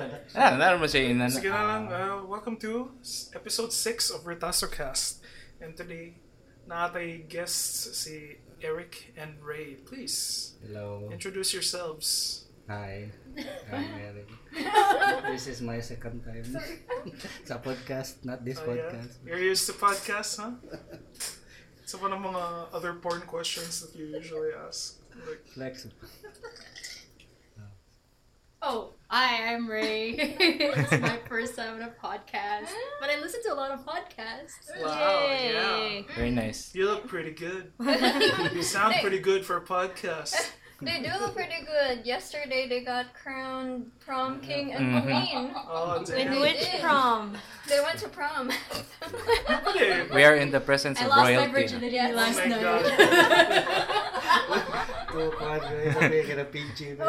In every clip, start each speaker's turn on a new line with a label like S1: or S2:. S1: Ano mo siya yun?
S2: Sige na lang, uh, welcome to s- episode 6 of RetasoCast. And today, nakatay guests si Eric and Ray. Please,
S3: Hello.
S2: introduce yourselves.
S3: Hi. I'm Eric. This is my second time sa podcast, not this
S2: Oh, yeah?
S3: podcast.
S2: You're used to podcasts, huh? It's one of mga other porn questions that you usually ask. Like,
S3: Flex.
S4: Oh, hi, I'm Ray. it's my first time on a podcast, but I listen to a lot of podcasts.
S2: wow, yeah.
S5: Yay.
S1: Very nice.
S2: You look pretty good. You
S5: they,
S2: sound pretty good for a podcast.
S5: they do look pretty good. Yesterday they got crowned prom king and
S1: Mhm.
S5: queen.
S2: Oh,
S5: When
S2: damn.
S5: we- which
S4: prom?
S5: They went to prom.
S2: Okay.
S1: We are in the presence
S4: I
S1: of
S4: lost
S1: royalty. ano?
S4: my virginity
S5: Yes.
S4: last
S2: Oh my
S4: night.
S2: God.
S3: Two quad guys, sabi ka na pinchy na.
S5: Oh.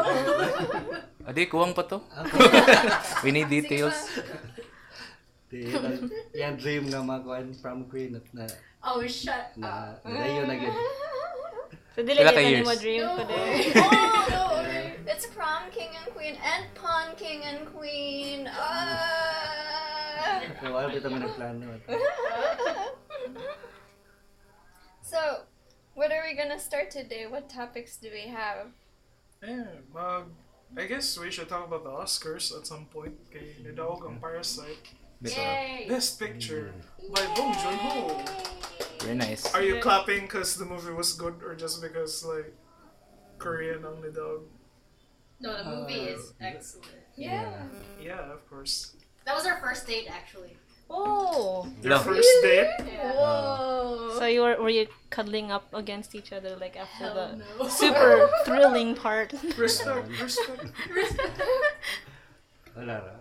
S1: O Ah, di, kuwang pa to. We need details.
S3: Di, yan- Yan dream nga makuhan from Queen Nah, at na,
S4: oh, shut
S3: na,
S4: up.
S3: dayo na yun.
S6: So, dili
S1: Pila ka
S6: gyud
S1: years?
S6: ni mo dream
S4: No.
S6: ko
S4: Oh,
S6: dai.
S4: no, okay.
S5: oh. It's prom king and queen and pawn king and queen. Ah.
S3: Kaya wala pa kami nagplano.
S5: so, what are we gonna start today? What topics do we have?
S2: Yeah, mag... I guess we should talk about the Oscars at some point. Kay Nidaog ang Parasite.
S4: Yay.
S2: Best Picture
S1: Mm.
S2: by Bong Joon-ho.
S1: Very nice.
S2: Are you clapping because the movie was good or just because, like, Korean ang Nidaog?
S4: No, the movie
S3: Uh,
S4: is excellent.
S3: Iya.
S5: Yeah.
S2: Yeah, of course.
S4: That was our first date, actually.
S6: Oh.
S2: Your
S1: Love.
S2: first date?
S5: Whoa.
S6: So you were were you cuddling up against each other like after the
S4: Hell no.
S6: super thrilling part?
S2: Respect, respect.
S3: Wala ra.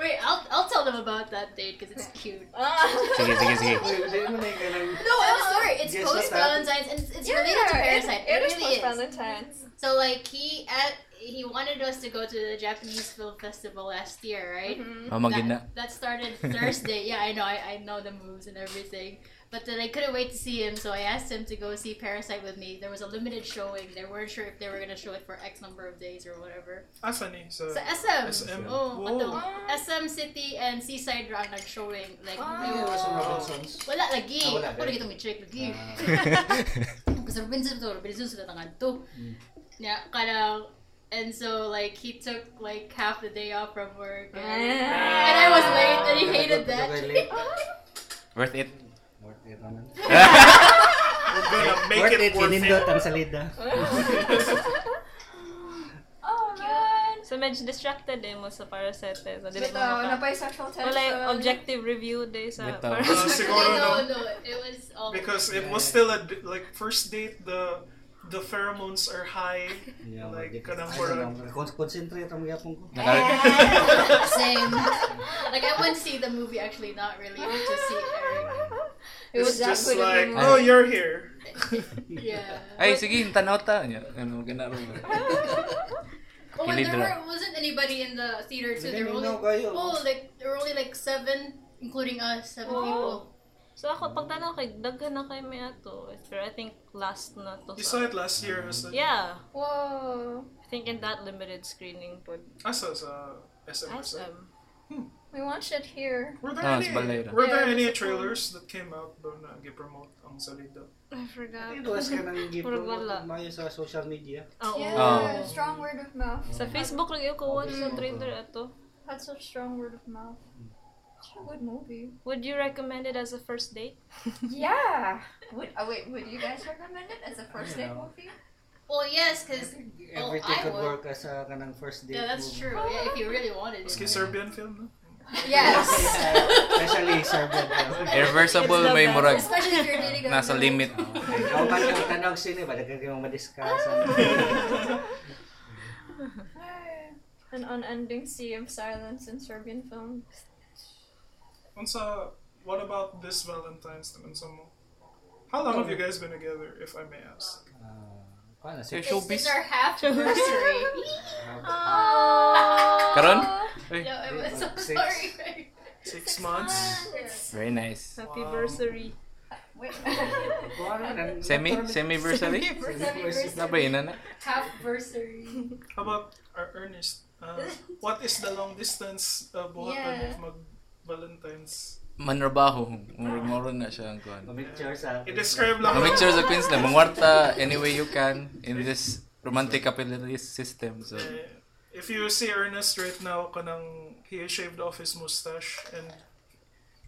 S4: Wait, I'll, I'll tell them about that date because it's cute.
S5: Ah.
S1: Sige, sige, sige.
S3: Uy, di mo na yung kanang...
S4: Uh, No, Oh, I'm sorry. It's
S3: Yes,
S4: post
S3: what's that?
S4: Valentine's and it's, it's
S5: Yeah,
S4: related to Parasite. It,
S5: It, is
S4: really is.
S5: Valentine's.
S4: So like he at, he wanted us to go to the Japanese Film Festival last year, right?
S5: Mm-hmm.
S1: Mamagin na.
S4: That, that started Thursday. yeah, I know. I, I know the moves and everything. But then I couldn't wait to see him, so I asked him to go see Parasite with me. There was a limited showing. They weren't sure if they were gonna show it for X number of days or whatever.
S2: Asani, Ah, so...
S4: So SM,
S2: SM.
S4: oh,
S2: Whoa.
S4: ano, SM City and Seaside round nag showing like
S3: Hindi
S5: Ah.
S3: mo sa Robinsons.
S4: wala lagi.
S3: Ah, wala
S4: Ako
S3: din.
S4: lagi itong check lagi.
S1: Ah.
S4: Kasi Robinson to, Robinson sa tangan to.
S3: Mm.
S4: Yeah, kanang, and so like he took like half the day off from work and, and I was late and he hated that.
S1: Worth it.
S3: Worth it naman.
S5: ah.
S2: We're gonna make it worth
S3: inindot
S2: it.
S3: ang salida.
S5: oh man.
S6: so medyo distracted din mo sa Parasite. eh. So dili
S5: With
S6: mo
S5: the uh,
S6: maka-
S5: bisexual tension.
S6: wala yung objective review day sa
S1: Bitaw.
S2: Uh,
S6: Parasite.
S2: siguro
S4: no,
S2: no.
S4: no, it was all
S2: Because it was still a... d- Like, first date, the... The pheromones are high.
S3: Yeah,
S2: Like,
S3: magic.
S2: kanang
S3: Ay,
S2: parang-
S3: kanang- kon- Concentrate ang yapon ko.
S1: Nakar-
S4: same. Ah, like I went to see the movie actually, not really to see Eric.
S5: It was
S2: It's
S5: that
S2: just
S5: good of
S2: like,
S5: a
S2: oh, you're here.
S4: Yeah.
S1: Ay, sige, tanaw ta. Ano, ganaro.
S4: Oh, and there
S1: Kinidra.
S4: were, wasn't anybody in the theater too. There were
S3: Nilinaw
S4: only
S3: kayo.
S4: oh, like there were only like seven, including us, seven
S6: Oh.
S4: people.
S6: So ako pagtanaw kay daghan na kay may ato. Pero I think last na to.
S2: You
S6: sa-
S2: saw it
S1: Mm.
S2: last year, Hassan.
S6: Yeah.
S5: Whoa.
S6: I think in that limited screening po. um,
S2: I saw uh, SM. SM.
S6: SM.
S5: We watched it here.
S2: Were there
S1: No, it's
S2: any,
S1: Balera.
S2: were there
S5: Yeah,
S2: any
S5: it's a-
S2: trailers that came out doon na gi-promote ang salida?
S6: I forgot.
S3: Ito as ka nang
S6: Puro wala.
S3: gipo mayo sa social media.
S6: Oo.
S5: Yeah.
S1: Oh.
S5: Strong word of mouth.
S6: Sa Facebook lang yung kuha sa trailer ato.
S5: That's a strong word of mouth. Such a good movie.
S6: Would you recommend it as a first date?
S5: Yeah. Would, oh, wait, would you guys recommend it as a first
S3: I
S5: date
S3: don't know.
S5: movie?
S4: Well, yes, because Oh,
S3: Everything
S4: I
S3: could work
S4: would.
S3: as a kanang first date.
S4: yeah, that's
S3: movie.
S4: true. Yeah, if you really wanted
S2: Maski
S4: it.
S2: Serbian film, no?
S5: Yes.
S3: Especially Serbian.
S1: Irreversible may murag.
S4: Especially if you're dating a
S1: Nasa limit.
S3: Ikaw pa yung tanong sino ba? Dagdag yung madiscuss. ano?
S5: An unending sea of silence in Serbian films.
S2: Unsa, what about this Valentine's naman sa mo? How long have you guys been together, if I may ask?
S3: Paano?
S1: Sir,
S3: Six?
S4: It's,
S1: showbiz.
S4: it's our half anniversary.
S1: Karon?
S4: no, I'm so
S3: Six.
S4: sorry.
S2: Six months?
S1: Very nice.
S6: Happy
S2: Wow.
S6: anniversary.
S7: Wait.
S1: Semi? Semi-versary? Ano Nabayin na na.
S7: Half versary.
S2: How about our Ernest? Uh, what is the long distance uh, buhatan if
S7: Yeah.
S2: mag-Valentine's?
S1: Manrabaho. Murag-muro na siya ang kuhan.
S3: Pamicture sa...
S2: I-describe lang.
S1: Picture sa Queensland. Mangwarta any way you can in this romantic capitalist system. So,
S2: Uh, if you see Ernest right now, kanang he shaved off his mustache and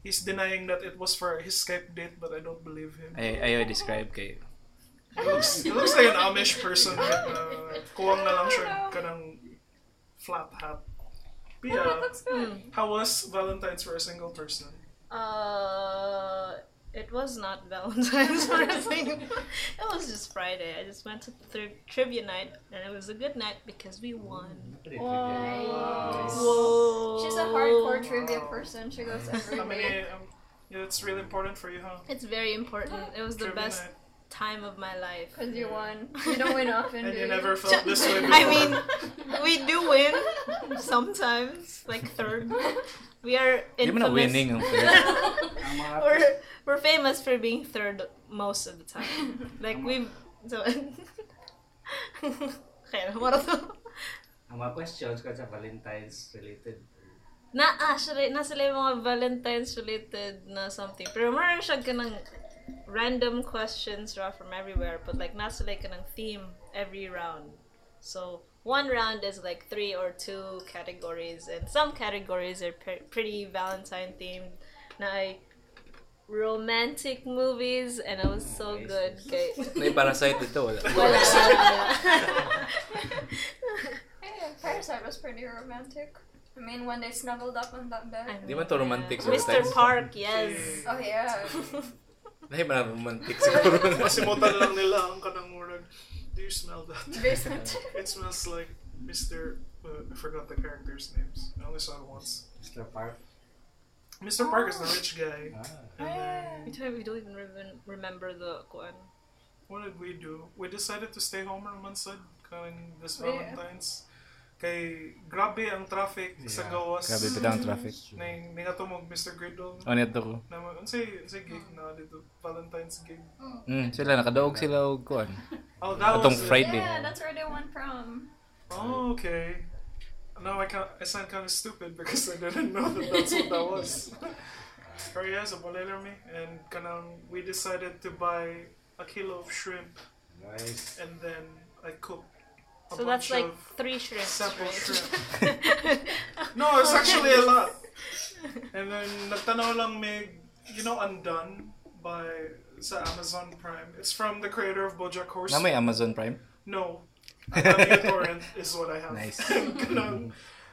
S2: he's denying that it was for his Skype date, but I don't believe him.
S1: ay ayaw describe kayo.
S2: He looks, he looks like an Amish person right now. Kuwang na lang siya ng kanang flat hat.
S6: Oh,
S2: Pia, how was Valentine's for a single person?
S6: Uh, it was not Valentine's or anything. it was just Friday. I just went to the third trivia night, and it was a good night because we won. Whoa!
S5: She's a hardcore trivia person. She goes every
S2: How
S5: day.
S2: many? Um, yeah, it's really important for you, huh?
S6: It's very important. It was the
S2: Trivia
S6: best
S2: night.
S6: time of my life.
S5: Because you won. You don't win often,
S2: And
S5: do
S2: you never felt this way before.
S6: I mean, we do win sometimes, like third. We are
S1: Hindi mo
S6: infamous.
S1: na winning ang
S3: Ang mga...
S6: We're we're famous for being third most of the time. Like we've so. Kaya mo to.
S3: Ang mga questions ko sa Valentine's related.
S6: Na ah, sila, na sila yung mga Valentine's related na something. Pero meron siya ganang random questions raw from everywhere, but like na sila ganang theme every round. So one round is like three or two categories, and some categories are pre- pretty Valentine themed. Na ay romantic movies, and it was so
S3: Nice.
S6: good. Kay,
S1: May parasite dito, wala.
S6: wala, wala.
S5: Hey, Parasite was pretty romantic. I mean, when they snuggled up on that bed.
S1: Di ba to romantic
S6: Mr.
S1: sometimes?
S6: Park, yes.
S5: Oh, yeah.
S1: Dahil ba na romantic siguro?
S2: Masimutan lang nila ang kanang murag. Do you smell that?
S5: Basement.
S2: It smells like Mr. Uh, I forgot the characters' names. I only saw it once.
S3: Mr. Park.
S2: Mr. Park is the rich guy.
S3: Ah.
S6: Oh,
S2: And then,
S6: We don't, we don't even re- remember the one.
S2: what did we do? We decided to stay home on Mansad coming this
S5: Yeah.
S2: Valentine's. Kay grabe ang traffic sa
S3: Yeah.
S2: gawas.
S1: Grabe, Ah. pita ang traffic.
S2: Ning tumog Mr. Griddle.
S1: O, Oh, neto ko.
S2: Na mo, unsay unsay gig na
S6: Ah.
S2: dito Valentine's gig.
S1: Mm, sila, nakadaog sila og kuhan.
S2: Oh, that
S1: Atong Ah,
S2: was it.
S1: Friday.
S5: Yeah, that's where they went from.
S2: Oh, okay. No, I can't. I sound kind of stupid because I didn't know that that's what that was. Pero yeah, so bolelo me, and kanang we decided to buy a kilo of shrimp,
S3: Nice.
S2: and then I cooked. A
S6: So
S2: bunch
S6: that's
S2: of
S6: like three shrimps,
S2: sample
S6: right?
S2: shrimp. No, it's actually a lot. And then nagtanaw lang may, you know, Undone by sa Amazon Prime. It's from the creator of BoJack
S1: Na
S2: Horseman.
S1: may Amazon Prime?
S2: No. Another torrent is what I have.
S1: Nice.
S2: Ganun.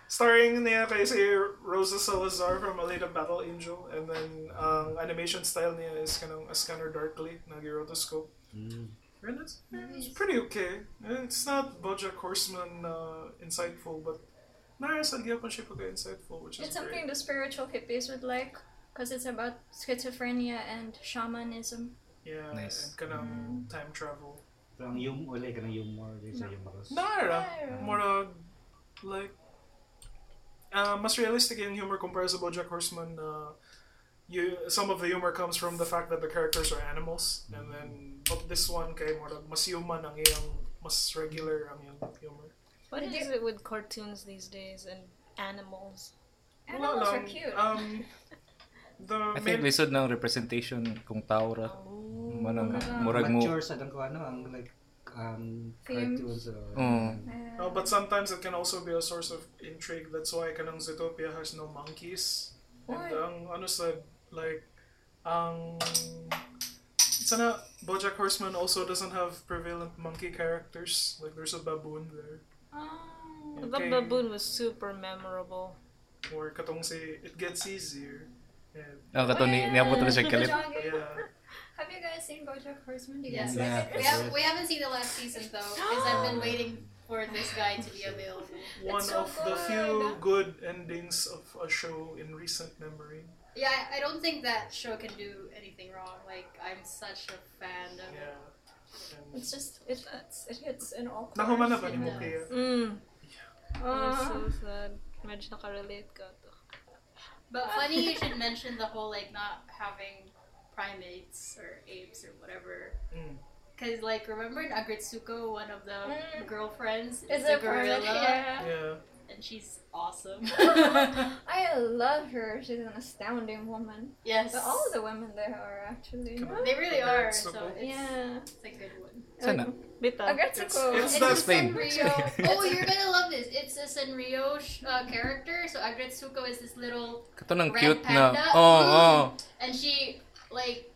S2: Starring niya kay si Rosa Salazar from Alita Battle Angel and then ang animation style niya is kanang A Scanner Darkly na gyrotoscope.
S3: mm,
S2: And it's, it's pretty okay. It's not Bojack Horseman uh, insightful but narasad niya pa siya pagka insightful which is
S5: It's
S2: great.
S5: something the spiritual hippies would like. Because it's about schizophrenia and shamanism.
S2: Yeah,
S1: Nice.
S2: and kanang time travel.
S3: Ang yung uli ka ng humor. Di sa humorous.
S2: Nara.
S5: Nara.
S2: More of, like, uh, mas realistic yung humor compared to BoJack Horseman. Uh, you, some of the humor comes from the fact that the characters are animals,
S1: Mm-hmm.
S2: and then but this one kay more of mas human ang iyang mas regular ang iyang humor.
S6: What
S5: Did
S6: is
S5: you-
S6: it with cartoons these days and animals?
S5: Animals
S2: Wala
S5: are
S2: lang.
S5: cute.
S2: Um, the
S1: I think
S2: main-
S1: lisod ng representation kung tao
S2: Uh,
S1: ra.
S6: Oh.
S1: Manang, murag mo.
S3: Mature sa dang ko ano, ang like, um,
S5: Theme.
S3: cartoons or...
S1: Oo.
S5: Yeah.
S2: No, but sometimes it can also be a source of intrigue. That's why kanang Zootopia has no monkeys. And
S5: Why?
S2: ang ano sa like ang sana BoJack Horseman also doesn't have prevalent monkey characters. Like there's a baboon there.
S5: Oh.
S6: The
S2: And
S6: Bug
S2: kay-
S6: Baboon was super memorable.
S2: Or katong si It Gets Easier. And,
S1: Ang Ah, kato ni,
S5: oh,
S1: niabot na siya kalit.
S5: Jogging.
S2: yeah.
S5: Have you guys seen BoJack Horseman? Do you
S4: Yes,
S5: guys
S3: Yeah.
S5: like it?
S4: we, have, we haven't seen the last season though, because I've been waiting for this guy to be available.
S2: One
S5: so
S2: of the few good endings of a show in recent memory.
S4: Yeah, I, I don't think that show can do anything wrong. Like, I'm such a fan of it.
S2: Yeah. And,
S5: It's just it, it's, it hits in all.
S2: Nahuma na ba
S5: corners.
S2: ni
S4: Yeah.
S2: Mokea?
S6: Mm. Uh.
S5: Ah.
S6: so sad. Medyo nakarelate ka to.
S4: But funny you should mention the whole like not having primates or apes or whatever.
S2: Mm.
S4: Because, like, remember in Agretsuko, one of the
S5: Mm.
S4: girlfriends
S5: Is
S4: is
S5: a
S4: a gorilla,
S5: permanent- yeah.
S2: Yeah.
S4: and she's awesome.
S5: I love her. She's an astounding woman.
S4: yes.
S5: But all of the women there are actually.
S2: Come on.
S4: They really are, so
S2: Agretsuko.
S4: it's,
S6: Yeah.
S4: it's a good one.
S1: Sana.
S6: Bita.
S5: Agretsuko.
S2: It's-
S4: It's
S2: not-
S4: a
S1: Explain.
S4: Sanrio. oh, you're gonna love this. It's a Sanrio sh- uh, character. So Agretsuko is this little,
S1: Ito ng
S4: Red
S1: cute na.
S4: panda?
S1: Oo, oh,
S4: Mm.
S1: oo.
S4: and she like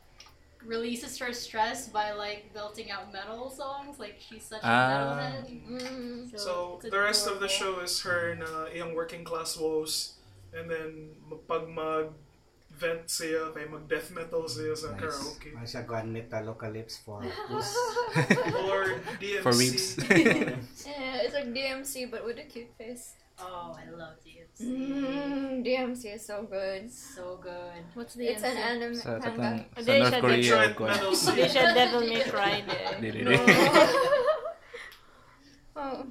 S4: releases her stress by like belting out metal songs. Like she's such a metal
S1: Ah.
S4: metalhead.
S5: Mm.
S2: So
S4: it's
S2: the rest of the
S4: adorable.
S2: show is her na iyang working class woes and then pag mag vent siya kay mag death metal siya sa
S3: Nice.
S2: karaoke
S3: Nice siya Grand Metalocalypse for us.
S2: or DMC.
S1: For weeps.
S5: Yeah, it's like DMC but with a cute face.
S4: Oh, I love DMC.
S5: Mm,
S4: Mm-hmm.
S5: DMC is so good.
S4: So good.
S5: What's the It's an anime
S1: sa
S5: manga.
S1: tatang sa
S6: They
S1: North
S6: should
S1: Korea.
S2: Trend
S1: ko.
S2: metal
S6: Hindi
S2: siya.
S6: siya Devil May Cry day.
S1: Dili, dili.
S2: No.
S5: oh.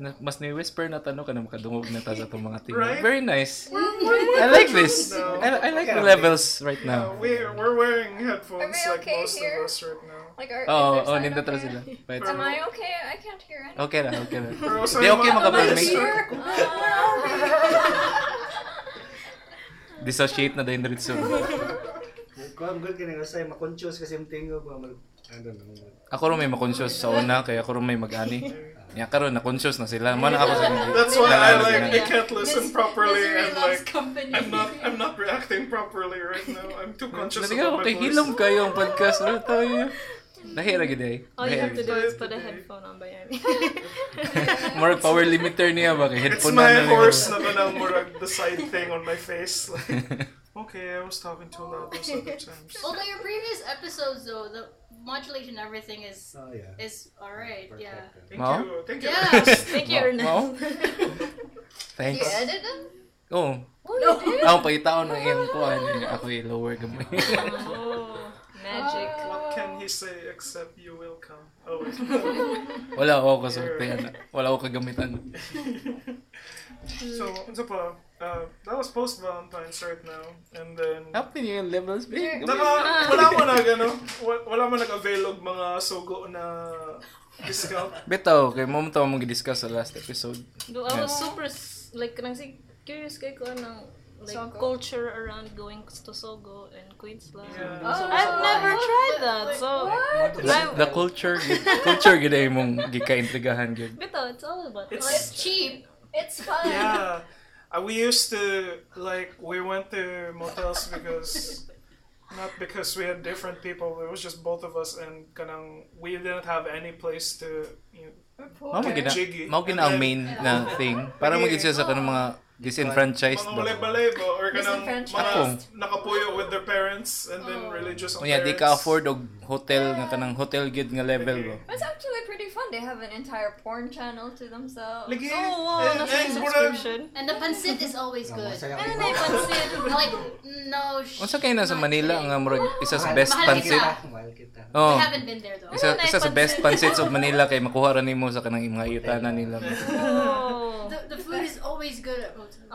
S1: Na- Mas ni-whisper na tanong ka na makadungog na ta sa itong mga team.
S2: Right?
S1: Very nice.
S2: We're-
S1: I
S2: we're-
S1: like this.
S2: No.
S1: I, I like the
S3: Okay.
S1: levels right
S2: Uh,
S1: now.
S2: we're, we're wearing headphones
S5: Are we
S2: like
S5: okay
S2: most
S5: here?
S2: of us right now.
S5: Like, are, is
S1: Oo,
S5: there
S1: oh, oh,
S5: sound
S1: nindot na
S6: eh.
S5: okay?
S1: sila. Wait.
S5: Am I okay? I can't hear anything.
S1: Okay na, okay na.
S2: Pero sa
S1: Di okay
S2: mga-
S1: makapag-make
S2: Sure.
S5: Uh,
S1: Dissociate na dahil na rin soon.
S3: Kung ang good ka na kasi makonsyos kasi yung tingo ko. Mag, I don't know.
S1: Ako rin may makonsyos sa una, kaya ako rin may mag-ani. Yan karon na conscious na sila. Mana ako sa inyo.
S2: That's why I
S1: Nalala
S2: like
S1: sila.
S2: I can't listen properly
S4: Misery
S2: and
S4: loves
S2: like
S4: company.
S2: I'm not I'm not reacting properly right now. I'm too conscious
S1: Naligaw
S2: about my
S1: kay hilom
S2: voice.
S1: kayo ang podcast eh." ro tayo. Dahira gid ay.
S6: All Oh, you have to do is put a
S2: Dahil-
S6: headphone on by
S1: More power limiter niya ba kay
S2: It's
S1: headphone
S2: my
S1: na lang.
S2: horse na ganang murag the side thing on my face. Like, okay, I was talking too loud those other times.
S4: Although your previous episodes though, the modulation and everything is
S3: So Oh, yeah.
S4: is alright.
S3: Perfect.
S4: Yeah.
S2: Thank
S1: Mao?
S2: you. Thank you.
S4: Yeah.
S6: Thank you, Ernest.
S1: Mao?
S5: You
S1: Thanks.
S5: edit them?
S1: Oh,
S5: No.
S1: ako pagitaon na iyang kuan ako yung lower gamay.
S6: Oh, magic.
S2: What can he say except you will come? Oh, wait.
S1: Wala ako kasultian. Wala ako kagamitan.
S2: so, unsa pa? Uh, that was post Valentine's right now. And then...
S1: Happy niyo yung levels, big.
S2: Naka, wala mo nag, ano, wa- wala mo nag-avail og mga sugo na discount.
S1: Bitaw, kay mo to mong discuss sa last episode.
S6: Do I was
S1: Yes.
S6: super s- like kanang si curious kay ko anong like
S5: Sogo.
S6: culture around going to Sogo and Queensland.
S2: Yeah.
S5: Oh.
S6: I've never tried that. So
S1: The, the culture, gid- culture gid ay mong gikaintrigahan gid.
S6: bito, it's all about
S2: It's-
S4: Well, it's cheap.
S5: It's fun.
S2: Yeah. Uh, we used to, like, we went to motels because, not because we had different people, it was just both of us and kanang, we didn't have any place to, you know,
S1: Mao mo gina,
S2: Jiggy.
S1: mao gina ang main na thing para mo gid siya sa kanang mga disenfranchised
S2: mga
S1: ba.
S2: balay-balay ba? Or kanang
S5: Disenfranchised.
S2: mga nakapuyo with their parents and then
S4: Oh.
S2: religious ang
S1: Unya di
S2: parents.
S1: ka afford og hotel nga kanang hotel gid nga level ba.
S5: It's actually pretty fun. They have an entire porn channel to themselves.
S2: Lagi,
S6: Oh, wow,
S2: eh,
S6: nasa
S2: eh,
S6: yung
S2: murag-
S6: subscription.
S4: And the pancit is always good.
S3: Masaya
S6: Ano
S3: kita.
S6: na yung pansit?
S4: like no sh-
S1: Unsa kay na sa
S4: not
S1: Manila
S4: today.
S1: nga murag isa sa
S3: Mahal-
S1: best
S4: mahal
S1: pansit?
S4: kita.
S3: Mahal kita.
S1: Oh.
S4: I haven't been there though.
S1: Isa, isa sa best pansits of Manila kay makuha ra nimo sa kanang mga itana nila.
S6: Oh.
S4: The, the food is always good at hotels.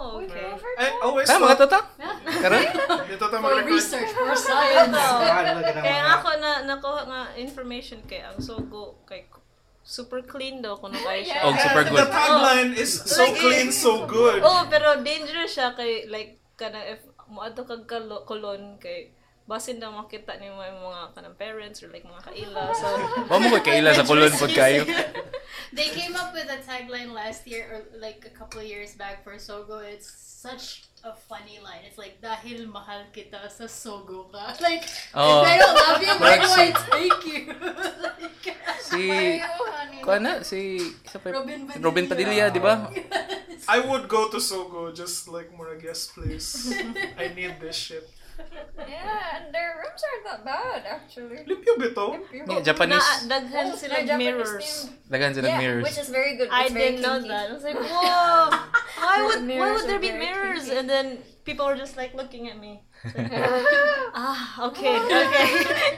S6: Oh, okay.
S2: Eh, always
S1: Ta mga
S2: thought-
S1: tata.
S4: Yeah.
S1: Karon
S2: Dito tayo
S4: For
S2: mag-record.
S4: research, for science.
S3: Mahal ba ka ng
S6: Kaya
S3: mga-
S6: ako na nakuha nga information kay ang Sogo kay super clean daw kung kaya siya.
S1: Oh,
S2: Eh,
S1: super good.
S2: The tagline is so
S6: Lagi.
S2: clean, so good.
S6: Oh, pero dangerous siya kay like kana if moadto kag kalo- kolon kay basin daw makita ni mo yung mga kanang parents or like mga kaila. So
S1: Wa mo kay kaila sa kulon pag kayo.
S4: They came up with a tagline last year or like a couple years back for Sogo. It's such a funny line. It's like dahil mahal kita sa Sogo ka. Like
S1: Oh.
S4: if I don't love you, why
S1: Correct.
S4: do I take you? like,
S1: Si
S5: Mario, honey.
S1: kuan na si isa pa
S4: Robin Padilla.
S1: Robin Padilla, di ba?
S2: I would go to Sogo just like murag yes please. I need this shit.
S5: Yeah, and their rooms aren't that bad actually.
S2: Limpyo bito.
S5: If you-
S1: Ni
S6: na
S1: Japanese
S6: daghan
S5: Oh,
S6: sila
S5: their Japanese
S6: mirrors.
S5: name.
S1: daghan sila ng
S5: Yeah,
S1: mirrors.
S5: which is very good.
S6: I
S5: It's very
S6: didn't know
S5: kinky.
S6: that. I was like, whoa, why
S5: The
S6: would why
S5: mirrors
S6: would there
S5: are
S6: be
S5: very
S6: mirrors?
S5: kinky.
S6: And then people were just like looking at me. Ah, okay, okay.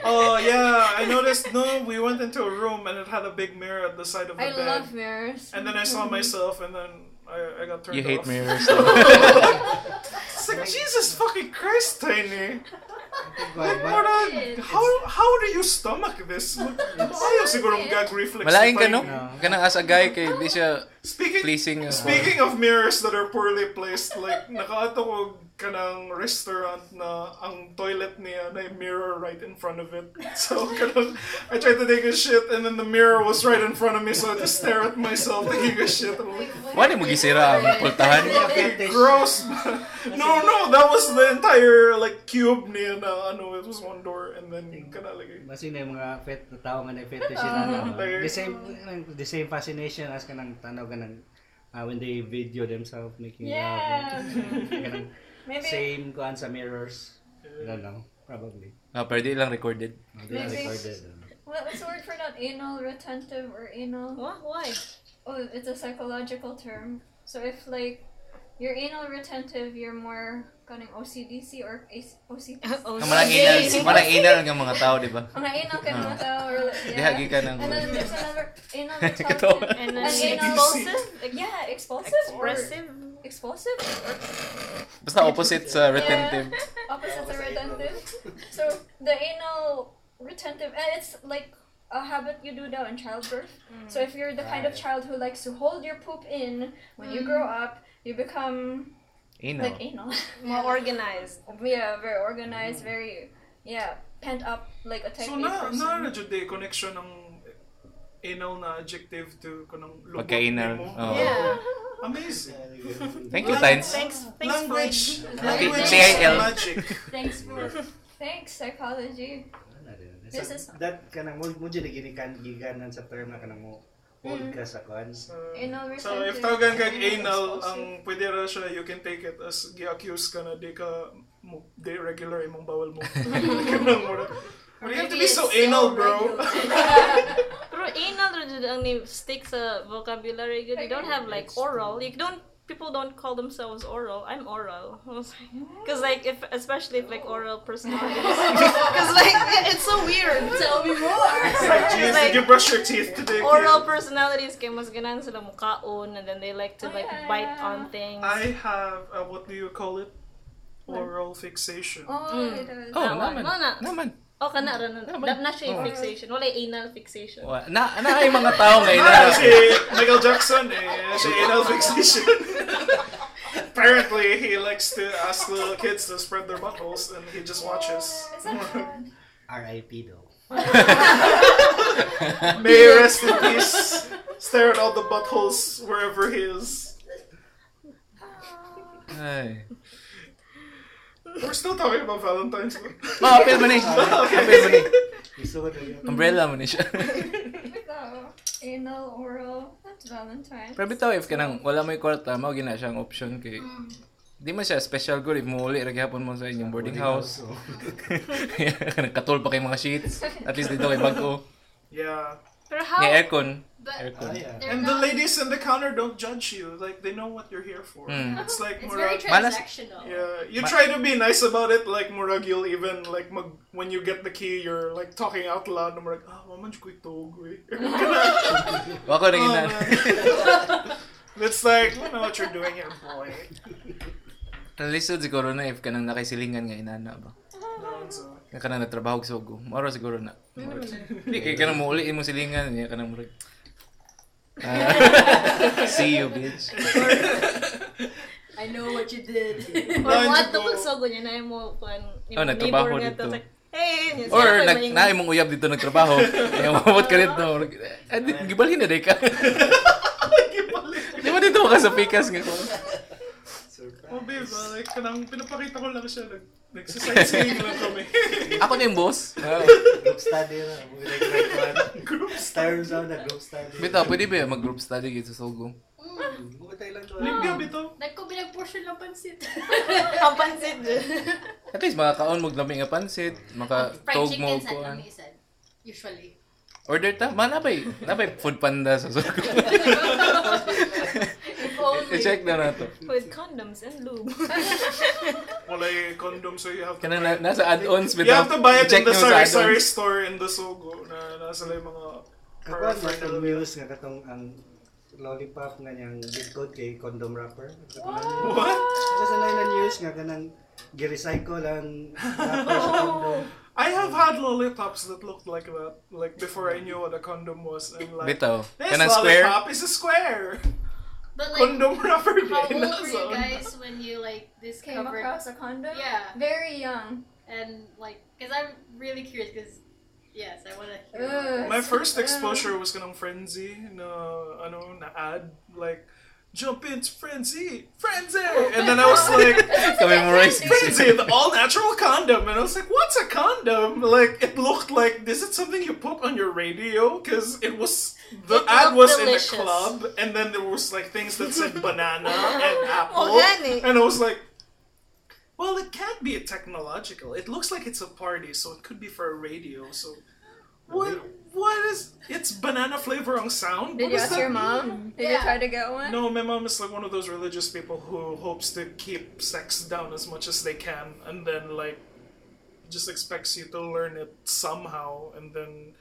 S2: Oh yeah, I noticed. No, we went into a room and it had a big mirror at the side of the
S5: I
S2: bed.
S5: love mirrors.
S2: and then I saw myself and then I, I got turned
S1: You
S2: off.
S1: hate mirrors.
S2: It's like Jesus fucking Christ, Tiny.
S3: Guava.
S2: Parang, how, how do you stomach this? Ayaw siguro gag reflex.
S1: Malaing ka,
S2: Parang-
S1: no? Kanang as a guy, kay di siya
S2: Speaking,
S1: pleasing. uh,
S2: Speaking of mirrors that are poorly placed, like, nakaato ko ka ng restaurant na ang toilet niya na yung mirror right in front of it. So, kanang, I tried to take a shit and then the mirror was right in front of me so I just stare at myself taking a shit. I'm like,
S1: Wala mo gisira ang pultahan.
S2: "Hey, gross! no, no, that was the entire, like, cube niya na, ano, it was one door and then, kana, like,
S3: Mas yun na yung mga pet na tao nga na fetish yun. ano.
S2: Okay.
S3: The same, the same fascination as kanang tanaw ka ng ah, when they video themselves making
S6: Yeah.
S3: love. Kanang
S6: Maybe
S3: same kuan sa mirrors. I don't know. Probably.
S1: Ah, pero di lang recorded.
S3: Hindi na
S5: Maybe.
S3: recorded. ano.
S5: What was the word for that? Anal retentive or anal?
S6: Wha- Why?
S5: Oh, it's a psychological term. So if like you're anal retentive, you're more kaning OCDC or AC- OCD.
S6: Oh,
S1: Ang Ah, malang inal, malang inal ang mga tao, di ba?
S5: Mga anal ka
S1: Ah.
S5: mo daw, or like,
S1: Dihagi
S5: yeah.
S1: ka ng...
S5: And then there's another anal
S1: Katawa.
S5: retentive.
S6: And then
S5: Ang anal-
S6: impulsive,
S5: Yeah, expulsive. or-
S6: expressive.
S5: Expulsive or
S1: Basta opposite sa retentive.
S5: opposite of retentive. So the anal retentive, and it's like a habit you do now in childbirth.
S6: Mm.
S5: So if you're the kind of child who likes to hold your poop in when you grow up, you become
S1: Anal.
S5: like anal.
S6: More organized.
S5: yeah, very organized, very yeah, pent up like a type A
S2: so, na,
S5: person.
S2: na, na, jud day connection ng anal na adjective to kanang lubot
S1: Pagka-anal,
S2: nimo.
S1: oo.
S6: Yeah.
S2: Amazing.
S1: Oh. Thank you, Tynes.
S6: Thanks, thanks
S2: Language.
S6: Freud.
S2: Language is
S1: TIL.
S2: magic.
S4: Thanks for
S5: Thanks psychology.
S3: Wala rin.
S5: This
S3: So,
S5: is-
S3: that kanang mo mo jud ginikan giganan sa term na kanang mo hold
S5: Mm.
S3: ka sa kuan.
S5: Anal retentive.
S2: So, if tawagan kag anal, ang pwede ra siya, you can take it as gi-accuse ka na di ka mo, di regular imong bawal mo. Ganun mo na. Why do you have to be so anal, bro?
S6: Pero anal ra jud ang ni stick sa vocabulary good. You don't have like oral. You don't people don't call themselves oral. I'm oral. Because like if especially if like oral personalities. Because like it's so weird.
S4: tell me more.
S2: It's like, geez,
S6: Like,
S2: did you brush your teeth today? kid?"
S6: Oral personalities kay mas ganan sila mukaon and then they like to
S5: Oh,
S6: like
S5: yeah,
S6: bite
S5: yeah.
S6: on things.
S2: I have, uh, what do you call it? Oral fixation.
S5: Oh,
S6: Mm.
S5: it is.
S1: Oh, naman.
S6: Naman. Naman.
S1: Naman.
S6: Oh, kana ra na.
S1: Naman.
S6: Na siya yung
S1: Oh.
S6: fixation. Wala yung anal fixation.
S1: Wa- Na, na ay mga tao nga
S2: Ah,
S1: inal.
S2: si Michael Jackson eh, si anal fixation. Apparently, he likes to ask little kids to spread their buttholes, and he just watches.
S5: Oh, Is that bad?
S3: RIP though.
S2: May he rest in peace. Stare at all the buttholes wherever he is.
S5: Ah,
S1: Ay.
S2: We're still talking about Valentine's. Day.
S1: Oh, appeal mo ni. Appeal mo ni.
S3: Isuod na yun.
S1: Umbrella mo ni siya.
S5: Wait, though. Anal, oral, that's Valentine.
S1: Pero bitaw, if kanang wala may kwarta, mao gina siyang option kay... Di man siya special good if muli ra gyapon mo sa inyong boarding house.
S3: So,
S1: Kanang katol pa kay mga sheets. At least dito kay bag-o.
S2: Yeah.
S6: Pero
S1: Ni
S6: how
S1: aircon.
S4: But
S1: Aircon.
S3: ah, yeah.
S4: they're
S2: And the
S4: not.
S2: ladies in the counter don't judge you. Like, they know what you're here for.
S1: Mm.
S2: It's like,
S4: It's very
S2: murag-
S1: Malas-
S4: transactional.
S2: Yeah, you
S1: Ma-
S2: try to be nice about it, like murag you'll even like mag when you get the key, you're like talking out loud, and murag ah, waman ko itog,
S1: Wako
S4: Oh,
S1: rin ina.
S2: Oh, It's like, we know what you're doing here, boy.
S1: Lisod siguro na if kanang nakisilingan nga inana ba.
S2: No, it's, uh,
S1: Nga kanang natrabaho og sugo. Maro siguro na. Hindi kay kanang muli imong silingan niya kanang murag. Ah, see you bitch.
S4: I know what you did.
S6: or
S2: Lunch
S6: what to
S2: mo.
S6: kung so ganyan na mo kun
S1: Oh, nagtrabaho dito.
S6: like hey yun,
S1: Or
S6: sila pa
S1: nag
S6: yung-
S1: na imong uyab dito nagtrabaho. Ay mabot ka dito. Murag, ah, di- Gibalhin na day ka. Di ba dito ka sa pikas nga ko?
S2: oh babe, ah, like kanang pinapakita ko lang siya, nag nagsasightseeing lang kami.
S1: Ako na yung boss. Ah.
S3: Group study na. Mga nag-rank one.
S2: Group
S3: Stars out na group study.
S1: Bitaw, pwede ba mag-group study dito sa sugo?
S4: Mm.
S3: Mga Thailand to.
S4: Ah.
S2: Hindi bito.
S4: Nagko binagportion ng pansit.
S6: Ang pansit dyan.
S1: At least makakaon mo glami nga pansit,
S4: Fried
S1: makatog mo
S4: chicken sa
S1: kuan.
S4: lang isan. Usually.
S1: Order ta, man nabay, nabay eh? food panda sa sugo.
S4: If only.
S1: I-check na nato.
S6: With condoms and lube.
S2: Wala eh, condom, so you have to.
S1: Kanang na, nasa add-ons
S2: You have to buy it in
S1: i-check
S2: the
S1: nyo sa
S2: sari
S1: add-ons.
S2: sari store in the Sogo na nasa lang yung mga
S3: Kakuan mo
S2: paraphernalia.
S3: itong muse nga katong ang lollipop nga niyang gift code kay condom wrapper. Wow!
S2: What?
S3: Sa sanay na news nga kanang Gi-recycle ang wrapper sa condom.
S2: I have had lollipops that looked like that, like before I knew what a condom was. I'm like,
S1: Bitaw.
S2: this
S1: Kanang square.
S2: lollipop is a square.
S4: But like,
S2: Condom rubber
S4: how
S2: din na
S4: old were you guys when you like
S5: Came
S4: discovered?
S5: across a condom?
S4: Yeah,
S5: Very young.
S4: and like, cause I'm really curious, cause yes, I wanna. Hear
S5: Ugh.
S4: about
S2: My first exposure was kanang frenzy na ano na ad like jump into frenzy, frenzy,
S1: Oh,
S2: and then I was like
S1: Commemorate.
S2: frenzy, the all natural condom, and I was like, what's a condom? Like it looked like this is something you put on your radio because it was the
S6: It
S2: ad
S6: looked
S2: was in
S6: delicious.
S2: a club, and then there was like things that said banana and apple,
S6: Organic.
S2: and I was like. Well, it can't be technological. It looks like it's a party, so it could be for a radio. So, what? What is? It's banana flavor on sound.
S5: Did you
S2: What does
S5: ask
S2: that
S5: your
S2: mean?
S5: mom? Did you
S4: Yeah.
S5: try to get one?
S2: No, my mom is like one of those religious people who hopes to keep sex down as much as they can, and then like just expects you to learn it somehow, and then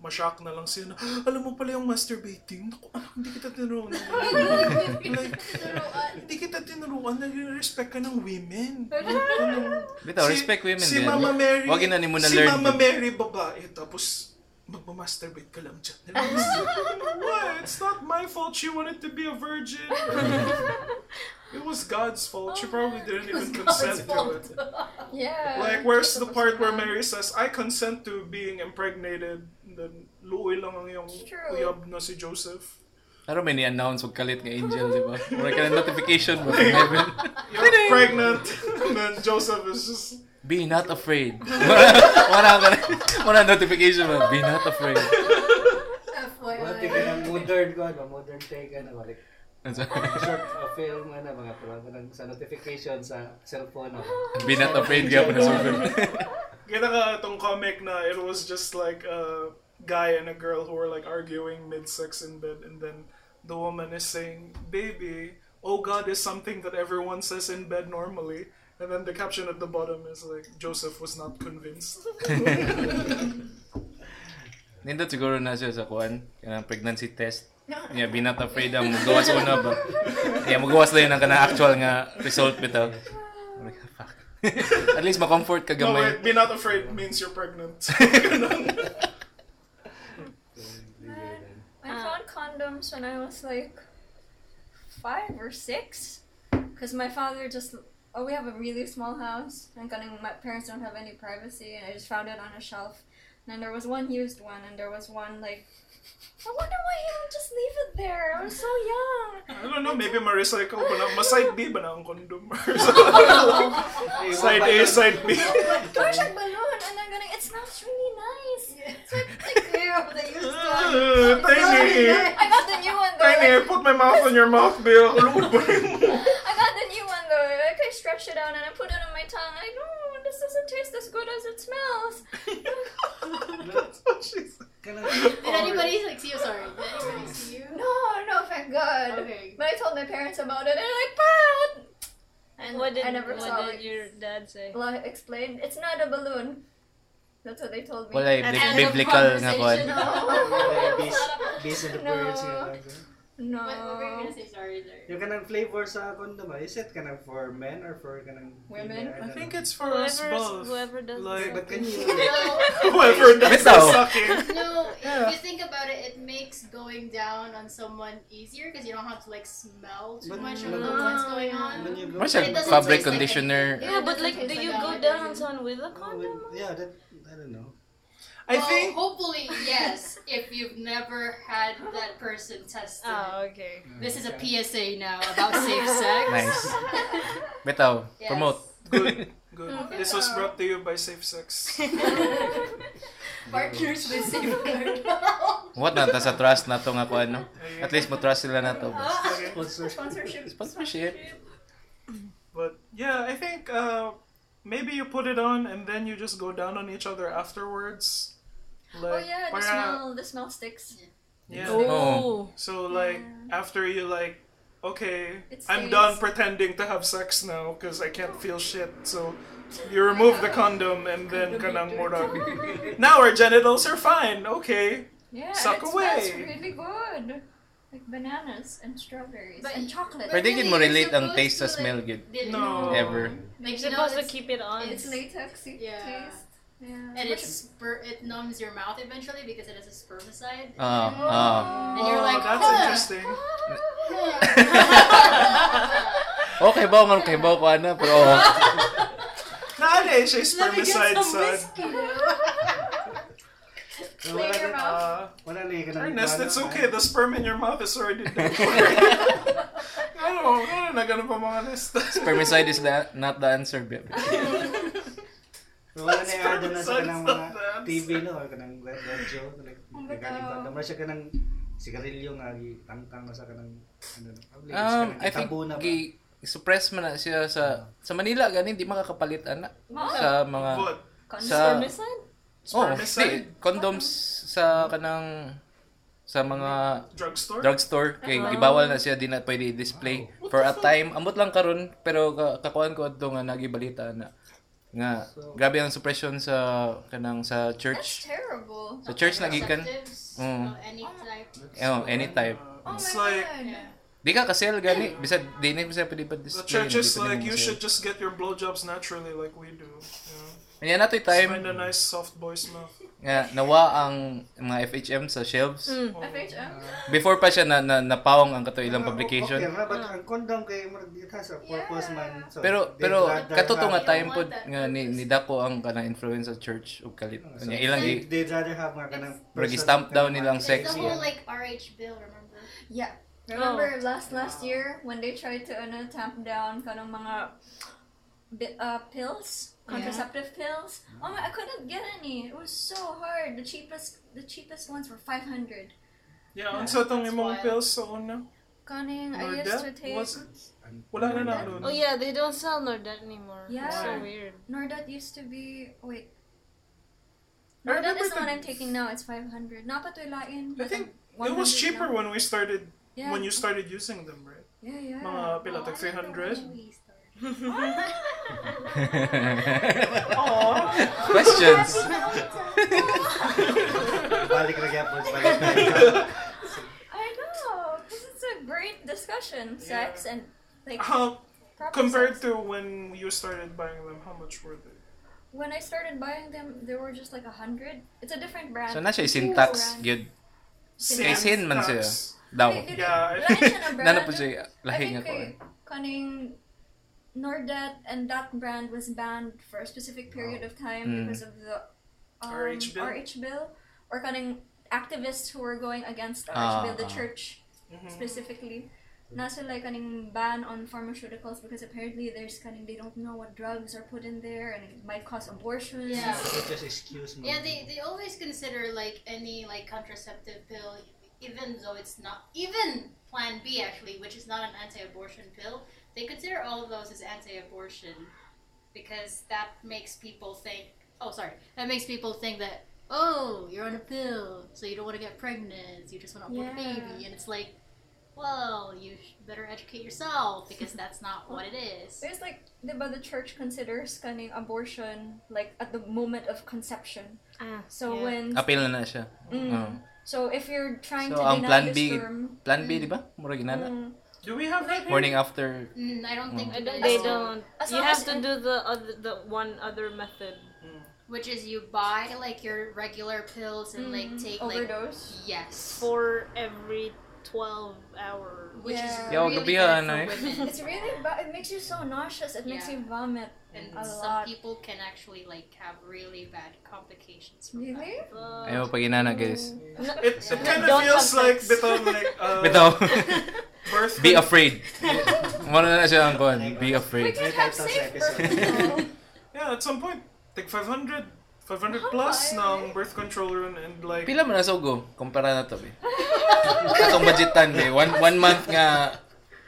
S2: mashock na lang siya na, "Ah, alam mo pala yung masturbating? Naku, anak, hindi kita tinuruan. like, hindi kita tinuruan, nag-respect ka ng women. Ano?
S1: Bitaw, respect women din.
S2: si Mama Mary,
S1: Huwag yun na ni mo
S2: si
S1: na-learn.
S2: Mama Mary babae, tapos magmamasturbate ka lang dyan. And I was like, What? It's not my fault she wanted to be a virgin. it was God's fault. She probably didn't even consent to it.
S5: Yeah.
S2: Like, where's the part where Mary says, I consent to being impregnated. And then, luwi lang ang yung
S5: True.
S2: uyab na si Joseph.
S1: Pero may ni-announce huwag kalit nga angel, di ba? Mura ka ng notification ba from heaven?
S2: You're pregnant. and then Joseph is just,
S1: Be not afraid. Mura ka Mura notification ba? Be not afraid.
S3: Wala tingin ang modern ko, ano, modern take, ano, balik.
S1: Ano sa-
S3: Short a film, ano, mga tulad ng sa notification sa cellphone, ano.
S1: Be not afraid ka po na super.
S2: Kita ka tong comic na it was just like a guy and a girl who were like arguing mid-sex in bed and then the woman is saying, Baby, oh God is something that everyone says in bed normally. And then the caption at the bottom is like, Joseph was not convinced.
S1: Nindot siguro na siya sa kuan. Kanang pregnancy test. Yeah, be not afraid ang magawas ko na ba? Yeah, magawas lang yun ang kanang actual nga result bitaw. Mura ka, Fuck. At least makomfort ka
S2: no,
S1: gamay.
S2: wait, be not afraid means you're pregnant.
S5: I found condoms when I was like five or six, because my father just oh we have a really small house and kaning my parents don't have any privacy and I just found it on a shelf. And then there was one used one and there was one like I wonder why he don't just leave it there. I was so young.
S2: I don't know, maybe ma-recycle ba na? Ma-side B ba na ang condom? Or something? side A, side B.
S5: Gosh, like balloon and then gonna it's not really nice. It's like, like
S2: Ugh, Tiny!
S5: I got the new one though.
S2: Tiny, I
S5: like-
S2: put my mouth on your mouth, Bill. Load ba rin mo?
S5: I got the new one though. Like I stretched it out and I put it on my tongue. Like, oh, this doesn't taste as good as it smells.
S2: That's what she said.
S3: Kanang-
S4: it. Did anybody like see you? Sorry, did anybody see you?
S5: No, no, thank God.
S4: Okay.
S5: But I told my parents about it, and they're like, "Pat."
S6: And what did,
S5: I never
S6: what
S5: saw it.
S6: did your dad say?
S5: Well, I explained it's not a balloon. That's what they told me.
S1: Wala eh,
S6: At
S1: bli-
S6: end of
S1: biblical nga kuan.
S3: Wala,
S5: no.
S3: based, based on the
S5: No.
S3: words nga lang.
S5: no.
S4: What, what were you gonna say? Sorry, there.
S3: Yung kanang flavor sa condom, ah, is it kanang for men or for kanang
S5: Women?
S2: I
S3: don't
S2: think
S3: know.
S2: it's for us
S6: Whoever,
S2: both.
S6: whoever does
S2: Like-
S3: But can you...
S4: No,
S2: Whoever does the
S1: Bitaw.
S2: sucking.
S4: no.
S2: Yeah.
S4: If you think about it, it makes going down on someone easier because you don't have to like smell too
S3: But-
S4: much of
S3: but-
S4: what's going on.
S3: When you go-
S1: Mura siya
S4: It doesn't
S1: fabric
S4: taste like
S1: conditioner.
S6: Yeah, but
S4: It doesn't
S6: like, do
S4: taste
S6: you
S4: like
S6: go
S4: that,
S6: down on
S4: does it?
S6: someone with a
S3: Oh, when-
S6: condom?
S3: yeah, that... I don't know.
S2: I
S4: well,
S2: think
S4: hopefully yes. if you've never had that person tested,
S6: Oh, okay.
S4: this is a PSA now about safe sex.
S1: Nice. Bitaw,
S4: Yes.
S1: promote.
S2: Good. Good. This was brought to you by Safe Sex.
S4: Partners with safeguard.
S1: What na ta sa trust na to nga kuan no? At least mo trust sila na to. boss.
S2: Okay.
S3: Sponsor.
S5: Sponsorship.
S1: Sponsorship.
S2: But yeah, I think uh, maybe you put it on and then you just go down on each other afterwards.
S5: Oh
S2: Like,
S5: yeah, the
S2: para-
S5: smell. The smell sticks.
S2: Yeah.
S1: Oh.
S2: So like after you like, okay,
S5: It
S2: I'm
S5: stays.
S2: done pretending to have sex now because I can't feel shit. So you remove the condom and then kanang mura. now our genitals are fine. Okay.
S5: Yeah,
S2: Suck
S5: and it
S2: away.
S5: smells really good. Like bananas and strawberries
S4: But-
S5: and chocolate.
S1: Pero di
S4: really,
S1: gid mo
S4: you're
S1: relate ang
S4: supposed
S1: taste sa
S4: to,
S1: smell gid.
S4: Did-
S2: No.
S1: Ever.
S4: Like,
S6: You're
S4: you know,
S6: supposed to
S4: it's-
S6: keep it on.
S5: it's latexy
S4: Yeah.
S5: taste. Yeah.
S4: and it's spur- it numbs your mouth eventually because it has a spermicide.
S1: Ah, ah.
S4: And
S2: Oh,
S4: you're like,
S2: that's
S4: huh.
S2: interesting.
S1: Okay ba nga kay ba pa na pero oh,
S2: Naano eh, siya yung spermicide sa...
S3: So, wala
S5: Clear your
S3: na,
S5: mouth.
S2: Uh,
S3: wala na yung
S2: Ernest,
S3: nagplano.
S2: it's okay. The sperm in your mouth is already dead. ano, ano na ganun pa mga list.
S1: spermicide is the, not the answer. babe.
S3: So, wala na yung
S2: Sperm
S3: order na siya
S2: size
S3: kanang
S2: of
S3: mga
S2: that.
S3: TV no, or kanang radyo, like,
S5: Oh, but,
S3: nagaling
S5: uh,
S3: pa. Namara siya kanang sigarilyo nga, tangtang na sa kanang, ano, na, probably, is
S1: Um,
S3: kanang
S1: I think
S3: tabo na ba?
S1: gi suppress man na siya sa sa Manila gani di makakapalit ana sa mga
S2: But,
S1: sa
S6: Spermicide?
S1: oh
S2: Spermicide?
S1: di, condoms sa kanang sa mga
S2: drugstore?
S1: drugstore kay gibawal na siya di na pwede i-display for a time ambot lang karon pero ka- kakuan ko adto nga nagibalita na nga grabe ang suppression sa kanang sa
S5: That's
S1: church
S5: terrible.
S1: sa church na gikan
S4: Contraceptives
S1: Mm.
S4: of any type.
S1: oh any type
S5: Oh
S2: it's
S5: my
S2: like,
S5: god.
S4: Yeah.
S1: di ka kasi gani bisag di na bisag pwede pa
S2: the
S1: display
S2: church is
S1: di pwede
S2: like,
S1: mo
S2: you
S1: sell."
S2: should just get your blowjobs naturally like we do. You
S1: Kanya na to'y
S2: know?
S1: time
S2: Find a nice soft boy's mouth.
S1: nga nawa ang mga FHM sa shelves.
S6: Mm.
S2: Oh.
S5: FHM?
S1: Before pa siya na, na napawang ang kato ilang
S3: Ah,
S1: publication.
S3: Uh, Okay, ra, but ang condom kay murag it has a purpose
S5: Yeah.
S3: man. So,
S1: Pero
S3: they'd
S1: pero
S3: rather
S1: kato to nga
S3: have-
S1: time
S4: I
S1: po
S4: want that
S1: nga ni,
S4: purpose.
S1: nidako ang kanang influence sa church ug kalit.
S3: So,
S1: Kanya ilang
S3: they'd-
S1: gi
S3: they'd rather have mga kanang
S1: Murag
S3: person
S1: i-stamp
S3: kanang
S1: down ya.
S3: mga
S1: nilang
S4: It's
S1: sex,
S4: the
S1: yeah.
S4: whole like RH bill, remember?
S5: Yeah. Remember last last year when they tried to ano, tamp down kanong mga bi- uh, pills, contraceptive pills? Oh my, I couldn't get any. It was so hard. The cheapest the cheapest ones were 500.
S2: Yeah, ang sa itong
S4: That's
S2: imong
S4: wild.
S2: pills sa una.
S5: Kaning I used to
S2: Norda?
S5: take
S2: Was it? Wala na na doon.
S6: Oh yeah, they don't sell Nordat anymore.
S5: Yeah.
S6: It's so
S2: Why?
S6: weird.
S5: Nordat used to be wait.
S2: I
S5: Nordat is
S2: remember
S5: the one
S2: the-
S5: I'm taking now. It's 500. Napatulain.
S2: I think It was cheaper when we started,
S5: yeah.
S2: when you started using them, right?
S5: Yeah, yeah.
S2: Mga pila,
S4: Oh,
S2: tag
S4: I remember
S2: 300?
S4: when we started.
S2: Aww.
S1: questions.
S3: Balik na gyapon sa balik.
S5: I know. This is a great discussion. Sex and like
S2: How,
S5: proper
S2: compared
S5: sex.
S2: to when you started buying them, how much were they?
S5: when I started buying them, there were just like a hundred. It's a different brand.
S1: So na siya syntax gyud
S5: Kay
S1: Sin man siya.
S2: Syntax.
S1: daw.
S5: Wait, did it-
S2: Yeah, I
S5: wala siya na brand.
S1: Nana po siya
S5: I
S1: lahi
S5: think
S1: nga ko.
S5: kay kaning Nordat and that brand was banned for a specific period of time
S1: Mm.
S5: because of the um,
S2: RH bill?
S5: RH bill or kaning activists who were going against the RH
S1: Ah,
S5: bill, the
S1: ah.
S5: church.
S2: Mhm.
S5: specifically nasa like kaning ban on pharmaceuticals because apparently there's kaning they don't know what drugs are put in there and it might cause abortions.
S4: Yeah.
S3: Just excuse me.
S4: Yeah, they, they always consider like any like contraceptive pill, even though it's not even Plan B actually, which is not an anti-abortion pill. They consider all of those as anti-abortion because that makes people think. Oh, sorry, that makes people think that oh, you're on a pill, so you don't want to get pregnant, you just want to
S5: Yeah.
S4: abort a baby, and it's like, well, you sh- better educate yourself because that's not what it is.
S5: There's like diba the church considers kaning abortion like at the moment of conception.
S6: Ah,
S5: So
S6: yeah.
S5: when
S1: Apil na na siya.
S5: Mm.
S1: Oh.
S5: so if you're trying
S1: So,
S5: to
S1: ang
S5: deny
S1: plan
S5: your
S1: B-
S5: sperm,
S1: Plan B di ba? Mura ginala.
S5: mm,
S2: Do we have that? here?
S1: Morning after
S4: Mm, I don't think
S6: I don't,
S4: that
S6: they
S4: is-
S6: don't.
S5: As
S6: You
S5: long
S6: have
S5: as
S6: to
S5: it-
S6: do the other, the one other method.
S4: Which is you buy like your regular pills and like take like
S5: Mm-hmm. overdose.
S4: yes,
S6: for every 12 hour.
S4: which
S5: Yeah.
S4: is
S1: Yo,
S4: really
S1: gabi
S4: bad
S1: yan,
S4: for
S1: eh.
S4: women.
S5: it's really bad. It makes you so nauseous. It makes
S4: Yeah.
S5: you vomit.
S4: and
S5: A
S4: some
S5: lot.
S4: people can actually like have really bad complications from
S5: Really?
S1: ayo pag inana guys.
S6: Oh.
S2: It, it
S4: Yeah.
S2: kind of
S6: Don't
S2: feels
S6: have
S2: like
S6: sex.
S2: bitaw like uh,
S1: Bitaw.
S2: birth
S1: Be
S2: control.
S1: afraid. Mura na siya ang kon. Be
S5: We
S1: afraid.
S5: can
S3: Wait,
S5: have
S3: I thought
S5: safe
S3: that
S5: birth
S1: episode.
S5: control.
S2: Yeah, at some point, take 500,
S5: Mahal
S2: 500 plus
S5: pa eh.
S2: ng birth control run and like
S1: Pila man na sugo kumpara na to be. Atong budgetan be. One one month nga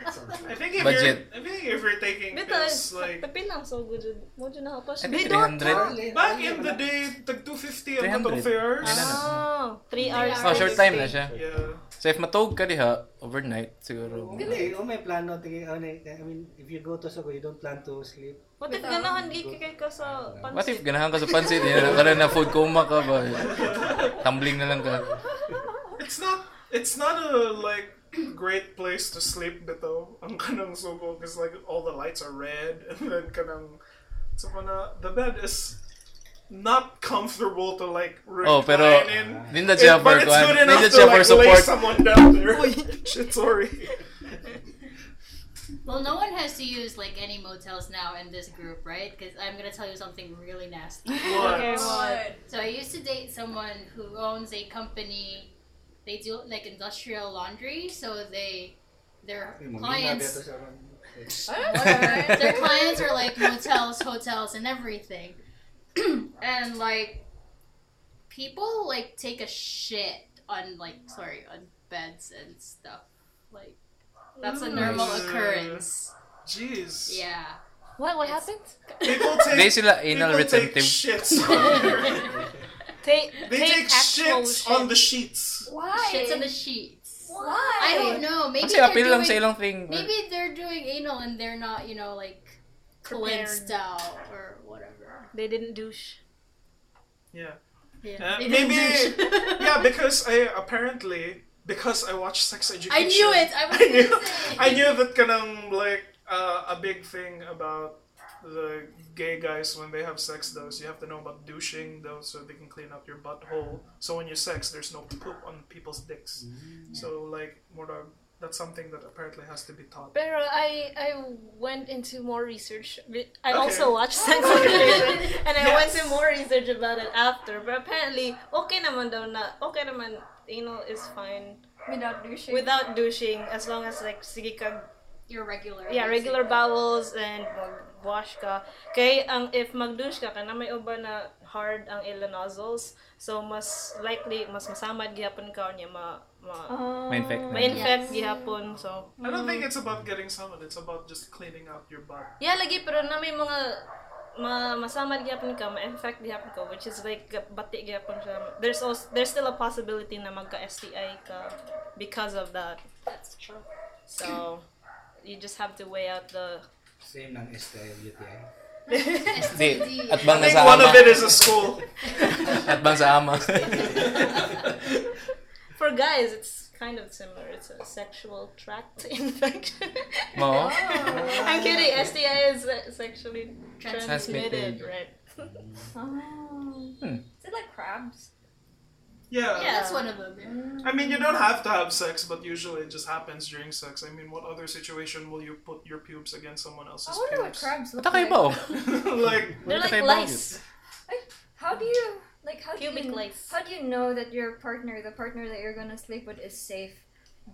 S2: I think if
S1: Budget.
S2: you're I think if you're taking pills like
S6: tapi lang so good. yun. Mo dyan nakapasya.
S1: I think
S6: They don't
S1: 300.
S6: talk.
S2: back in the day, tag 250 ang
S1: 300.
S2: katong fares.
S1: Wala na.
S6: Oh, three hours.
S1: oh short time na siya.
S2: Yeah.
S1: So if matog ka diha overnight siguro.
S3: Dili, o may plano tingin ano, I mean, if you go to Sogo, you don't plan to sleep.
S6: What if ganahan gikikay ka sa pansit?
S1: What if ganahan ka sa pansit? Yan ka na na food coma ka ba? Tumbling na lang ka.
S2: It's not it's not a like great place to sleep bitaw ang kanang subo because like all the lights are red and then kanang so na the bed is not comfortable to like recline
S1: Oh, pero
S2: in.
S1: Ninda
S2: It-
S1: siya for
S2: but it's
S1: kuan.
S2: good enough
S1: Ninda
S2: to
S1: siya for
S2: like lay
S1: support.
S2: someone down there. Shit, sorry.
S4: Well, no one has to use like any motels now in this group, right? Because I'm gonna tell you something really nasty.
S2: What?
S6: Okay, well,
S4: So I used to date someone who owns a company. They do like industrial laundry, so they their clients their clients are like motels, hotels, and everything. and like people like take a shit on like sorry on beds and stuff. Like that's a normal
S2: Nice.
S4: occurrence.
S2: Jeez.
S4: Yeah.
S6: what what happened?
S2: People
S1: They
S2: take
S1: sila anal
S2: people take
S1: retentive.
S2: shits on their-
S6: Take,
S2: They take
S6: actual
S2: shits
S6: shit.
S2: on the sheets.
S5: Why?
S4: Shits on the sheets.
S5: Why?
S4: I don't know. Maybe
S1: Kasi
S4: they're
S1: appeal lang sa
S4: doing-
S1: ilang thing.
S4: Maybe they're doing anal and they're not, you know, like
S6: Prepared.
S4: cleansed out or whatever.
S6: They didn't douche.
S2: Yeah.
S4: Yeah.
S2: Uh,
S4: They didn't
S2: maybe-
S4: do shit.
S2: Yeah, because I apparently because I watched Sex Education.
S4: I knew it. I was
S2: I knew,
S4: gonna say.
S2: I knew that kanang like uh, a big thing about the gay guys when they have sex though is you have to know about douching though so they can clean up your butthole. So when you sex, there's no poop on people's dicks. So like, more of- that's something that apparently has to be taught.
S6: Pero I I went into more research. I
S2: Okay. Oh,
S6: also watched Sex Education and I went
S2: Yes.
S6: to more research about it after. But apparently, okay naman daw na okay naman anal is fine
S5: Without douching.
S6: without douching as long as like sige ka
S4: Your regular.
S6: yeah regular
S4: bowel.
S6: bowels and wash ka. Kay ang if mag-douche ka kana may uba na hard ang ila nozzles so mas likely mas masamad gihapon ka niya ma, ma
S2: Ah.
S1: Ma-infect na.
S6: ma-infect
S4: Yes.
S6: gihapon so
S2: I don't think it's about getting someone. It's about just cleaning out your butt.
S6: Yeah, lagi pero na may mga ma masama gyapon ka, ma-infect gyapon ka which is like ga- bati gyapon siya. There's also there's still a possibility na magka STI ka because of that.
S5: That's true.
S6: So you just have to weigh out the
S3: Same ng STL UTI.
S1: Hindi. At bang
S2: I
S1: nasa
S2: think one
S1: ama.
S2: of it is a school.
S1: At bang sa ama.
S6: For guys, it's kind of similar. It's a sexual tract infection.
S5: Oh.
S1: Mo.
S6: I'm kidding. STI is uh, sexually transmitted,
S1: Transmitted.
S6: right?
S5: Oh.
S1: Hmm.
S5: Is it like crabs?
S2: Yeah.
S4: Yeah, that's one of them. Yeah.
S2: I mean, you don't have to have sex, but usually it just happens during sex. I mean, what other situation will you put your pubes against someone else's
S5: I wonder what
S2: pubes?
S5: crabs look like.
S1: Takay ba oh?
S2: like,
S6: They're
S1: Wala
S6: like
S1: kayo oh? bawal
S6: lice.
S5: How do you like how do
S6: Pubic
S5: you,
S6: lice.
S5: How do you know that your partner, the partner that you're gonna sleep with, is safe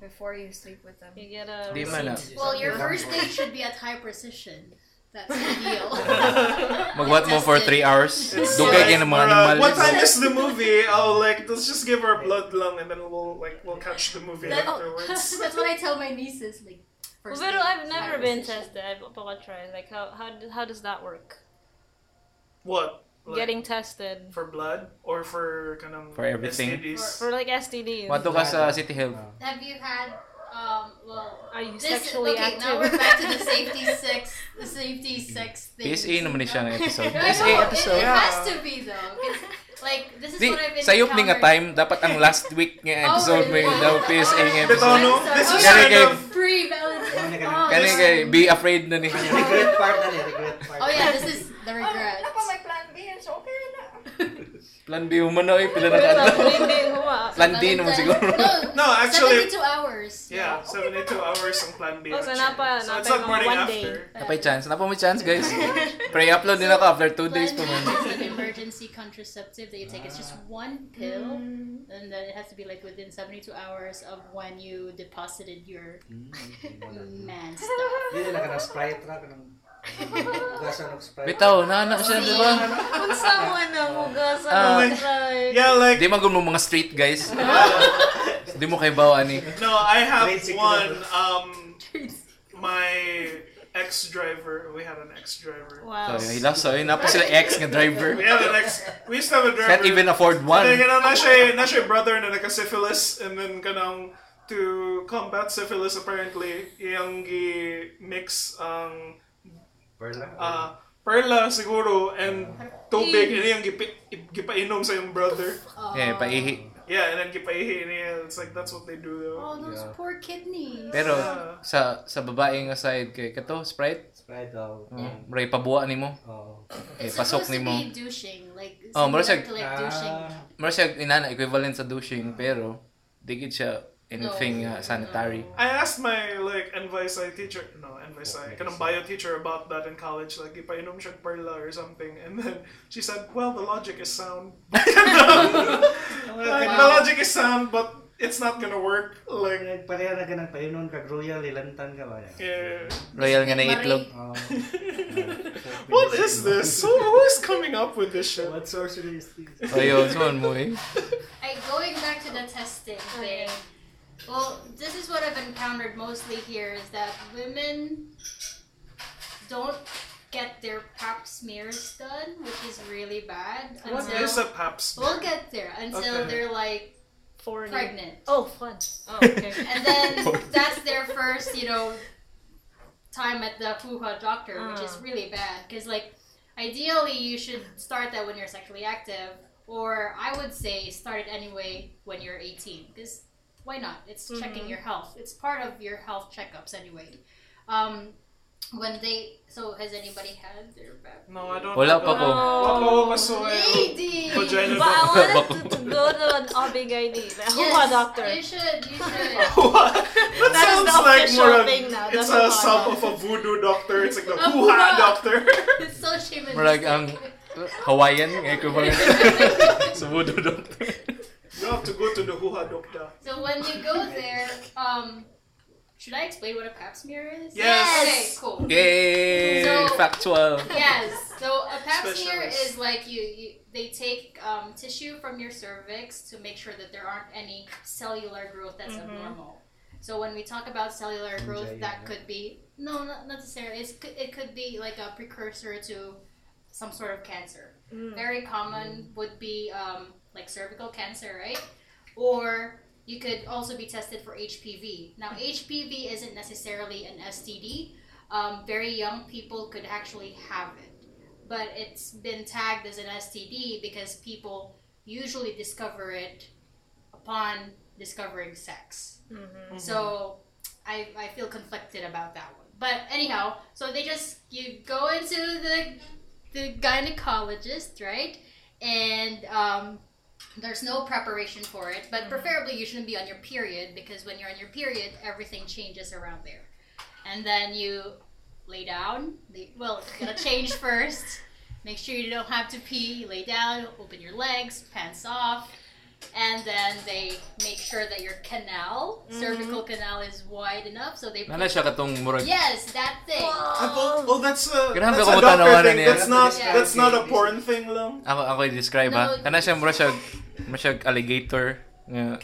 S5: before you sleep with them?
S6: You get a
S1: Di man ah.
S4: Well, your
S3: Yeah.
S4: first date should be at high precision. That's the deal.
S1: Magwat mo for 3 hours.
S2: it's
S1: Dugay kayo
S2: like,
S1: ng mga
S2: bruh,
S1: animal.
S2: What time is the movie? Oh, like, let's just give our blood lung and then we'll, like, we'll catch the movie
S4: That-
S6: oh.
S2: afterwards.
S4: that's what I tell my nieces. Like, first
S6: Pero
S4: date,
S6: I've
S4: high
S6: never been
S4: precision.
S6: tested. I've about tried. Like how how do- how does that work?
S2: What? Like,
S6: Getting tested
S2: For blood? Or for, kanang
S1: For everything.
S2: STDs?
S6: for like STDs.
S1: Mato ka sa City Health.
S3: Ah.
S4: Have you had? Um, well,
S6: Are you
S4: this,
S6: sexually
S4: okay,
S6: active?
S4: now we're back to the safety sex, the safety sex thing.
S1: PSA naman niya siya ng episode. PSA
S4: I know, It,
S1: episode.
S4: it has to be though. 'cause, Like this is
S1: Di,
S4: what I've been.
S1: sa yop ni nga time, dapat ang last week nga episode
S4: Oh,
S1: may
S4: really?
S1: daw PSA nga
S2: Bitaw,
S1: episode.
S2: no?
S4: I'm sorry.
S2: This is
S1: Kaya
S2: kind
S1: kay-
S2: of...
S4: Free
S3: Ano
S4: valid.
S3: na
S4: Oh,
S1: Kani kay, be afraid na ni.
S3: kan Regret part na ni, regret part.
S4: oh yeah, this is the regret.
S5: Oh, my plan B is okay na.
S1: Plan B mo na, eh, pila na
S6: Pero
S1: kadlaw.
S6: hindi huma.
S1: Plan D naman siguro.
S4: No,
S2: No, actually,
S4: 72 hours.
S2: yeah, 72 hours ang plan B.
S6: Oh, so napa-
S2: So it's
S6: napa
S2: like
S6: yung
S2: morning
S6: one
S2: after.
S6: day.
S1: Napay chance. Napa mo chance, guys. Pray upload nila ka after 2 days Ah. pa
S4: Plan B
S1: man.
S4: is an emergency contraceptive that you take. It's just one pill,
S5: Mm.
S4: and then it has to be like within 72 hours of when you deposited your
S3: Hmm,
S4: man stuff.
S3: Dito na ka ng Sprite ra, ka ng gasa ng Sprite.
S1: Bitaw, naanak siya, di ba?
S6: Kung someone na
S2: Uh,
S6: muga sa
S1: Ah.
S6: try.
S2: oh Yeah, like... uh,
S1: Di man gud mo mga street, guys. Di mo kay bawa ani.
S2: No, I
S3: Grade
S2: have
S3: six
S2: one. Um, my ex driver. We had an ex driver.
S6: Wow.
S1: So, hila so, yun. Napa sila ex nga driver.
S2: We had an ex. We used to have a driver.
S1: Can't even afford
S2: Then,
S1: one.
S2: you know, na siya, na siya brother na naka syphilis, and then kanang to combat syphilis apparently iyang gi mix ang
S3: Perla.
S2: uh, perla siguro and tubig and iyang gipi- ipainom sa iyong brother.
S1: Eh, paihi.
S2: Yeah, and then gipaihi niya. It's like, that's what they do though.
S4: Oh, those
S3: Yeah.
S4: poor kidneys.
S1: Pero
S2: Yeah.
S1: sa sa babaeng aside kay kato Sprite,
S3: Sprite daw.
S1: oh, ray pabuwa nimo.
S3: Oh.
S1: Eh,
S4: It's
S1: pasok
S4: supposed to
S1: nimo.
S4: be douching. Like,
S1: Oh, Ah.
S4: similar
S1: murag-
S4: to
S3: Ah.
S4: like douching.
S1: Mara siya inana equivalent sa douching pero di gid siya anything
S4: No.
S1: uh, sanitary.
S2: I asked my like NY sci teacher, no NY sci, kind of bio teacher about that in college, like if I know perla or something, and then she said, "Well, the logic is sound. like, The
S4: Wow.
S2: logic is sound, but it's not gonna work." Like,
S3: Like, pareha na ganang painon kag royal lilantang ka ba? yan?
S2: yeah.
S1: Royal nga na itlog.
S3: Oh.
S2: what is this? Who, who is coming up with this shit?
S3: What sorcery is this?
S1: Oh, yun, suman mo eh.
S4: I going back to the testing thing. Well, this is what I've encountered mostly here is that women don't get their pap smears done, which is really bad.
S2: What
S4: until,
S2: is a pap smear?
S4: We'll get there until
S2: Okay.
S4: they're like
S6: Foreign.
S4: pregnant.
S6: Oh, fun. Oh, okay.
S4: And then that's their first, you know, time at the Fuha doctor, which is
S6: Mm.
S4: really bad. Because, like, ideally, you should start that when you're sexually active, or I would say start it anyway when you're 18. Because why not? It's checking
S6: Mm-hmm.
S4: your health, it's part of your health checkups anyway. Um, when they. So, has anybody had their back?
S2: No, I don't.
S1: Wala pa ko.
S2: Wala pa so
S4: Lady!
S2: Vagina
S6: But
S2: doctor.
S6: I wanted to, to go to an obing ID. Like,
S4: Yes,
S6: Huma doctor.
S4: You should, you should.
S2: What? That,
S6: That is
S2: sounds
S6: the
S2: like
S6: official
S2: more of,
S6: thing now.
S2: it's
S6: That's
S2: a
S6: what
S2: sub
S6: I
S2: of a voodoo doctor. It's like the
S4: A
S2: hoo-ha
S4: hoo-ha.
S2: doctor.
S4: It's so shame
S1: Murag
S2: um,
S1: ang Hawaiian nga equivalent sa voodoo doctor.
S2: you have to go to the hoo-ha doctor.
S4: So when you go there, um, should I explain what a pap smear is?
S2: Yes.
S4: Okay, cool.
S1: Yay!
S4: So-
S1: Factual.
S4: Yes. So a pap smear
S2: Specialist.
S4: is like you, you they take um, tissue from your cervix to make sure that there aren't any cellular growth that's abnormal. So when we talk about cellular growth,
S3: MJ,
S4: that
S3: yeah.
S4: could be no, not not necessarily. It's, c- it could be like a precursor to some sort of cancer.
S6: Hmm. Mm.
S4: Very common would be um, like cervical cancer, right? Or you could also be tested for HPV. Now, HPV isn't necessarily an STD. Um, very young people could actually have it, but it's been tagged as an STD because people usually discover it upon discovering sex. So I, I feel conflicted about that one. But anyhow, so they just you go into the the gynecologist, right? And um, there's no preparation for it, but preferably you shouldn't be on your period because when you're on your period, everything changes around there. And then you lay down. They, well, you gotta change first. Make sure you don't have to pee. You lay down, open your legs, pants off, and then they make sure that your canal, cervical canal, is wide enough. So they
S1: Nana siya katong murag
S4: yes, that thing.
S2: I thought, oh, that's a,
S1: Grabe
S2: that's
S1: ako
S2: a doctor
S1: matanawanan
S2: thing.
S1: niya.
S2: That's not,
S4: Yeah.
S2: that's not a porn thing lang.
S1: ako ako i-describe ha.
S4: No.
S1: Kana siya mura siya mura siya alligator nga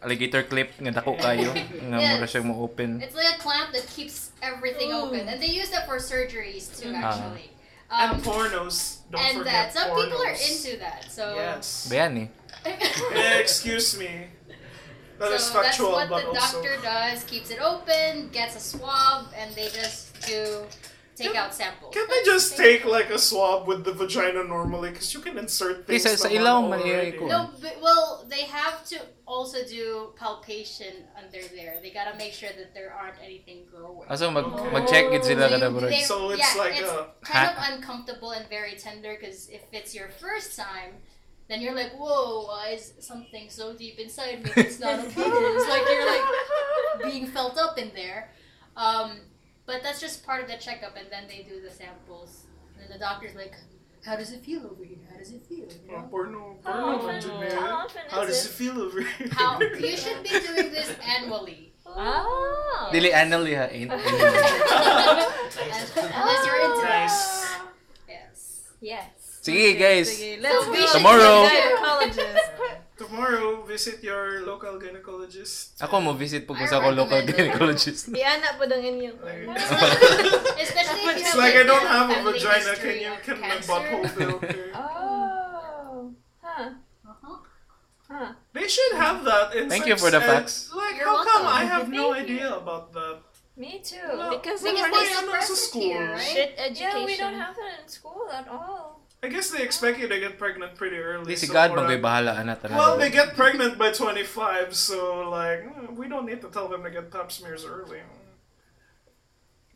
S1: alligator clip nga dako kayo nga mura siya mo open.
S4: It's like a clamp that keeps everything open, and they use that for surgeries too, actually. Um,
S2: And pornos. Don't
S4: and
S2: forget
S4: that some
S2: pornos.
S4: people are into that. So
S2: Yes.
S1: Bayan eh.
S2: Eh, excuse me. That is
S4: so that's
S2: factual,
S4: what
S2: but
S4: the
S2: also.
S4: doctor does: keeps it open, gets a swab, and they just do take out samples.
S2: Can't they just take like a swab with the vagina normally? Because you can insert things.
S1: Isa- sa
S2: naman
S1: ilaw,
S2: already.
S1: mangyayari ko.
S4: No, but, well, they have to also do palpation under there. They gotta make sure that there aren't anything growing.
S1: Aso mag mag-check gid sila kada murag.
S4: They-
S2: So it's
S4: yeah,
S2: like
S4: it's
S2: a-
S4: kind of uncomfortable and very tender because if it's your first time, then you're like, whoa, why is something so deep inside me? It's not okay. it's like you're like being felt up in there. Um, but that's just part of the checkup, and then they do the samples, and then the doctor's like, how does it feel over here? How does it feel? You
S2: Oh,
S4: know?
S2: porno,
S6: How
S2: porno
S6: often-
S2: vagina.
S5: How often
S2: How
S5: is
S2: does it feel over here?
S4: How you should be doing this annually,
S6: Oh.
S1: Dili eh. anally ha. Ain't
S4: unless unless you're into that.
S2: Oh, nice.
S4: Yes.
S5: Yes.
S1: Sige guys.
S6: Sige, let's
S4: So
S6: go.
S4: we should
S1: Tomorrow.
S4: do that.
S6: Gynecologist.
S2: Tomorrow, visit your local gynecologist.
S1: Ako mo visit pag
S4: I
S1: sa ako local
S4: recommend it.
S1: gynecologist.
S6: Iana po ng inyo.
S2: Like,
S4: Especially if you
S2: it's
S4: have
S2: like I don't have a
S4: family
S2: vagina.
S4: history
S2: Can you
S4: of
S2: can my
S4: cancer.
S2: butthole be okay?
S5: Oh. Huh.
S4: Uh-huh.
S5: Huh.
S2: They should have that. In
S1: Thank
S2: sex
S1: you for the
S2: ed.
S1: facts.
S2: Like,
S4: You're
S2: how come
S4: welcome.
S2: I have no
S4: Thank you.
S2: idea about that?
S5: Me too.
S2: No,
S6: Because
S2: no,
S6: they
S2: I'm
S4: can
S2: not-
S4: be
S2: I'm not so
S4: suppressed here,
S2: schools.
S4: right?
S6: Shit education.
S5: Yeah, we don't have that in school at all.
S2: I guess they expect you to get pregnant pretty
S1: Hindi,
S2: early.
S1: si
S2: so
S1: God
S2: parang-
S1: bang bahala anak talaga.
S2: Well, they get pregnant by 25, so like mm, we don't need to tell them to get pap smears early.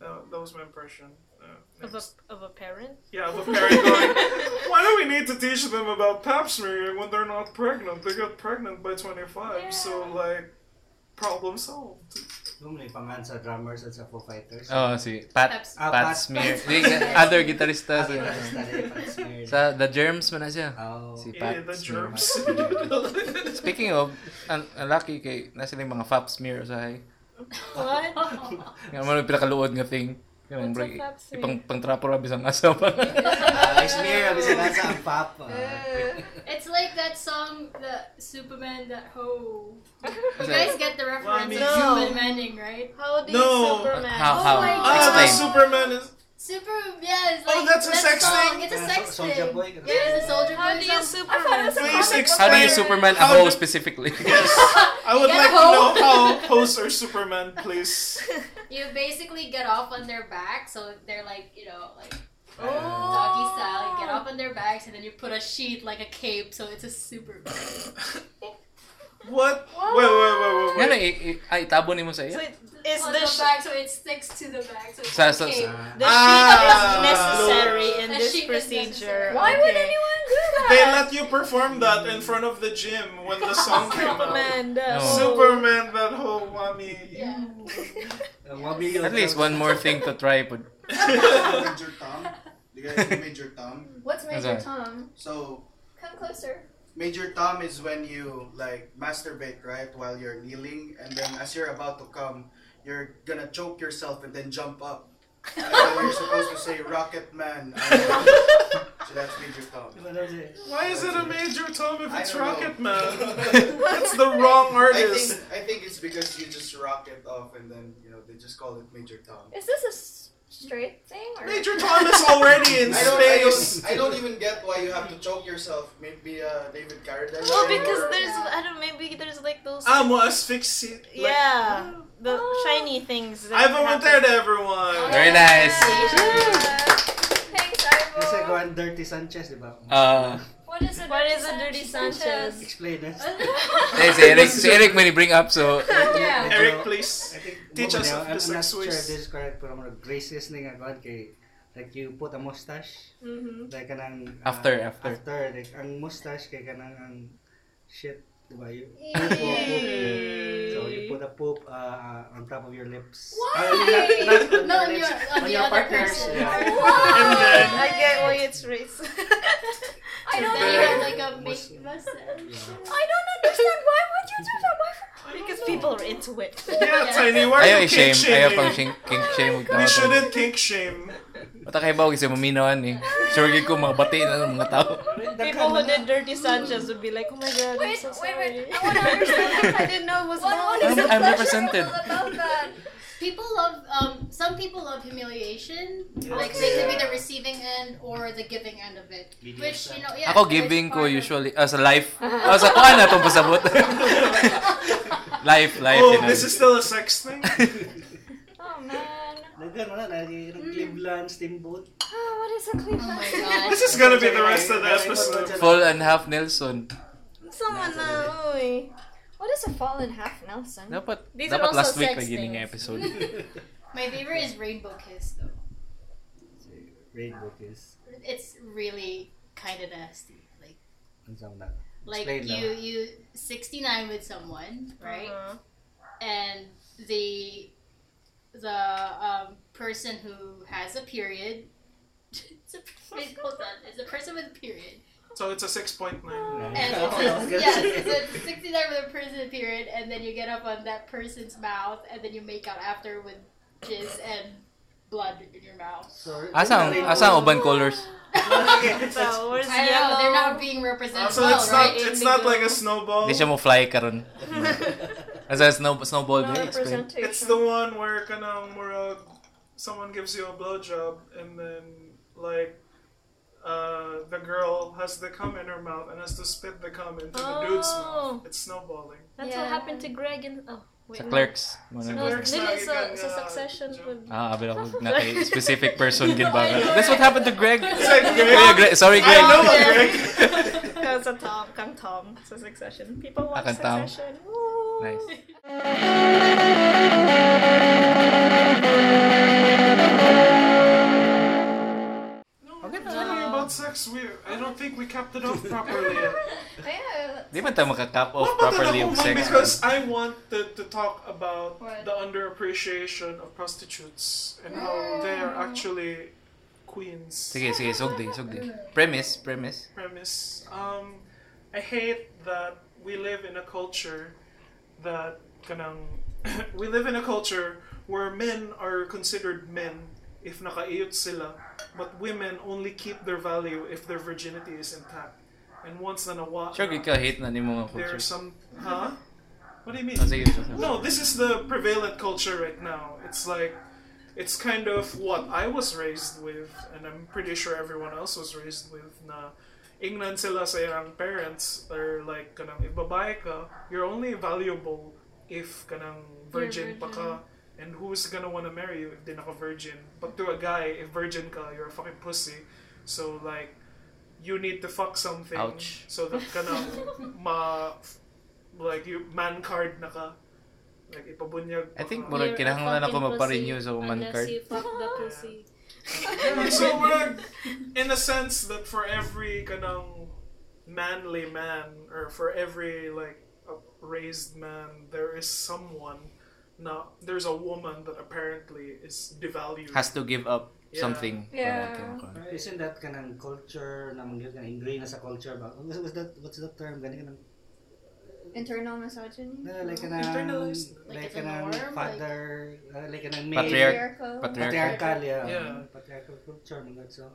S2: That, that was my impression. Uh,
S6: Of a,
S2: next.
S6: of a parent?
S2: yeah, the parent going, why do we need to teach them about pap smear when they're not pregnant? They get pregnant by 25, so like problem solved.
S3: Yung may pangan sa drummers at sa Foo Fighters.
S1: Oh, si Pat,
S4: Paps.
S3: Ah,
S1: Pat
S3: Pat- Ah,
S1: Smear.
S3: Pat-
S1: Di, other guitarista.
S3: Kasi
S1: sa-
S3: na rin, Pat Smear.
S1: Sa The Germs man na siya.
S3: Oh.
S1: Si
S2: Yeah,
S1: Pat
S2: the
S1: Smear.
S2: germs.
S1: Speaking of, ang ang lucky kay na sila yung mga fap smear sa hay.
S6: What?
S1: Yung mga pinakaluod nga thing. Yung
S6: What's a
S1: break,
S6: fap smear?
S1: ipang pang trapo rabi sang asa pa.
S3: Ah, Smear, abis na sa ang pop. ah.
S4: It's like that song, the Superman, that ho. You guys get the reference
S2: Well,
S6: I
S4: of
S6: mean-
S4: Superman Manning, right?
S6: How do
S2: No.
S6: you Superman?
S1: How,
S4: Oh
S1: how?
S4: my
S2: Ah,
S4: God.
S2: the
S1: Explain.
S2: Superman is.
S4: Super, yes.
S2: Oh,
S4: Like,
S2: that's a
S4: that
S2: sex
S4: song.
S2: thing?
S4: It's a
S3: Yeah,
S4: sex
S3: so-
S4: thing.
S3: Soulja Boy.
S4: Yeah, it's a soldier
S6: How
S4: boy
S6: do you
S4: song.
S6: Superman?
S2: Please
S1: How do you
S2: explain.
S1: Superman a
S2: How
S1: hoe
S2: do-
S1: specifically?
S2: I would
S4: Get
S2: like to know
S4: home.
S2: how hosts are Superman, please.
S4: You basically get off on their back, so they're like, you know, like doggy style. You get
S6: Oh.
S4: off on their backs, and then you put a sheet like a cape, so it's a Superman.
S2: What? Wait, wait, wait, wait,
S1: Nga
S2: wait.
S1: na, i- i- ah, itabo ni mo sa
S6: So
S1: iya?
S6: it- is
S4: on
S6: the,
S4: the
S6: sh-
S4: back, so it sticks to the back. So it's
S1: Sa-
S4: a
S1: sa-
S4: cape.
S3: Ah.
S6: the
S2: Ah.
S6: sheet is necessary in
S4: The
S6: this
S4: sheet is
S6: procedure.
S4: necessary.
S5: Why would
S6: Okay.
S5: anyone do that?
S2: They let you perform that in front of the gym when the song came out.
S6: Superman, the
S1: No.
S6: whole-
S2: Superman, that whole wami.
S4: Yeah.
S3: Uh, wabi yung-
S1: At least one more thing to try. Pud.
S7: Major Tom. Do you guys know Major Tom?
S5: What's Major
S1: Sorry.
S5: Tom?
S7: So,
S5: Come closer.
S7: Major Tom is when you like masturbate, right, while you're kneeling, and then as you're about to come, you're gonna choke yourself and then jump up. And then you're supposed to say Rocket Man. I- so that's Major Tom.
S3: Ano siya?
S2: Why is it a Major Tom if
S7: I
S2: it's
S7: don't know.
S2: Rocket Man? That's the wrong
S7: I think
S2: artist.
S7: I think it's because you just rock it off and then you know they just call it Major Tom.
S5: Is this a s- straight thing? Or
S2: Major Tom is already in
S7: I don't, I,
S2: space.
S7: don't, I don't even get why you have to choke yourself. Maybe uh, David Carradine.
S6: Well, because there's, I don't maybe there's like those.
S2: I'm asphyxiate.
S6: yeah. The
S5: Oh.
S6: shiny things. that
S2: Ivan
S6: happen.
S2: Montero, everyone.
S1: Very nice.
S5: Thanks,
S3: Yung sa
S5: Ivo.
S3: Juan Dirty Sanchez, di ba?
S1: Uh,
S5: What is a
S6: What
S5: dirty
S6: is a dirty Sanchez?
S3: Explain it.
S4: Ano?
S1: eh, si Eric, si Eric may bring up, so
S4: Yeah.
S2: Eric, please.
S3: I think,
S2: Teach
S3: mo ba
S2: us
S3: niya? I'm- I'm
S2: of the
S3: not
S2: sex
S3: sure
S2: ways.
S3: if this is correct, pero mga racist na nga Juan kay like you put a mustache
S6: Mhm.
S3: like kanang uh,
S1: After, after.
S3: like ang mustache kay kanang ang shit di ba you
S5: Eee.
S3: poop, poop, poop. so you put a poop uh, on top of your lips
S5: Why?
S3: not,
S4: No, you're on the
S3: your
S4: other
S3: partners,
S4: person.
S3: yeah.
S2: And then-
S6: I get why it's racist.
S5: I don't,
S4: Then you have
S5: under-
S4: like a
S3: Mus-
S4: make mustache.
S5: I don't understand. Why would you do that? Why
S6: because people are into it.
S2: Yeah, Tiny, why are
S1: ayaw
S2: you kink
S1: i-shame. Ayaw pang
S2: shaming?
S1: shame, kink shame.
S2: We shouldn't kink shame.
S1: Mata kayo ba kasi maminawan eh. Sure gig ko mga bati na ng mga tao.
S6: People who did Dirty Sanchez would be like, oh my god, I'm
S5: Wait,
S6: so
S5: wait,
S6: sorry.
S5: wait. I want to understand.
S6: I didn't know it was
S5: What,
S6: wrong.
S5: what is
S1: I'm-
S5: the
S1: I'm
S5: pleasure
S1: represented.
S5: level about that?
S4: People love, um, some people love humiliation, like
S2: Okay.
S4: they could be
S7: Yeah.
S4: the receiving end or the giving end of it.
S3: BDSM.
S4: Which you know, yeah.
S1: Ako
S4: it's
S1: giving ko
S4: part of-
S1: usually, ah, sa life.
S6: Oh,
S1: Ah, sa kuha na itong pasabot. life, life.
S2: Oh,
S1: yun na.
S2: this is still a sex thing?
S5: Oh man.
S3: Nagano na lagi
S4: Hmm.
S3: ng Cleveland steamboat.
S5: Oh, what is a
S4: Oh
S5: Cleveland?
S4: my gosh.
S2: This is gonna be the rest of the episode.
S1: Full and half Nelson.
S6: Someone na, uy.
S5: What is a fallen half Nelson?
S1: Dapat,
S6: These are
S1: dapat
S6: also
S1: last week
S6: sex
S1: na gining
S6: things.
S1: episode.
S4: My favorite is Rainbow Kiss though.
S3: Rainbow kiss.
S4: It's really kind of nasty. Like,
S3: Ang sama na.
S4: like
S3: Explain
S4: you
S3: lang.
S4: you 69 with someone, right?
S6: Uh-huh.
S4: and the the um, person who has a period it's a, wait, hold on it's a person with a period
S2: So it's a 6.9.
S6: Oh.
S4: and it's a, yes it's a 69 with a person with a period and then you get up on that person's mouth and then you make out after with jizz and blood in your mouth
S1: Asang, asang uban colors.
S6: So, where's
S4: I don't know they're not being represented
S2: So
S4: well
S2: it's not
S4: right
S2: it's not like a snowball.
S1: Hindi siya mo fly karon. Asa snow snowball
S5: No
S1: ba? Explain.
S5: representation.
S2: It's the one where kanang murag someone gives you a blowjob and then like uh, the girl has the cum in her mouth and has to spit the cum into the dude's mouth.
S6: Oh.
S2: It's snowballing.
S6: That's
S5: Yeah.
S6: what happened to Greg and. Oh.
S1: Sa clerks.
S6: No,
S2: Clerks
S6: dili
S2: lagi
S6: sa,
S2: kang,
S6: sa
S2: ah,
S6: succession
S2: joke.
S6: po.
S1: Ah, abi ako na kay specific person gid
S4: No,
S1: ba?
S4: I know,
S1: That's what
S4: right?
S1: happened to Greg.
S2: Say, Greg.
S1: Yeah, Greg. Sorry,
S2: I
S1: Greg.
S2: know what
S6: Yeah.
S2: Greg.
S6: Kang sa Tom, kang Tom sa succession. People watch
S1: Ah, kang Tom.
S6: succession. Woo!
S1: Nice.
S2: No, we're talking about sex. We, I don't think we capped it off properly. yet.
S5: Kaya,
S1: Di man tayo makaka-cap off
S2: What about
S1: properly
S2: the
S1: yung
S2: woman?
S1: sex.
S2: Because I wanted to talk about
S5: What?
S2: the underappreciation of prostitutes and how they are actually queens.
S1: Sige, sige, sugdi, sugdi. Premise, premise.
S2: premise. Um, I hate that we live in a culture that kanang we live in a culture where men are considered men if nakaiyot sila, but women only keep their value if their virginity is intact. And once na nawa,
S1: Sure, gid ka hate na ni mga
S2: there's
S1: culture.
S2: some huh? What do you mean?
S1: Oh, sige, sige.
S2: No, this is the prevalent culture right now. It's like, it's kind of what I was raised with, and I'm pretty sure everyone else was raised with. Na ignorant sila sa ilang parents. They're like, kanang if babae ka, you're only valuable if kanang virgin, pa
S4: You're
S2: ka. And who's gonna wanna marry you if di naka virgin? But to a guy, if virgin ka, you're a fucking pussy. So like, you need to fuck something
S1: Ouch.
S2: so that kanang ma like you man card na ka. Like ipabunyag.
S1: I think
S2: ka.
S1: murag
S6: You're a
S1: kinahanglan ako
S6: fucking
S1: maparenew
S6: pussy
S1: sa woman
S6: unless
S1: card.
S6: you fuck the pussy.
S2: Yeah, so we're in a sense that for every kanang manly man or for every like a raised man there is someone now there's a woman that apparently is devalued
S1: Has to give up
S2: Yeah.
S1: something.
S5: Yeah.
S3: Pero Isn't that kanang culture na mangyod ka ingrained na sa culture ba? What's, what's that what's that term gani kanang
S5: internal misogyny?
S3: na like kanang
S2: Internalized.
S3: like
S4: Like it's a
S3: kanang
S4: norm,
S3: father uh, like kanang male
S1: Patriarch-
S5: Patriarchal.
S1: Patriarchal.
S3: patriarchal yeah.
S2: Yeah.
S3: patriarchal culture mga so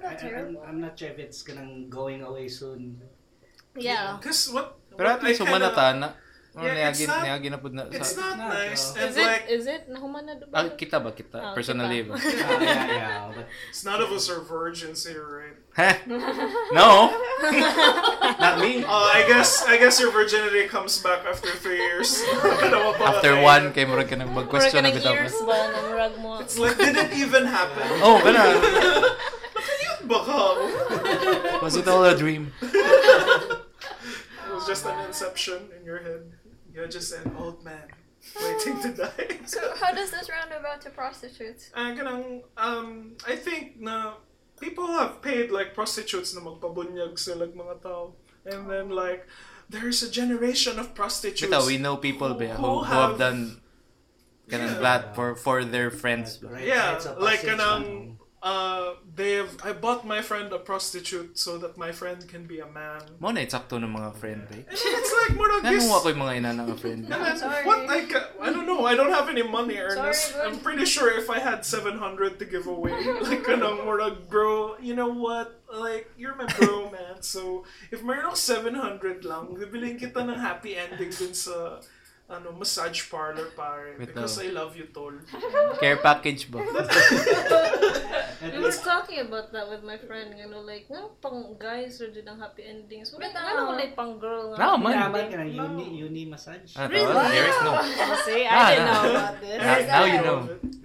S3: I,
S5: that not
S3: I, I'm,
S5: terrible?
S3: I'm not sure if it's kanang going away soon.
S6: Yeah.
S2: because what
S1: Pero at
S2: what
S1: least
S2: I kinda-
S1: humanata na. Ano
S2: Yeah,
S1: niya
S2: it's
S1: gid
S2: not-
S1: niya ginapod na
S2: it's
S1: sa
S2: not
S3: Not,
S2: nice
S3: though.
S2: and
S6: Is it,
S2: like
S6: is it, nahuman na
S1: Ah,
S6: ba?
S1: kita ba kita?
S6: Oh,
S1: Personally ba?
S6: kita.
S3: Ah, yeah, yeah, but
S2: none of us are virgins here right
S1: Huh? no. Not me.
S2: Oh, I guess I guess your virginity comes back after three years.
S1: After
S2: After
S1: one, kay murag ka nang
S6: Murag ka
S1: mag-question na
S6: ng
S1: bitaw.
S6: years ba nga murag mo?
S2: it's like did it even happen?
S1: Oh, kana.
S2: Baka
S1: Was it all a dream?
S2: it was just an inception in your head. You're just an old man waiting to die.
S5: So how does this roundabout to prostitutes?
S2: Ah, ganang, um, I think na people have paid like prostitutes na magpabunyag sila ng mga tao. And then like, there's a generation of prostitutes.
S1: Kita, we know people ba who, who have done kanang
S2: Yeah.
S1: lahat for for their friends ba.
S3: right,
S2: Yeah,
S3: rites of
S2: like
S3: passage
S2: kanang- Uh, they have, I bought my friend a prostitute so that my friend can be a man.
S1: Mo na itsakto ng mga friend ba.
S2: And then it's like, more like this.
S1: Nanungo ako yung mga ina ng mga friend.
S2: And then,
S5: Sorry.
S2: What I ca- I don't know. I don't have any money,
S5: Sorry,
S2: Ernest.
S5: bud.
S2: I'm pretty sure if I had seven hundred to give away, like kanang more to grow. You know what? Like you're my bro, man. So if mayroong seven hundred lang, bibiling kita ng happy ending dun sa ano massage parlor pare
S1: Wait,
S2: because
S1: no.
S2: I love you tol.
S1: Care package ba?
S3: lang.
S6: I was talking about that with my friend, you know, like, nga pang guys or din ang happy endings.
S5: But,
S6: Wala,
S5: uh,
S6: wala ko like pang girl nga.
S1: No,
S3: Wala
S1: man.
S3: man kanang uni uni massage.
S1: Ah,
S6: Really?
S1: tawag? There is no.
S6: See,
S1: Nah,
S6: I didn't
S1: nah.
S6: know about this.
S1: Now, now you know.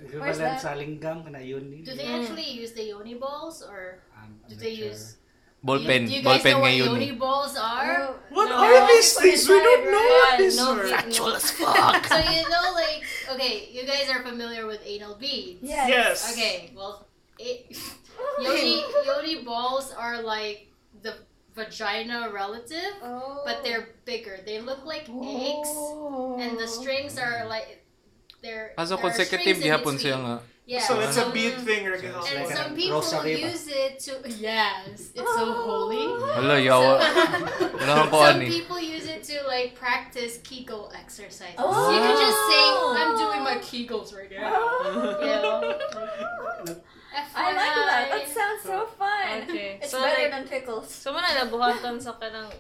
S5: Where's
S3: Equivalent
S5: that?
S3: sa linggam kana uni.
S4: Do they actually use the yoni balls or
S3: Um,
S4: do
S3: I'm
S4: they
S3: not sure.
S4: use?
S1: Ballpen.
S4: Do you guys
S1: Ballpen
S4: know what
S1: ngayon. eh.
S4: yoni balls are?
S5: Oh,
S2: What
S6: No,
S2: are these
S5: it's
S2: things? We don't
S5: inside,
S2: know
S5: right?
S2: what these
S6: no,
S2: are.
S6: we-
S1: Factual as fuck.
S4: so you know, like, okay, you guys are familiar with anal beads.
S5: Yes.
S2: Yes.
S4: Okay, well, it,
S5: Oh.
S4: yoni yoni balls are like the vagina relative,
S5: Oh.
S4: but they're bigger. They look like eggs,
S5: Oh.
S4: and the strings are like they're.
S1: Kaso
S4: there are
S1: Ah, consecutive
S4: strings in
S1: gihapon siya
S4: between.
S1: nga.
S4: Yeah.
S2: So it's
S1: So-
S2: a
S6: Um,
S2: bead thing,
S3: So it's
S4: And
S3: like
S2: Regal.
S4: some
S3: a
S4: people
S3: rosary ba?
S4: use it to yes, it's so
S5: Oh.
S4: holy.
S1: Hala, yawa.
S4: So-
S1: Wala kang kuha
S4: Some
S1: ni.
S4: people use it to like practice Kegel exercises.
S5: Oh.
S4: You can just say, "I'm doing my Kegels right now."
S2: Oh.
S4: You know?
S5: I like that. That sounds so fun.
S6: Okay,
S5: It's
S6: so
S5: better
S6: like-
S5: than pickles.
S6: So, muna nabuhatan sa kanang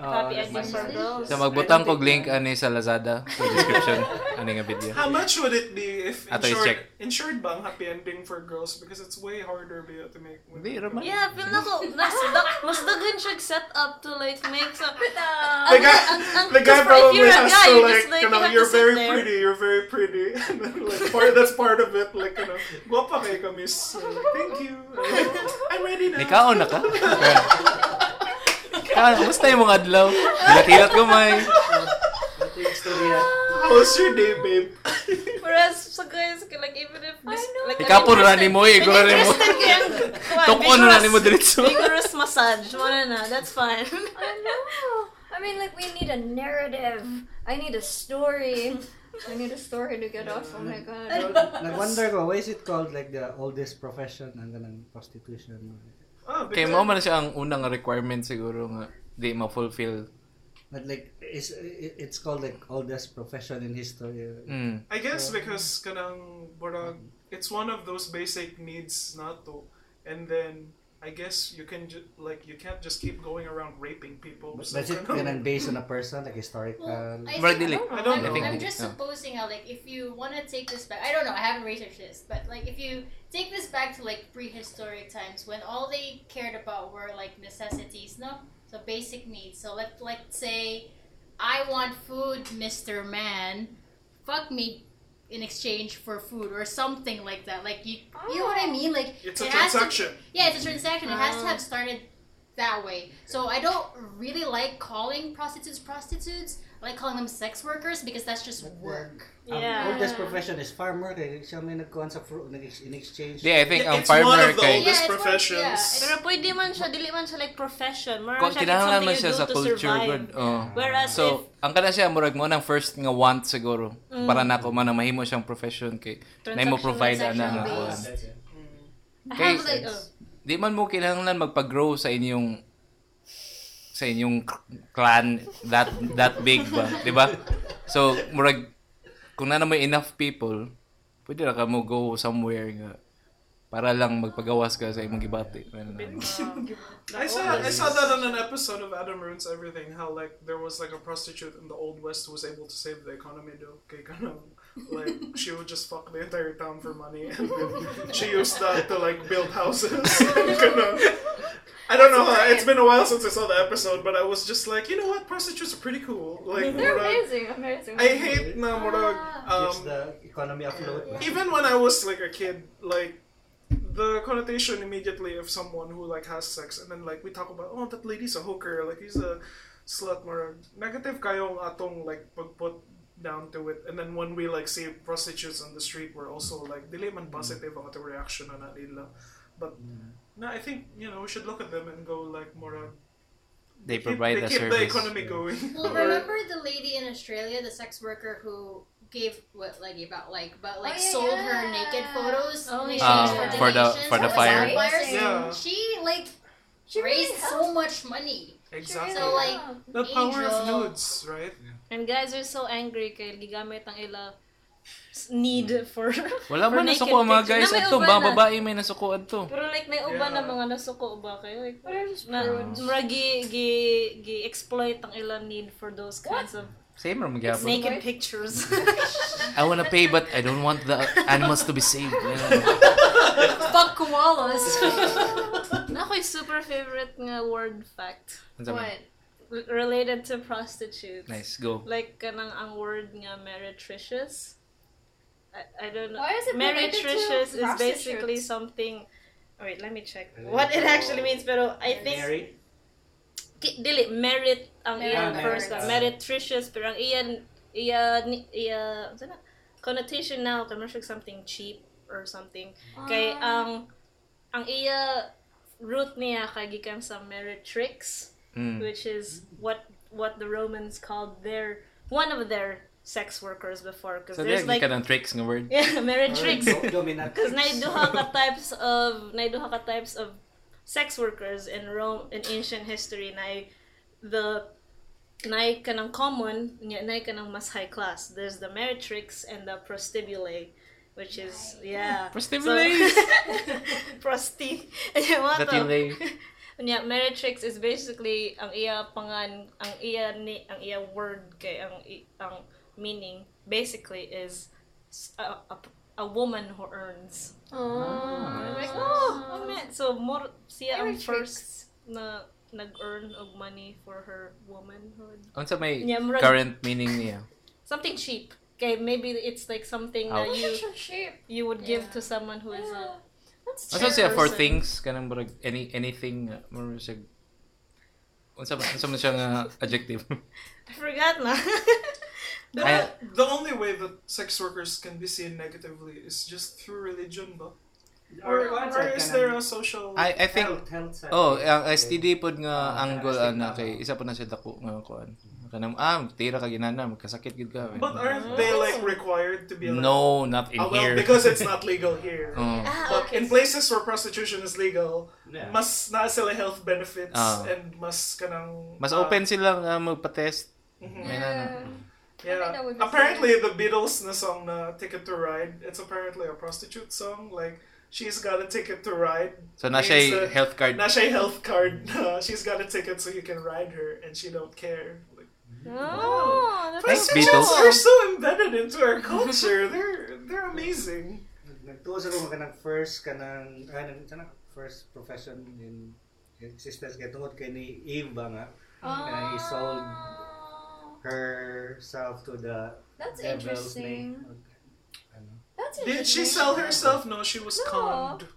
S6: Copy
S3: that's
S6: ending
S3: my
S6: for
S3: suggestion.
S6: girls.
S1: So magbutang kog link ani sa Lazada sa description ani nga video.
S2: How much would it be if
S1: Ato
S2: insured,
S1: i-check.
S2: insured bang happy ending for girls? Because it's way harder ba to make women.
S1: Hindi, raman.
S6: Yeah, feel na ko, mas, da, mas daghan siya set up to like make some...
S5: Uh,
S2: The
S6: Ang-
S2: guy,
S6: ang- ang-
S2: the guy
S6: for if
S2: probably
S6: you're a
S2: has
S6: guy,
S2: to
S6: you
S2: like,
S6: just, like,
S2: you
S6: you
S2: know,
S6: have to
S2: you're
S6: sit
S2: very
S6: there."
S2: pretty, you're very pretty. And then, like, part, that's part of it. Like, you know, guwapa kayo kami. So, thank you. I'm ready now.
S1: Nikaon na ka? Ka, kumusta yung mga adlaw? Hilat-hilat ko, may.
S3: Ito yung istorya.
S2: How was your day, babe?
S6: Whereas sa guys, like even if... This, like,
S1: Ikapon
S6: I'm
S1: na ni mo, eh, igura ni mo.
S6: interested kayang, kuwan,
S1: Tukon na ni mo
S6: vigorous-
S1: diretso.
S6: Vigorous massage, wala na, that's fine.
S5: I know. I mean, like, we need a narrative. I need a story. I need a story to get off. Oh my god.
S1: uh,
S3: Nag-wonder ko, why is it called like the oldest profession ang ganang prostitution?
S2: Ah,
S1: Kay
S2: because-
S1: mo man siya ang unang requirement siguro nga di ma-fulfill.
S3: But like, is it- it's called like oldest profession in history.
S1: Mm.
S2: I guess because kanang borag, it's one of those basic needs nato, and then I guess you can ju- like you can't just keep going around raping people.
S3: But
S2: So
S3: is it
S2: kanang-
S3: ganang based on a person, like historical?
S4: Well, I,
S1: Mark Dili.
S4: think-
S2: I don't know.
S4: I'm, I'm
S1: Dili,
S4: just
S1: yeah.
S4: supposing how, like, if you want to take this back, I don't know, I haven't researched this, but, like, if you take this back to, like, prehistoric times when all they cared about were, like, necessities, no? So basic needs. So let, let's say, I want food, Mr. Man. Fuck me in exchange for food or something like that. Like, you, you know what
S5: Oh.
S4: I mean? Like,
S2: it's a
S4: it has to-
S2: transaction.
S4: Yeah, it's a transaction. It has
S6: Ah.
S4: to
S1: Oh.
S4: have started that way. So I don't really like calling prostitutes prostitutes. I like calling them sex workers because that's just work.
S6: Yeah.
S3: Ang oldest profession is farmer. Kaya siya may nagkuhan sa fruit nag- in exchange.
S1: Di, I think
S2: Yeah,
S1: ang
S2: it's one
S1: farmer
S2: of the
S1: kay...
S2: oldest
S4: Yeah, it's one-
S2: professions.
S4: yeah, it's-
S6: Pero pwede man siya, dili man siya like profession. Mara
S1: Kung
S6: siya like
S1: kinahanglan man
S6: something you
S1: siya
S6: do
S1: sa
S6: to
S1: culture
S6: survive.
S1: good. Oh.
S6: Whereas
S1: So, ang kada siya, murag mo ng first nga want siguro.
S6: Mm.
S1: Para na ako man na mahimo siyang profession kay na mo provide
S4: Transactional,
S1: ana nga
S4: transactional
S1: kuan.
S4: based.
S6: if I
S1: Okay.
S6: have like, oh,
S1: Di man mo kailangan magpa-grow sa inyong sa inyong clan that that big ba, di ba? So, murag kung na may enough people, pwede ra ka mo go somewhere nga para lang magpagawas ka sa imong gibati. Ano na.
S6: Um,
S2: I saw I saw that on an episode of Adam Ruins Everything. How like there was like a prostitute in the old west who was able to save the economy though. Okay, kanang, like she would just fuck the entire town for money, and then she used that to like build houses. Kanang. I don't know. huh? It's been a while since I saw the episode, but I was just like, you know what, prostitutes are pretty cool. Like,
S5: They're
S2: murag-
S5: amazing. Ah. Amazing.
S2: I hate na murag,
S3: Keeps
S2: um,
S3: the economy afloat. ba?
S2: even when I was like a kid, like the connotation immediately of someone who like has sex, and then like we talk about, oh, that lady's a hooker, like he's a slut, more negative kayo ang atong like put down to it, and then when we like see prostitutes on the street, we're also like dili man positive ang atong reaction na na nila, but no, I think you know we should look at them and go like more.
S1: They provide a
S2: they keep the
S1: service.
S2: economy going.
S4: Well, remember the lady in Australia, the sex worker who gave what like about like but like
S5: Oh, yeah,
S4: sold
S5: yeah.
S4: her naked photos
S6: Oh,
S4: in
S6: yeah.
S4: exchange
S6: Ah,
S1: Uh, for the-
S4: donations
S1: for the
S4: to
S1: fire.
S4: wildfires?
S2: Yeah.
S4: She like
S5: She really
S4: raised so
S5: helped.
S4: much money.
S2: exactly.
S4: So, like,
S2: the power of
S4: Angel.
S2: nudes, right?
S6: and guys are so angry kay gigamit ang ila s-
S1: Hmm.
S6: need for
S1: Wala
S6: for
S1: man
S6: naked
S1: nasukuan mga
S6: picture.
S1: guys
S6: Na may
S1: ato,
S6: uban
S1: ba
S6: na.
S1: babae may nasukuan to.
S6: Pero like may uban
S2: Yeah.
S6: na mga nasuko ba kayo like
S5: But I just
S6: na mura gi gi gi exploit ang ilang need for those kinds of
S1: Same ra magyapon.
S6: naked pictures.
S1: I wanna pay but I don't want the animals to be saved.
S6: Fuck koalas. na ako'y super favorite nga word fact
S1: Yeah.
S6: R- related to prostitutes.
S1: Nice, go.
S6: Like kanang ang word nga meretricious. I, I don't know.
S5: Why is it related to
S6: meretricious is basically
S5: prostitutes?
S6: something Oh, wait, let me check
S3: Related
S6: what it
S3: to-
S6: actually means. Pero I think
S3: Mary?
S6: Ki- dili merit ang
S5: Merit.
S6: iyan
S3: Ah,
S6: first
S3: merit.
S6: lang. Meretricious pero ang iyan iya ni- iya ano na? connotation now kamo something cheap or something. Kay
S5: Ah.
S4: um,
S6: ang ang iya root niya kay gikan sa meretrix
S1: Mm.
S6: which is what what the Romans called their one of their sex workers before because
S1: So there's
S6: there's like
S1: ka ng tricks nga word.
S6: yeah meretrix
S3: Do- Dominant.
S6: Because naiduha ka types of naiduha ka types of sex workers in Rome in ancient history na the na ka ng common nya na ka ng mas high class. There's the meretrix and the prostibule which is yeah.
S1: Prostibules!
S6: So, prosti. Ayaw mo to.
S1: Datilay.
S6: Kunya, Meretrix is basically ang iya pangan, ang iya ni, ang iya word kay ang i- ang meaning basically is s- a, a, a woman who earns.
S4: Ah.
S6: I'm like, oh, I meant. So, more, siya ang
S5: Meretrix.
S6: first na nag-earn og money for her womanhood.
S1: Unsa may
S6: Yeah, murag-
S1: current meaning niya?
S6: Something cheap. Okay, maybe it's like something that
S1: Ouch.
S6: you
S5: shape.
S6: you would give
S4: Yeah.
S6: to someone who is a
S5: That's
S1: Unsa siya for
S6: Chairperson.
S1: things kanang murag any anything nga, murag siya unsa ba- unsa man siya nga adjective?
S6: I forgot na.
S2: The,
S1: I-
S2: the only way that sex workers can be seen negatively is just through religion, ba? Or,
S3: Or-
S2: or
S3: or-
S2: is there a social...
S1: I I think
S3: Health, health side.
S1: Oh, ang STD pod nga
S3: Ah,
S1: angle
S3: STD.
S1: ana kay isa pa na siya dako nga kuan. Kanang ah tira ka ginana magkasakit gid ka. eh.
S2: But aren't they like required to be like...
S1: No, not in
S2: Ah, well,
S1: here.
S2: because it's not legal here.
S1: Oh.
S6: ah,
S2: But in places where prostitution is legal,
S3: Yeah.
S2: mas naa sila health benefits
S1: Ah.
S2: and mas kanang...
S1: Mas
S2: ah,
S1: open sila nga magpa-test.
S2: mhm.
S1: May nana.
S5: I think
S2: Yeah.
S5: that would be
S2: Apparently, the Beatles' na song na "Ticket to Ride" it's apparently a prostitute song. Like she's got a ticket to ride.
S1: So na siya
S2: Yes,
S1: health card.
S2: Na siya health card. na she's got a ticket so you can ride her, and she don't care. Like,
S6: oh,
S1: Thanks,
S6: that's cool.
S1: Beatles.
S2: are so embedded into our culture. they're they're amazing.
S3: Nagtuo sa ko kanang first kanang ah, nang kanang first profession in in existence kay tungod kay ni Eve ba nga kanang he sold herself to the
S5: Ah. That's
S3: devil's name.
S5: interesting.
S3: Ano?
S5: That's interesting.
S2: Did she sell herself? No, she was
S5: No.
S2: conned.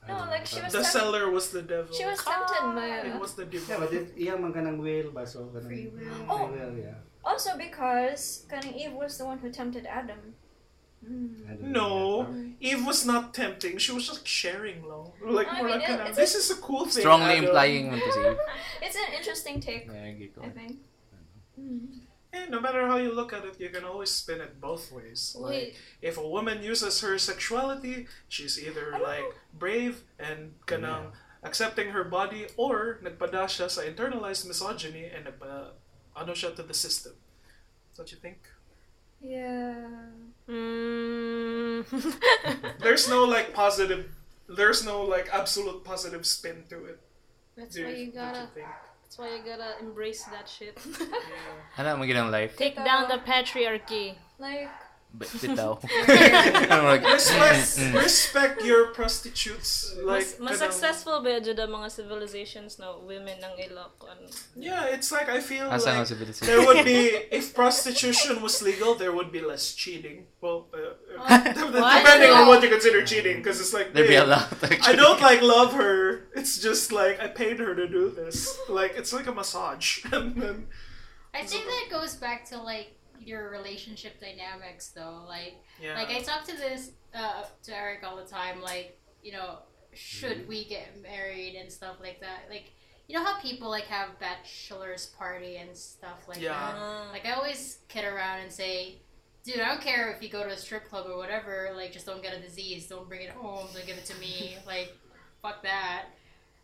S5: No,
S3: Ano,
S5: like, she
S3: but-
S5: was-
S2: The seller was the devil.
S5: She was tempted by.
S2: It was the devil.
S3: Yeah, but it, iya man kanang will ba so kanang
S4: Free will.
S5: Oh.
S3: free will, yeah.
S5: Also because Kaning Eve was the one who tempted Adam. Hmm.
S3: I don't
S2: No.
S3: know.
S2: Eve was not tempting. She was just sharing, long. Like,
S5: I mean,
S2: mura
S5: it-
S2: ka na,
S5: it's-
S2: this is a cool thing.
S1: Strongly
S2: Adam."
S1: implying man to si Eve.
S5: It's an interesting take,
S1: Yeah, gi ko.
S5: I think. Mm-hmm.
S2: Eh, no matter how you look at it, you can always spin it both ways. Like,
S6: Wait.
S2: if a woman uses her sexuality, she's either
S5: I
S6: Oh.
S5: don't
S2: like brave and kanang accepting her body, or nagpada siya sa internalized misogyny and nagpa ano siya to the system. Don't you think?
S5: Yeah.
S6: Mm.
S2: There's no like positive. There's no like absolute positive spin to it.
S6: That's
S2: Do
S6: why you
S2: you, don't
S6: gotta.
S2: you think?
S6: That's why you gotta embrace that shit.
S1: Ana mo ginang Ano, life.
S6: Take down the patriarchy.
S5: Like
S1: But bitaw. Ano, murag,
S2: Respect,
S1: mm, mm.
S2: respect your prostitutes. Like,
S6: mas, mas
S2: kanang-
S6: successful ba yun ang mga civilizations na women ang ilok on
S2: Yeah, it's like I feel
S1: Asa nga
S2: like
S1: si Bilis?
S2: there would be if prostitution was legal, there would be less cheating. Well, uh, uh, depending on what you consider cheating, because it's like
S1: There'd be a
S2: hey,
S1: lot actually.
S2: I don't like love her. It's just like I paid her to do this. Like it's like a massage, and then
S4: I think that goes back to like your relationship dynamics though. Like
S2: yeah.
S4: like I talk to this uh to Eric all the time, like, you know,
S2: Mm-hmm.
S4: should we get married and stuff like that. Like you know how people like have bachelor's party and stuff like
S2: Yeah.
S4: that?
S6: Ah.
S4: Like I always kid around and say, dude, I don't care if you go to a strip club or whatever. Like just don't get a disease. Don't bring it home. Don't give it to me. like fuck that.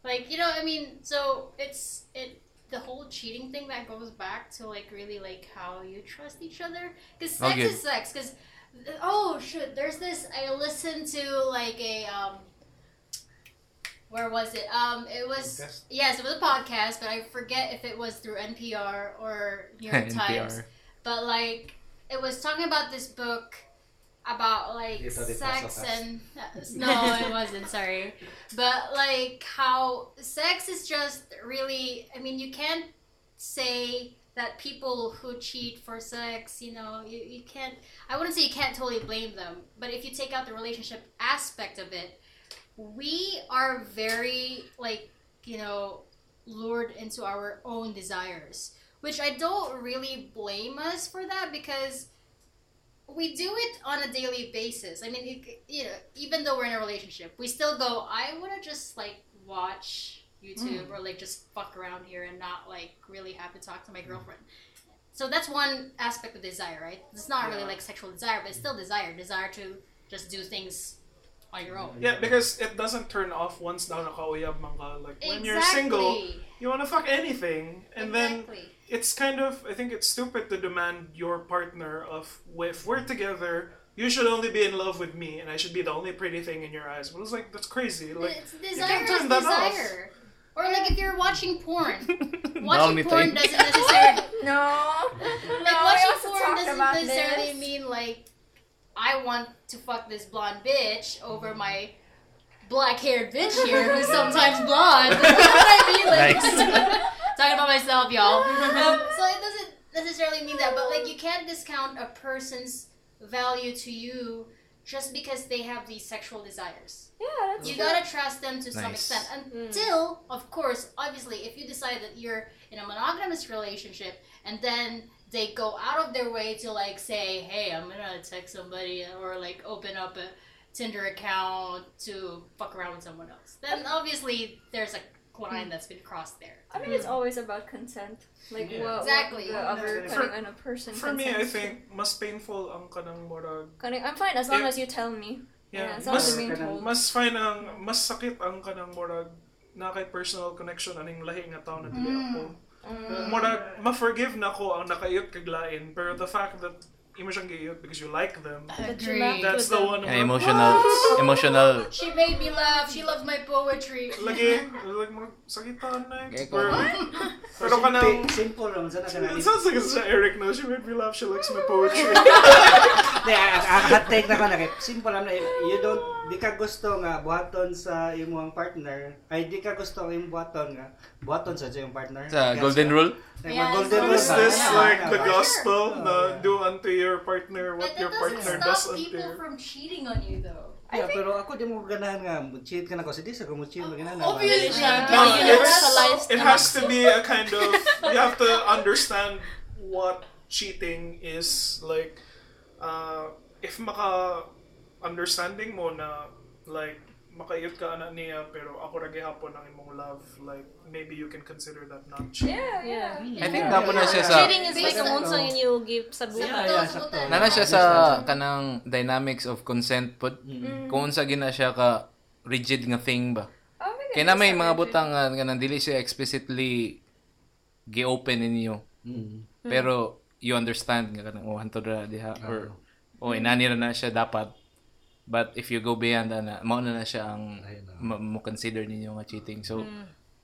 S4: Like you know, I mean, so it's it the whole cheating thing that goes back to like really like how you trust each other because sex
S1: Okay.
S4: is sex. Because oh shit, there's this. I listened to like a um. Where was it? Um, it was
S3: Podcast?
S4: yes, it was a podcast, but I forget if it was through NPR or New York Times
S1: NPR.
S4: but like it was talking about this book about
S3: You
S4: like
S3: thought it was
S4: sex
S3: a fast.
S4: and no it wasn't sorry but like how sex is just really i mean you can't say that people who cheat for sex you know you, you can't i wouldn't say you can't totally blame them but if you take out the relationship aspect of it we are very like you know lured into our own desires which i don't really blame us for that because we do it on a daily basis i mean it, you know even though we're in a relationship we still go i want to just like watch
S2: Mm.
S4: youtube or like just fuck around here and not like really have to talk
S2: Mm.
S4: to my girlfriend so that's one aspect of desire right it's not really
S2: Yeah.
S4: like sexual desire but it's still desire desire to just do things on your own
S2: yeah, because it doesn't turn off once na nakauyab man ka. Like when you're single, you wanna fuck anything, and then
S4: exactly.
S2: it's kind of I think it's stupid to demand your partner of if we're together, you should only be in love with me, and I should be the only pretty thing in your eyes. But it's like that's crazy. Like
S4: it's desire
S2: turn
S4: is
S2: that off.
S4: desire. Or like if you're watching porn,
S1: Only
S4: watching porn
S1: thing.
S4: doesn't necessarily
S5: No. No, we
S4: like watching
S5: also
S4: porn
S5: talked
S4: doesn't
S5: about
S4: necessarily
S5: this.
S4: mean like I want to fuck this blonde bitch over my black-haired bitch here who's sometimes blonde. That's what I mean. Like, talking about myself, y'all. Um, so it doesn't necessarily mean that, but like you can't discount a person's value to you just because they have these sexual desires.
S5: Yeah, that's
S4: You
S5: true.
S4: gotta trust them to some
S1: Nice.
S4: extent until, of course, obviously, if you decide that you're in a monogamous relationship and then they go out of their way to like say, "Hey, I'm gonna text somebody" or like open up a Tinder account to fuck around with someone else, then obviously there's a line that's been crossed there.
S5: I mean, it's always about consent. Like
S2: Yeah.
S5: what
S4: Exactly.
S5: what the other
S2: For-
S5: kind of person.
S2: For me, I
S5: consents.
S2: think mas painful ang kanang murag.
S5: Kanang- I'm fine as long
S2: Yeah.
S5: as you tell me. Yeah,
S2: Yeah,
S5: as long as
S2: mas
S5: you're being
S3: Kanang-
S5: told.
S2: mas fine ang mas sakit ang kanang murag na kay personal connection aning lahi nga tao na dili ako. Murag ma-forgive na ko ang nakaiyot kag lain pero the fact that imo siyang giyot because you like them.
S4: Agree.
S2: That's the one. Ah!
S1: Yeah,
S2: murag-
S1: emotional, emotional.
S4: She made me laugh. She loves my poetry.
S2: Lagi, like mo sakitan na.
S1: Gay
S2: eh.
S1: ko.
S2: Pero, pero
S3: Simple-
S2: kanang
S3: Simple naman sana kanang.
S2: It sounds like it's Eric now. She made me laugh. She likes my poetry.
S3: Hindi, ang- ang hot take na ko na kay simple lang na you don't di ka gusto nga buhaton sa imong partner ay di ka gusto ang imong buhaton nga buhaton sa imong partner.
S1: Sa
S3: Yes,
S1: golden
S3: ka.
S1: rule.
S3: Like,
S4: Yeah,
S3: mga golden
S2: What
S4: it's
S3: rule
S2: is
S3: ba?
S2: this
S3: Yeah,
S2: like the
S3: yeah.
S2: gospel?
S3: Sure.
S2: na do unto your partner
S4: But
S2: what
S4: that
S2: your partner
S4: doesn't
S2: does
S4: stop
S2: unto
S4: people
S2: your.
S4: from cheating on you, though.
S3: Yeah, pero ako di mo ganahan nga cheat ka na ko sa disa ko mo cheat mo ganahan. na ba?
S4: Oh, Obviously,
S6: Yeah.
S2: No,
S4: because
S2: it's-
S4: universalized
S2: It has to be a kind of. You have to understand what cheating is like. Uh, if maka understanding mo na like makaiyot ka ana niya pero ako ra gihapon ang imong love like maybe you can consider that not cheating.
S5: Yeah, yeah.
S1: I think napo na siya sa
S6: Ah. Cheating is like
S4: Based
S6: the
S4: on-
S6: most thing you give sa
S3: Yeah,
S6: buhay.
S3: yeah, sakto.
S1: nana siya sa kanang dynamics of consent pod.
S4: Mm.
S1: Kung unsa gina siya ka rigid nga thing ba.
S5: Oh my God,
S1: Kaya na may
S5: that's
S1: mga
S5: so
S1: butang nga nga nang dili siya explicitly gi-open ninyo.
S3: Mm.
S1: Pero you understand nga kanang oh hanto ra diha or oh inani ra na siya dapat. But if you go beyond ana, mao na na siya ang
S3: Ayun na.
S1: ma- mo consider ninyo nga cheating. So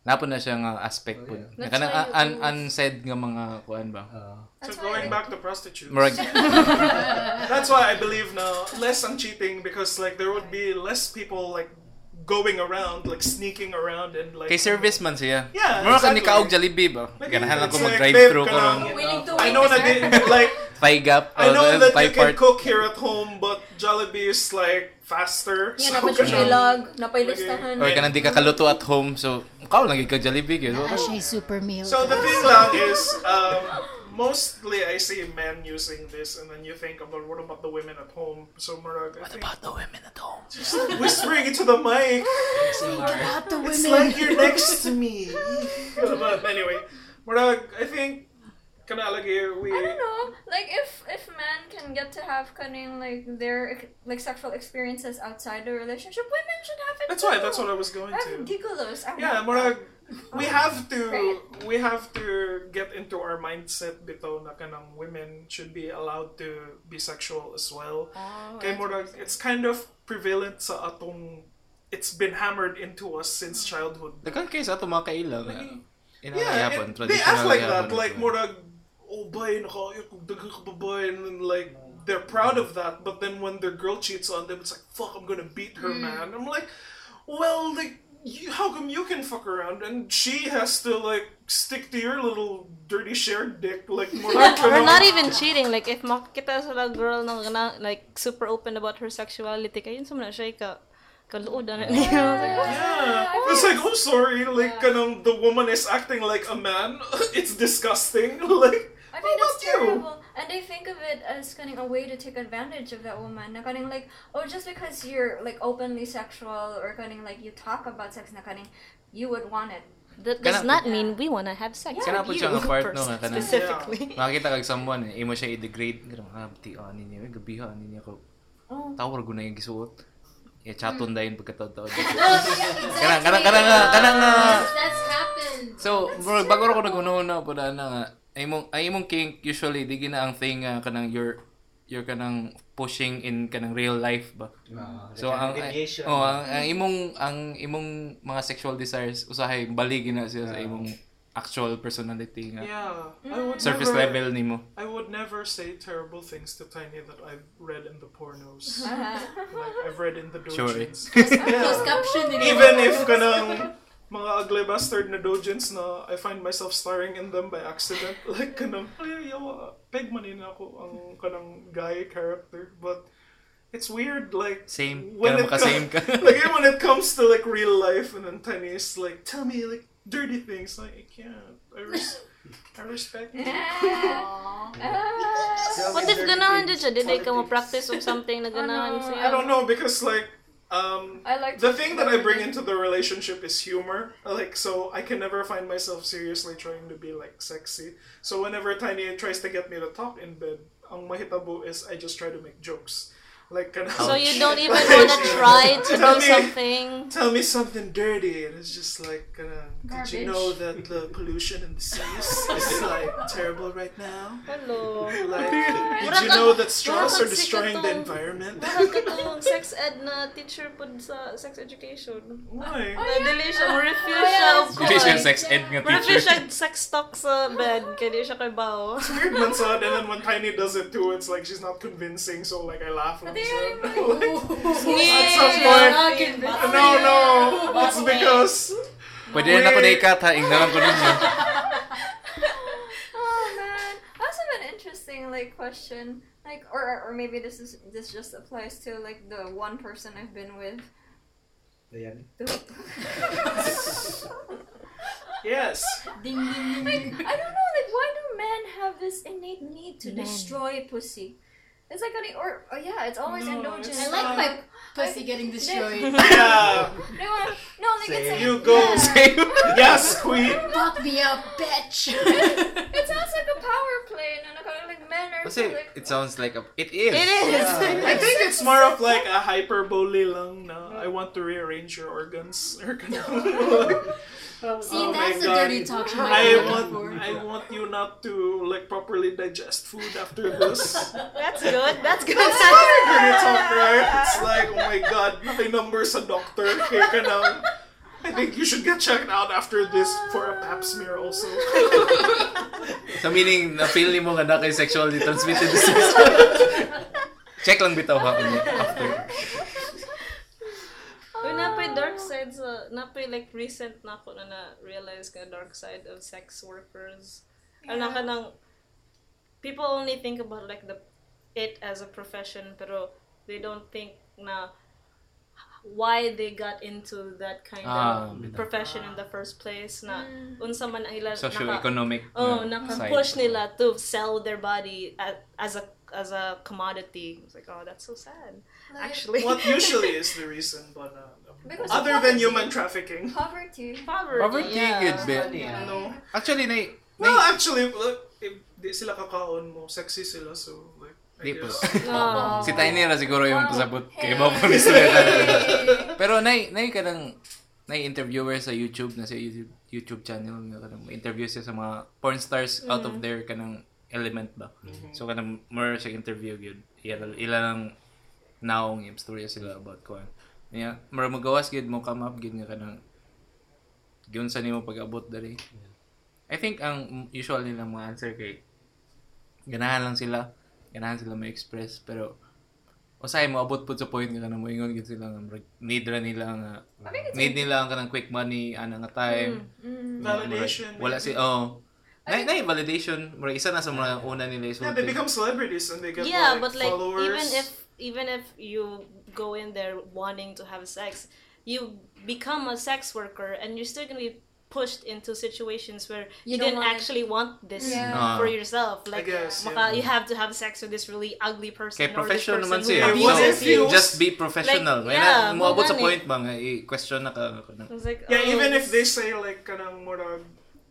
S1: napo na siya nga aspect
S3: Oh,
S1: pod.
S3: yeah.
S1: Nga
S6: That's
S1: Kanang
S6: why
S1: un-
S6: you
S1: un-
S6: always-
S1: unsaid nga mga kuan ba.
S3: Ah.
S2: So
S5: That's why
S2: going
S5: I-
S2: back to prostitutes.
S1: Murag
S2: That's why I believe now less on cheating because like there would be less people like going around, like sneaking around and like.
S1: kay service man siya.
S2: Yeah,
S1: Mura ka
S2: Ah, exactly.
S1: ni kaog Jollibee ba.
S2: Like,
S1: Ganahan lang ko
S2: it's like,
S1: mag-drive-through
S2: babe,
S1: ko
S2: kanang-
S1: ng
S4: Willing to
S2: I
S4: wait,
S2: know
S4: sir.
S2: that they, like
S1: Thai gap.
S2: I know
S1: or
S2: that
S1: Thai
S2: you can
S1: Oh, part.
S2: cook here at home, but Jollibee is like faster.
S5: Yeah,
S2: so
S5: dapat yung
S2: ganun.
S5: vlog, napailistahan.
S1: Or kanang di ka kaluto at home. So, kao lang ikaw Jollibee. Kaya,
S4: super meal.
S2: So the thing lang is, um, mostly I see men using this, and then you think about what about the women at home? So Murag, I think
S1: about the women at home?
S2: whispering into the mic.
S4: about the
S2: It's like you're next to me. but anyway, Murag, I think kanalagi we
S5: I don't know. Like if if men can get to have kaning like their like sexual experiences outside the relationship, women should have it.
S2: That's why.
S5: too.
S2: That's what I was going
S5: I'm
S2: to.
S5: ridiculous. I'm not-
S2: Yeah, murag we have to
S5: Right.
S2: we have to get into our mindset bitaw na kanang women should be allowed to be sexual as well. Kay murag it's kind of prevalent sa atong it's been hammered into us since
S6: Hmm.
S2: childhood.
S1: Dagan kayo sa ato mga kailang.
S2: Yeah,
S1: Inahayapon.
S2: and they act like that. Like,
S1: more
S2: murag, oh, bay, nakakayot, kung daghang ka pa bay," and then, like, they're proud of that, but then when their girl cheats on them, it's like, fuck, I'm gonna beat
S6: Hmm.
S2: her, man. I'm like, well, like, you, how come you can fuck around and she has to, like, stick to your little dirty shared dick? Like, murag,
S6: Or
S2: kanang-
S6: not even cheating. Like, if makita sa la girl na, na like, super open about her sexuality, kayo sa na siya ka, kaluod na niya.
S2: Yeah. It's like, I'm sorry, like, kanang, the woman is acting like a man. it's disgusting. Like,
S5: I mean,
S2: how
S5: that's
S2: about you?
S5: terrible. And they think of it as kind of a way to take advantage of that woman. Na kaning like, oh, just because you're like openly sexual or kaning like you talk about sex, na kaning you would want it.
S6: That does
S1: Kana-
S6: not mean we wanna have sex.
S1: Kana po
S6: with
S1: siya
S6: you,
S1: nga part, no,
S6: person,
S1: nga kana.
S6: Specifically.
S1: Makakita kag someone, eh, imo siya i-degrade. Ganun, ah, tiaan ninyo. Eh, gabihan ninyo ko.
S5: Oh.
S1: Tawar ko na yung gisuot. Eh, chaton dahin pagkataon-taon.
S4: exactly.
S1: Kanang, kanang, kanang, ah, kanang, ah,
S4: Yes, that's happened.
S1: So, bro, bago ko nagununa po na na nga, ay mong, ay mong kink, usually, di gina ang thing nga ah, kanang you're you're kanang pushing in kanang real life ba Mm. so ang
S3: Radiation.
S1: oh ang, ang imong ang imong mga sexual desires usahay baligin na siya sa imong actual personality nga
S2: Yeah, I would
S1: surface
S2: never,
S1: level nimo
S2: I would never say terrible things to Tiny that I've read in the pornos. like I've read in the
S1: Sure.
S2: doujins.
S4: Closed
S2: yeah.
S4: caption. you know.
S2: Even if kanang mga ugly bastard na doujins na I find myself starring in them by accident. Like kanang, ay, yawa, peg man na ako ang kanang guy character. But it's weird, like,
S1: same
S2: When
S1: kanang
S2: it
S1: maka
S2: co-
S1: same ka
S2: like even when it comes to like real life and then Tiny is like tell me like dirty things like I can't I, res- I respect you.
S4: Aw.
S6: What if ganahan dyan siya? Did they come practice or something na ganahan
S5: Ano?
S6: siya?
S2: I don't know because like um
S5: I like
S2: the thing that I bring into the relationship is humor like so I can never find myself seriously trying to be like sexy so whenever Tiny tries to get me to talk in bed ang mahitabo is I just try to make jokes like kind
S6: So you don't even wanna try to
S2: Tell me.
S6: do something?
S2: Tell me something dirty, and it's just like, uh, did you
S5: Garbage.
S2: know that the pollution in the seas is like terrible right now?
S6: Hello.
S2: Like, did you
S6: Mura
S2: know
S6: kang-
S2: that straws are
S6: mura kang
S2: destroying the
S6: sikatong.
S2: environment?
S6: Mahal ka tong sex ed na teacher po sa sex education.
S2: Why?
S6: Nadali siya. Refuse
S5: Oh,
S6: siya,
S5: yeah.
S6: of
S1: Hindi siya
S6: course.
S1: sex ed nga
S6: Refuse siya
S1: teacher
S6: sex talk sa bed. Kaya di siya kay Bao.
S2: It's weird man sad, and then when Tiny does it too, it's like she's not convincing, so like I laugh. And I'm sad. At some point, no, no, it's because
S1: pwede na ako na ikat ha ignorant ko ninyo
S5: Oh man, I also have an interesting like question, like or or- or maybe this is this just applies to like the one person I've been with.
S3: Ayan.
S2: yes,
S4: Ding, ding,
S5: Like
S4: ding, ding.
S5: I don't know, like why do men have this innate need to destroy pussy? It's like an or oh, yeah, it's always
S2: No,
S5: indulgent.
S2: it's
S4: I like
S2: not.
S4: my pussy getting destroyed.
S2: yeah,
S5: They wanna- no, like it's like,
S2: you go,
S5: yeah.
S2: yes, queen.
S4: Fuck me up, bitch!
S5: It sounds like a power play, no, no, kind of like men are
S1: kasi
S5: like.
S1: it sounds like a it is
S6: It is.
S2: Uh, I think it's more of like a hyperbole lang na I want to rearrange your organs or ganun.
S4: See,
S2: Oh my
S4: that's the
S2: God.
S4: dirty talk show
S2: I
S4: I'm
S2: want
S4: looking for.
S2: I want you not to like properly digest food after this.
S6: That's good. That's good.
S2: Dirty talk, right? It's like, oh my god, may number sa doctor. Kaya ka na, I think you should get checked out after this for a pap smear also.
S1: So meaning, na-feel mo nga na kay sexually transmitted disease. Check lang bitaw ha kanya after.
S6: Uy, napay dark side sa... Napay like recent na ako na na-realize ka dark side of sex workers. Ano ka nang... People only think about like the it as a profession pero they don't think na why they got into that kind
S1: Ah,
S6: of
S1: bitaw.
S6: profession in the first place na unsa man ang ilan
S1: Socio-economic
S6: Oh,
S1: na
S6: naka-push
S1: side.
S6: nila to sell their body as, as a as a commodity. It's like, oh, that's so sad. Actually,
S2: What usually is the reason, but uh,
S5: Because of
S2: other than
S5: poverty.
S2: human trafficking.
S5: Poverty.
S6: poverty?
S1: Poverty
S6: yeah.
S1: good bit.
S3: Ano yan?
S2: No.
S1: Actually, na,
S2: Well,
S1: na
S2: actually, look, if di sila kakaon mo, sexy sila, so like, I
S1: Di po.
S2: guess.
S6: Oh.
S1: si Tiny na siguro yung pasabot kay Bob
S5: Hey.
S1: Police Letter. Pero nay nay ka nang nay interviewer sa YouTube na sa YouTube, YouTube channel nga kanang interview siya sa mga porn stars out of their kanang element ba. So kanang more siya interview gyud. Ilan ilang naong yung story sila about ko. Nya mura magawas gyud mo come up gyud nga kanang gyud sa nimo pag-abot dali. I think ang usual nilang mga answer kay ganahan lang sila, ganahan sila ma-express pero Usahay mo abot po sa point nga na moingon gid sila nga murag need ra nila nga need nila ang kanang quick money ana nga time
S5: mm,
S6: Mm.
S2: Validation.
S1: Murag, wala si oh na na validation murag isa na sa mga una nila is
S2: Yeah, they become celebrities and they get
S6: yeah,
S2: like,
S6: but like
S2: followers.
S6: even if even if you go in there wanting to have sex, you become a sex worker, and you're still gonna be pushed into situations where you,
S4: You don't
S6: didn't
S4: want it.
S6: actually want this
S5: Yeah.
S6: for
S2: I
S6: yourself. Like,
S2: guess. Yeah.
S6: maka- you have to have sex with this really ugly person.
S1: kay
S6: or this
S1: professional
S6: person
S1: naman
S6: who
S1: siya
S2: Yeah, what
S6: abuses
S2: if
S6: you.
S2: you-
S1: just be professional like,
S6: Like,
S1: yeah,
S6: yeah,
S1: mo abot sa
S6: mo
S1: point ba nga i-question na ka kanang-
S6: I was like,
S2: Yeah,
S6: oh,
S2: even if they
S6: this-
S2: say like kanang murag,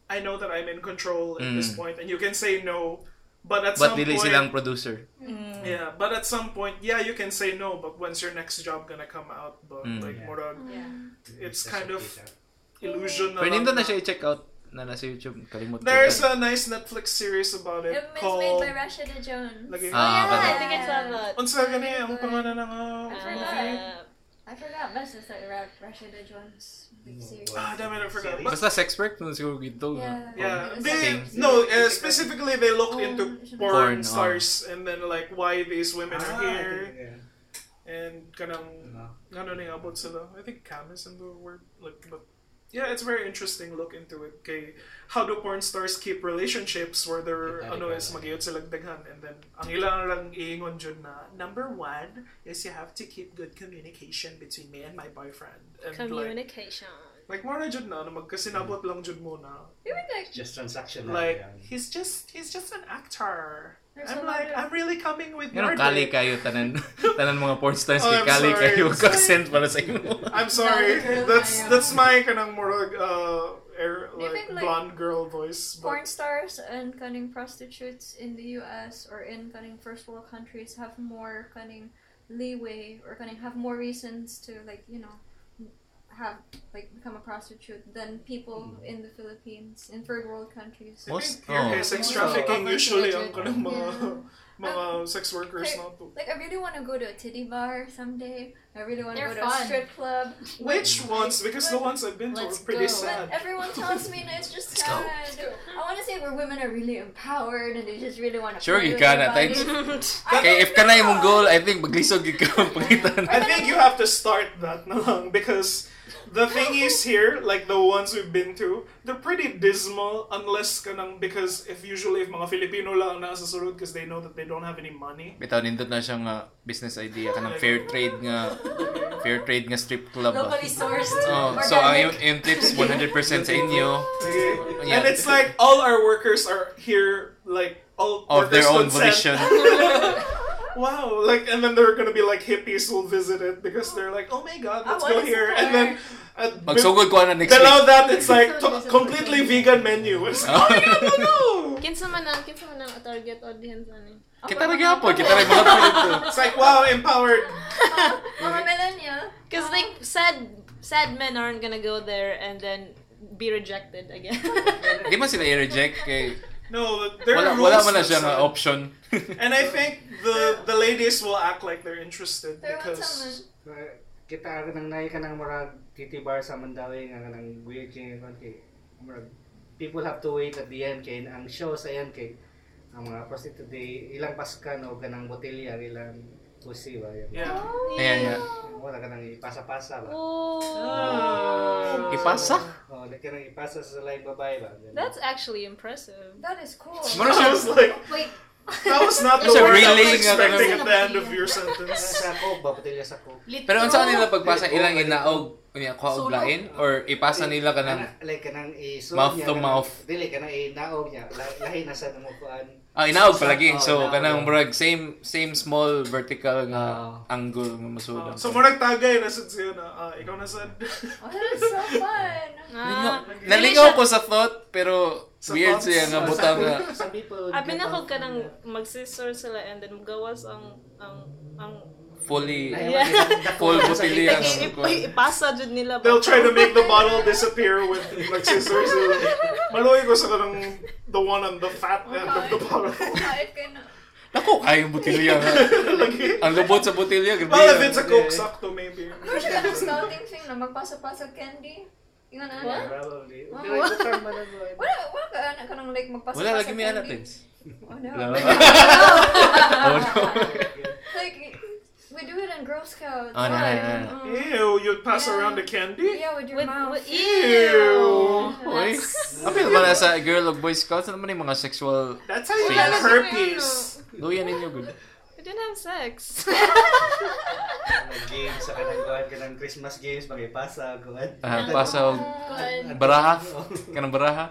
S2: I know that I'm in control at
S1: Mm.
S2: this point, and you can say no, but at
S1: but
S2: some
S1: dili
S2: point,
S1: silang producer
S6: Mm.
S2: yeah, but at some point, yeah, you can say no, but when's your next job gonna come out? But
S1: Mm.
S2: like
S3: Yeah.
S2: murag,
S4: Yeah.
S2: it's kind of illusion.
S1: pero
S2: lang
S1: nindot na siya i-check out na nasa YouTube. Kalimut ko.
S2: There's a nice Netflix series about it
S5: It's made
S2: called...
S5: by Rashida Jones.
S2: Lagi-
S1: Ah,
S6: Oh, yeah,
S1: but-
S6: I think I saw that.
S2: Unsa gani ang pangalan ng ah,
S5: I
S2: movie?
S5: forgot.
S6: Uh,
S5: I forgot. Mas is like Ra- Rashida Jones. Big series.
S2: Ah, damn it, I forgot. But,
S1: Basta sex work na siguro dito.
S5: Yeah.
S2: yeah,
S5: It's
S2: they
S5: like-
S2: no uh, specifically they
S5: Um,
S2: look into
S5: should-
S1: Porn,
S2: porn
S1: oh.
S2: stars and then like why these women are here
S3: Ah, okay, yeah.
S2: and kanang
S3: Ano,
S2: ano na yung abot sila. I think cam is in the word like but yeah, it's very interesting look into it. Kay how do porn stars keep relationships where they're
S1: Kita-
S2: ano
S1: kita-
S2: is magiyot sila daghan and then ang ilang lang iingon jud na number one is you have to keep good communication between me and my boyfriend and like
S6: communication.
S2: like more na jud na ano, magkasinabot lang jud muna
S5: Even like
S3: Just transactional.
S2: like
S3: yan.
S2: he's just he's just an actor.
S5: There's a
S2: I'm like
S5: lot
S2: I'm really coming with your
S1: Ganun, kali
S2: dick.
S1: kayo, tanan, tanan mga porn stars,
S2: Oh,
S1: kay
S2: I'm
S1: kali
S2: sorry.
S1: kayo,
S2: Sorry.
S1: consent pala sa inyo.
S2: I'm sorry.
S5: Blonde girl
S2: that's
S5: tayo.
S2: that's my kanang more uh air,
S5: um, Do you
S2: like,
S5: think, like,
S2: blonde girl voice. But
S5: porn stars and cunning prostitutes in the U.S. or in cunning first world countries have more cunning leeway or cunning have more reasons to like you know have like become a prostitute than people in the Philippines in third world countries.
S2: I
S1: Mm-hmm. Most-
S2: think here
S1: oh.
S2: kay sex
S5: Most
S2: trafficking
S5: of us
S2: usually
S5: legit.
S2: ang kanang mga mga uh, sex workers
S5: Okay.
S2: na to.
S5: Like I really want to go to a titty bar someday. I really want to
S4: They're
S5: go to a
S4: fun.
S5: strip club.
S2: Which ones? Because the ones I've been to
S4: Let's
S2: are pretty
S4: go.
S5: But
S2: sad.
S5: everyone tells me, and it's just
S1: Let's go.
S5: sad. I want to say where women are really empowered and they just really want to.
S1: Sure, gigana, thanks. Kay if kanay mong goal, I think maglisod gyud ka ang pangitan.
S2: I think you have to start that na lang because the thing is here, like the ones we've been to, they're pretty dismal unless kanang because if usually if mga Filipino lang ang nakasasulod because they know that they don't have any money.
S1: Bitaw nindot na siyang ah, business idea kanang fair trade nga fair trade nga strip club. ah.
S4: Locally sourced.
S1: Oh, so ang yung, yung tips 100% sa inyo.
S2: Okay.
S1: Yeah.
S2: And it's like all our workers are here, like all
S1: Of their own
S2: workers
S1: volition.
S2: consent. wow, like and then there are gonna be like hippies who'll visit it because they're like, oh my god,
S5: I
S2: let's
S5: wanna
S2: go here, and then uh,
S1: Pag sugod ko na next
S2: below
S1: week.
S2: that it's like
S4: So
S2: to- completely vegan menu. It's
S1: Oh.
S2: like, oh my god, no, no.
S6: Kinsa man ang kinsa man ang target audience ani?
S1: Kita ra gyapon, kita ra mga Pilipino.
S2: It's like wow, empowered.
S5: Mga millennial.
S6: Cause like sad sad men aren't gonna go there and then be rejected again.
S1: Di man sila i-reject kay
S2: No, there
S1: wala
S2: are rules.
S1: wala man na
S2: for
S1: siyang ah,
S2: some.
S1: option.
S2: And I think the the ladies will act like they're interested
S5: There was
S2: because
S5: someone.
S3: Uh, kita ka nang nai ka nang murag titi bar sa Mandawi nga ka nang weird kay kon kay murag people have to wait at the end kay ang show sa yan kay ang mga prostitute day ilang paskan o ganang botelya ilang pusi ba yan.
S2: yeah.
S1: Ayan nga.
S3: Wala ka nang ipasa-pasa
S6: Oh.
S3: ba.
S2: Ah.
S1: Ipasa?
S3: Oh, wala ka nang ipasa sa lain babae ba. Ganun.
S6: That's actually impressive.
S5: That is cool. Oh,
S1: Mura
S2: I was like,
S4: Wait,
S2: That was not the
S1: It's a
S2: word I was
S1: relaying
S2: expecting
S4: ano.
S2: at the end of your
S3: Wala
S2: sentence.
S3: sa coke ba botelya sa coke.
S4: lit-
S1: Pero unsa nila pagpasa ilang inaog unya ko
S4: Solo.
S1: blain or ipasa nila kanang
S3: Kana- like kanang i
S1: Mouth to mouth.
S3: Dili kanang i naog niya. Lah- Lahi na sa mo kuan.
S1: Ah, inaog palagi.
S3: Oh,
S1: So,
S3: inaog.
S1: kanang murag same same small vertical nga angle nga masuod.
S2: Uh,
S1: ang-
S2: so murag tagay na sad siya na uh, ikaw na sad.
S5: Oh, that is so fun.
S1: Nalingaw-
S6: Ah,
S1: Nalingaw ko sa thought pero
S2: Sa
S1: weird
S2: thoughts?
S1: siya nga butang nga.
S3: Some people
S6: Abi na
S3: get
S6: ko
S3: off
S6: ka nang
S3: on
S6: magsisor sila and then gawas ang ang ang
S1: Fully
S6: Yeah.
S1: full botilya
S6: Like,
S1: nga
S6: ip-
S1: ko.
S6: ipasa jud nila.
S2: They'll try to make the bottle disappear with nagsisors. Maluwi ko sa kanang the one on the fat end of the bottle.
S5: Kahit kayo na.
S1: Nako kay yung botilya. nga.
S2: Lagi.
S1: Ang lubot sa botilya grabe.
S2: Well, if
S1: yan.
S2: it's a coke sakto maybe.
S5: Pero siya ganang scouting thing na magpasa-pasa candy. Tingnan na
S3: that.
S5: anak.
S3: Probably.
S5: Wow.
S3: Pero ito term ba na ko?
S5: Wala, wala ka anak ka nang like magpasa-pasa
S1: Wala lagi may anak
S5: candy.
S1: pins.
S5: Oh no.
S1: Wala.
S5: oh
S1: no.
S5: like, we do it in Girl Scouts. Mm.
S1: Ah, na, na, na, na.
S2: Ew, you'd pass around the candy?
S5: Yeah, with your
S6: With,
S5: mouth. Mm.
S6: with,
S2: Ew.
S6: ew.
S1: Uy. Apil ba na sa girl o boy scouts ano man yung mga sexual
S2: That's how you
S1: Yeah.
S2: get herpes.
S1: luya ninyo good.
S6: I didn't have sex.
S3: Games sa kanang kuan kanang Christmas games magipasa kuan.
S1: Ah, pasaw baraha kanang baraha.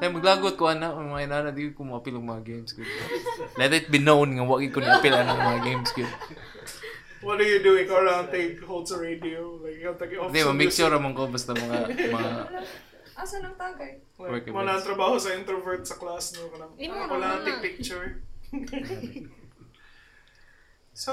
S1: Tay maglagot ko ana ang mga inana di ko maapil ang mga games good. Let it be known nga wagi ko naapil ang mga games good.
S2: What do you do? Ikaw lang take holds a radio. Like, ikaw take off.
S1: Hindi,
S2: sa
S1: ma-make sure
S2: music.
S1: naman ko basta mga, mga
S5: Asa ng Ah, tagay?
S1: work
S2: Like, wala ang
S1: events.
S2: trabaho sa introvert sa class. No? Kanang,
S6: Di mo
S2: ah, wala
S6: naman.
S2: nang take picture. so,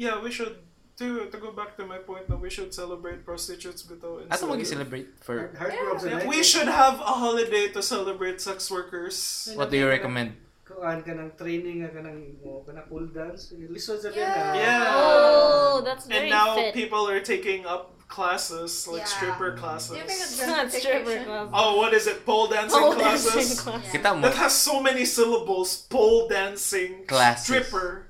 S2: yeah, we should to to go back to my point that we should celebrate prostitutes bitaw and
S1: Ato mag-celebrate for...
S3: Hard problems
S2: Yeah, we should have a holiday to celebrate sex workers.
S1: What do you recommend?
S3: Kuan ka ng training, ka ng, mo, ka ng pool dance. Lisod sa
S5: Yeah.
S3: tindahan.
S2: Yeah.
S6: Oh, that's
S2: And
S6: very
S2: now
S6: fit.
S2: people are taking up classes, like
S4: Yeah.
S2: stripper
S5: Do
S2: classes.
S5: you think it's
S6: It's not stripper
S5: gentrification?
S6: club.
S2: Oh, what is it? Pole dancing
S6: Pole
S2: classes?
S6: dancing class.
S1: Kita mo,
S2: That has so many syllables. Pole dancing,
S1: Classes.
S2: stripper.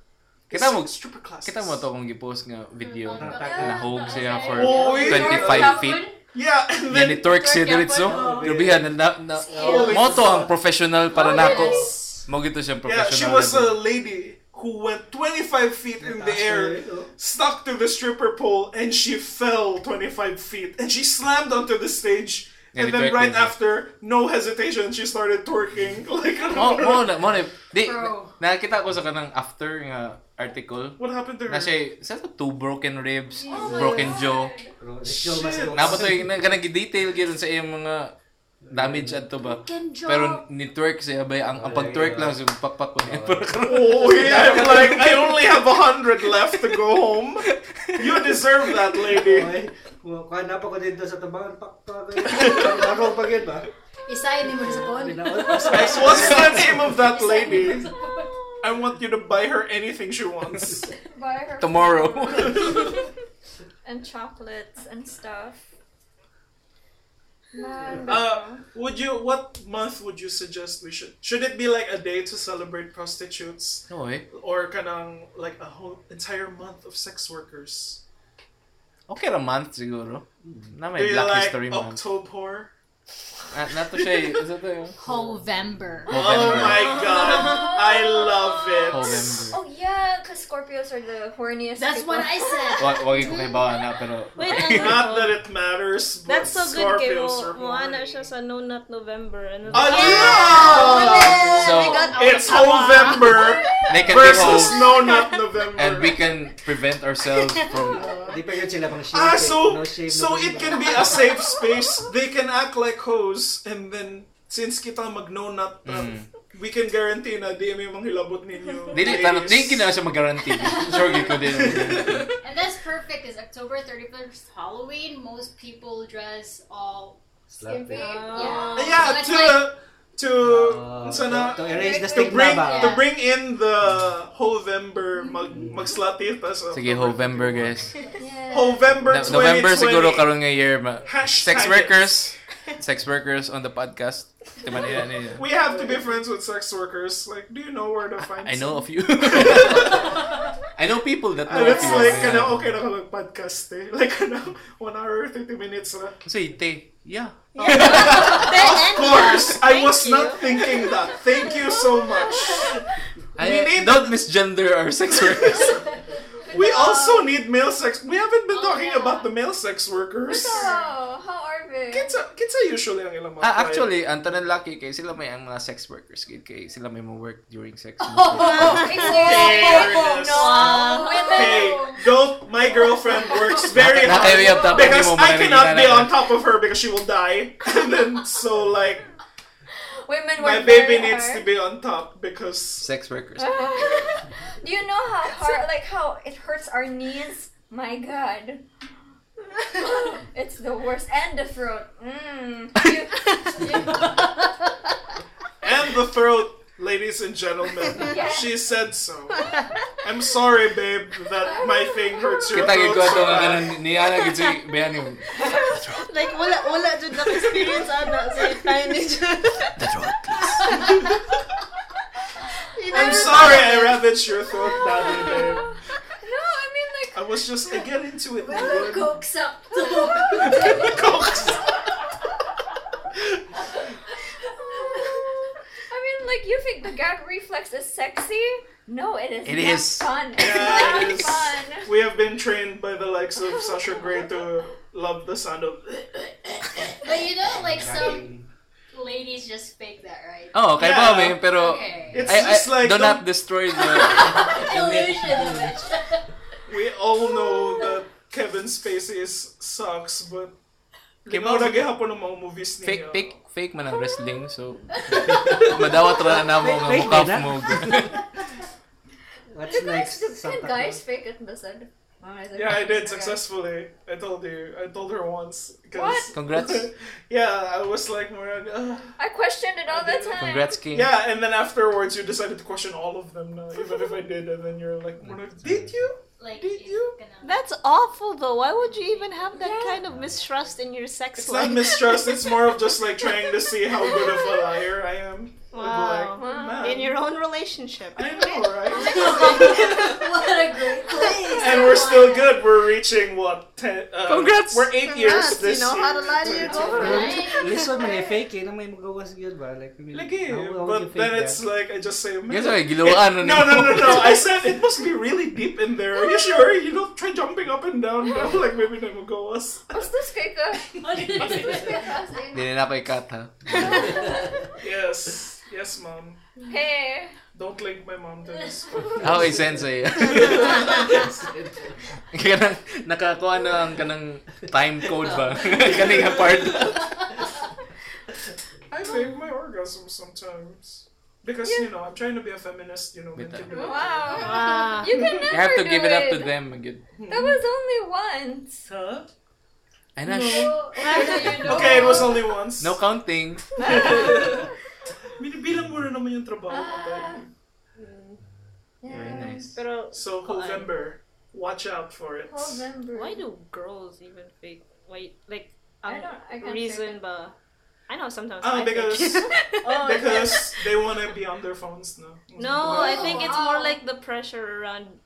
S1: kita mo,
S2: stripper classes.
S1: kita mo to kung gipost nga video.
S4: Yeah,
S1: Nahog siya for
S2: Uy!
S1: 25 feet.
S2: Yeah, and
S1: Yan ni
S2: then
S1: Turk siya
S4: Turk
S1: dito.
S4: yapon,
S2: oh.
S1: Grabehan, na, na,
S2: Skills.
S1: moto ang professional para nako.
S4: Yes.
S1: Mo gito siyang
S2: yeah,
S1: professional.
S2: she was uh,
S1: level.
S2: a lady who went 25 feet in the
S3: Taas
S2: air,
S3: ulit, oh.
S2: stuck to the stripper pole, and she fell 25 feet, and she slammed onto the stage.
S1: Yeah, they
S2: and then
S1: twerked
S2: right
S1: them.
S2: after, no hesitation, she started twerking like.
S1: Mo, mo na, mo na. Di,
S4: Bro.
S1: nakita ko sa kanang after nga article.
S2: What happened to her?
S1: Na siya, sa to two broken ribs,
S5: Oh my
S1: broken
S5: God.
S1: jaw.
S3: Pero lechon mas
S2: Shit.
S3: go.
S1: Napa to yung, kanang detail gyud sa iyang mga damage adto ba.
S4: Broken jaw.
S1: Pero ni twerk siya bay ang, ang pag twerk lang so pakpak ko niya.
S2: Oh, yeah, I'm like, I only have a hundred left to go home. You deserve that, lady.
S3: Okay. Mo- Kuan na pa ko dito sa tabangan. Pak, pak, eh. pak. Tarong pa gid ba?
S4: Isayin mo
S2: Ah,
S4: na sa phone.
S3: Binaon.
S2: What's the name of that lady? I want you to buy her anything she wants.
S5: Buy her
S1: Tomorrow.
S5: and chocolates and stuff. Man,
S2: Uh, would you? What month would you suggest we should? Should it be like a day to celebrate prostitutes,
S1: No eh.
S2: or kanang like a whole entire month of sex workers?
S1: Okay ra month siguro. Na
S2: Do
S1: may
S2: you
S1: Black
S2: like
S1: History Month.
S2: October?
S1: Na, na to siya, eh. Isa to yung
S4: Hovember.
S2: Oh
S1: November.
S2: my god, I love it.
S1: November.
S5: oh yeah, because Scorpios are the horniest.
S4: That's
S5: people.
S4: what I said.
S1: Wa- Wagi ko kay bawa na pero
S6: Wait,
S2: Not that it matters, but
S6: That's so good kay
S2: Scorpios
S6: Mo.
S2: are
S6: Moana
S2: horny.
S6: siya sa No Not November. Ano
S2: Ah,
S6: ba?
S2: yeah!
S1: So,
S4: They got all
S2: It's
S4: the power.
S2: November
S1: they can be
S2: versus
S1: home
S2: no, not November.
S1: and we can prevent ourselves from
S3: Di pa yun sila pang shave.
S2: ah,
S3: eh.
S2: so
S3: No shave, no
S2: so
S3: shave.
S2: it can be a safe space. They can act like hoes, and then since kita uh, mag no not ta,
S1: Mm.
S2: we can guarantee na di may manghilabot ninyo.
S1: Dili,
S2: ladies.
S1: tanong, di na siya mag-guarantee. Sure, gid ko din.
S4: And that's perfect because October 31st, Halloween, most people dress all skimpy.
S6: Oh.
S2: Yeah,
S4: So
S2: to
S4: it's
S2: to
S3: Ah,
S2: unsa na,
S3: to erase the
S5: to
S2: to
S3: stigma
S2: bring
S3: ba?
S2: to bring in the November mag magslatifa sa
S1: Sige, November, guys.
S4: Oh.
S5: Yeah.
S2: November
S1: No- November
S2: 2020.
S1: siguro karon nga year. Ma-
S2: Hashtag
S1: sex
S2: it.
S1: workers. Sex workers on the podcast. Diba nila nila?
S2: We have to be friends with sex workers. Like, do you know where to find?
S1: I know
S2: some-
S1: of you. I know people that know
S2: And
S1: of
S2: it's
S1: you.
S2: Ah, like, kana okay na ka mag-podcast eh. Like, kana, 1 hour, 30 minutes na.
S1: Kasi, te, yeah.
S2: Of course! I was not thinking that. Thank you so much. We
S1: I,
S2: need-
S1: don't misgender our sex workers.
S2: We also
S5: Um,
S2: need male sex. We haven't been
S4: Oh,
S2: talking
S4: yeah.
S2: about the male sex workers.
S5: So, how are they?
S2: Kinsa, kinsa usually ang ilang
S1: ah,
S2: mga client?
S1: actually, ang tanan laki kay sila may ang mga sex workers. Kay, kay sila may mga work during sex.
S6: Oh,
S2: Fairness. Hey, don't. My girlfriend works very
S1: Na-
S2: hard.
S1: nakaiwi ang tapang
S2: Because
S1: ni mo,
S2: I
S1: mga
S2: cannot be
S1: nakikita
S2: on top of her because she will die. And then, so, like,
S5: Women
S2: my
S5: work
S2: baby
S5: very
S2: needs to
S5: hard.
S2: be on top because.
S1: sex workers.
S5: Do you know how hard, like how it hurts our knees? My God, it's the worst, and the throat. Mm. You-
S2: And the throat, ladies and gentlemen.
S5: Yeah.
S2: She said so. I'm sorry, babe, that my thing hurts your
S1: Kita gid ko
S2: throat.
S1: ato
S2: so
S1: nga
S2: bad.
S1: kanan niya na gid si bayani mo.
S6: Like, wala, wala dyan na experience ana sa tiny dyan. You
S2: I'm
S6: never
S2: sorry I
S6: thought of it.
S2: ravaged your throat, daddy, babe.
S5: no, I mean like
S2: I was just, I get into it.
S4: Well,
S2: Lord.
S4: cokes up.
S2: Cokes.
S5: I mean, like you think the gag reflex is sexy? No, it is.
S1: It
S5: not
S1: is.
S5: fun. It's
S2: Yeah,
S5: not
S2: it is.
S5: fun.
S2: We have been trained by the likes of Sasha Grey to love the sound of.
S4: But you know, like some
S3: Dahil-
S4: ladies just fake that, right?
S1: Oh, kay
S2: Yeah.
S1: yeah. Bobby, pero
S4: Okay.
S2: It's
S1: I, I,
S2: just like
S1: do
S2: don't-
S1: not destroy the
S4: Illusion of it.
S2: we all know that Kevin Spacey is sucks, but
S1: Kay
S2: Kimo na
S1: Bobby,
S2: gihapon ang mga movies niya.
S1: fake fake fake man ang wrestling so madawat ra na mo nga
S3: Fake- fake
S1: mukaf
S3: na?
S1: mo.
S3: What's
S5: You
S3: next?
S5: guys, can
S3: Santa Claus?
S5: guys fake it, listen.
S2: Yeah, I did successfully. I told you. I told her once. 'cause-
S5: What?
S1: Congrats.
S2: yeah, I was like, Morag, uh,
S5: I questioned it all the time.
S1: Congrats, King.
S2: yeah, and then afterwards you decided to question all of them now, even if I did, and then you're like, Morag, did you?
S4: Like,
S2: Did
S4: it's
S2: you?
S4: gonna-
S6: That's awful, though. Why would you even have that kind of mistrust in your sex
S2: It's
S6: life?
S2: not mistrust, it's more of just like trying to see how good of a liar I am. Like,
S6: Wow.
S2: man,
S6: in your own relationship.
S2: I know, right?
S4: what a great place.
S2: And we're still good. We're reaching what ten? Uh, Congrats! We're eight years
S6: Congrats, you
S2: this
S6: know
S2: year.
S6: how to lie to your girlfriend.
S3: Listen, may fake eh, nang may magawas yun ba? Like, I mean,
S2: Like, eh,
S3: how- how would you
S2: but
S3: fake
S2: then
S3: that?
S2: it's like I just say.
S1: Guess
S2: "Man,
S1: what? Giluan.
S2: No, no, no, no. I said it must be really deep in there. Are you sure? You don't try jumping up and down. No, like maybe they will go us.
S5: Ustus kay ka. Ustus kay ka. as in,
S1: Hindi na kay Kat, ha?
S2: Yes, yes, mom.
S5: Hey.
S2: Don't link my mom to this.
S1: Ako kay Sensei. kanang, nakakuha na ang kanang time code ba? Kaning apart.
S2: I fake my orgasm sometimes because you know I'm trying to be a feminist. You know, meant to be like-
S5: Wow.
S6: Wow.
S5: You can never
S1: You have to
S5: do
S1: give it up to
S5: it.
S1: them. Good.
S2: Hmm.
S5: That was only once.
S2: Huh?
S1: Ay na, shh.
S5: Okay, you know.
S2: Okay, it was only once.
S1: No counting.
S2: Binibilang mo na naman yung trabaho ko.
S5: Ah.
S2: babe.
S1: Very nice.
S6: Pero
S2: So, November, watch out for it.
S5: November.
S6: why do girls even fake? Why like
S5: I
S6: ang
S5: don't. I can't
S6: reason ba? I know sometimes.
S2: Ah,
S6: I fake.
S2: because-
S6: oh,
S2: Because they want to be on their phones now.
S6: no, I think it's
S5: Wow.
S6: more like the pressure around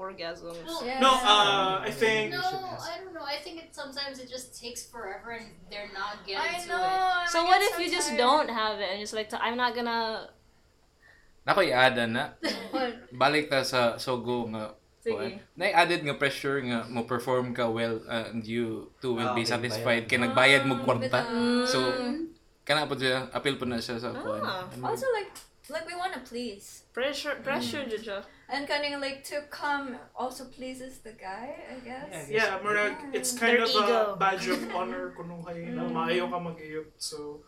S6: orgasms.
S4: Well,
S5: Yeah.
S2: No, uh, I think.
S4: No, I don't know. I think it sometimes it just takes forever and they're not getting
S5: I
S4: to
S5: know. I
S4: it.
S6: So
S5: get
S6: what if
S5: so
S6: you just
S5: tired.
S6: don't have it and just like I'm not gonna
S1: Ako i-ada na.
S5: What?
S1: Balik ta sa Sogo nga.
S6: Sige.
S1: Na-added nga pressure nga mo perform ka well uh, and you too will
S3: Ah,
S1: be
S3: okay,
S1: satisfied kay nagbayad mo kwarta.
S5: Mm.
S1: So kana po siya appeal po na siya sa kuan.
S6: Ah.
S5: Also, like, like we want to please,
S6: pressure pressure Jojo.
S5: and kind of like to come also pleases the guy, I guess.
S2: Yeah, Murag, it's kind
S6: Their
S2: of
S6: ego.
S2: a badge of honor kununghay na maayo ka mag-iyot. So,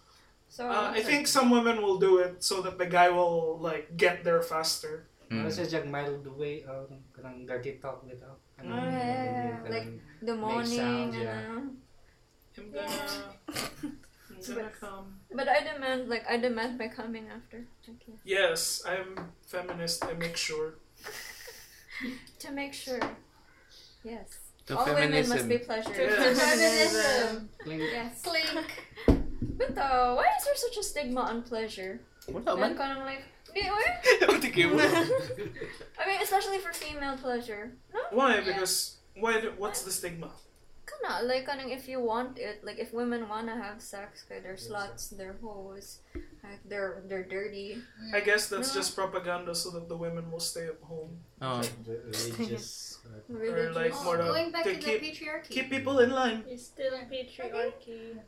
S5: So
S2: uh, I think some women will do it so that the guy will, like, get there faster.
S3: Ano
S1: Mm.
S3: siya diyang mild way, uh, kanang dirty talk with, uh, ano,
S2: Ah,
S5: yeah,
S3: kanang-
S5: like- the
S3: Makes
S5: morning,
S3: sound,
S5: you
S3: yeah.
S5: know.
S2: I'm gonna... I'm gonna come.
S5: But I demand, like, I demand my coming after. Okay.
S2: Yes, I'm feminist. I make sure.
S5: To make sure. Yes.
S1: Mm. To
S5: All women must
S1: feminism.
S5: be pleasured.
S2: Yes.
S5: Feminism.
S3: Like,
S5: Yes.
S4: Clink.
S5: But though, why is there such a stigma on pleasure?
S1: Wala man.
S5: And kind of like, di- why? I mean, especially for female pleasure. No?
S2: Why? Because, why, do- what's the stigma?
S5: Kana, like, kanang if you want it, like, if women wanna have sex, kay they're sluts, they're hoes, like, they're, they're dirty.
S2: I guess that's just propaganda so that the women will stay at home.
S1: Oh.
S3: religious. uh,
S5: Religious.
S2: like,
S4: Oh,
S2: more of-
S4: going back
S2: they
S4: to
S2: keep-
S4: the patriarchy.
S2: Keep people in line.
S6: It's still in patriarchy.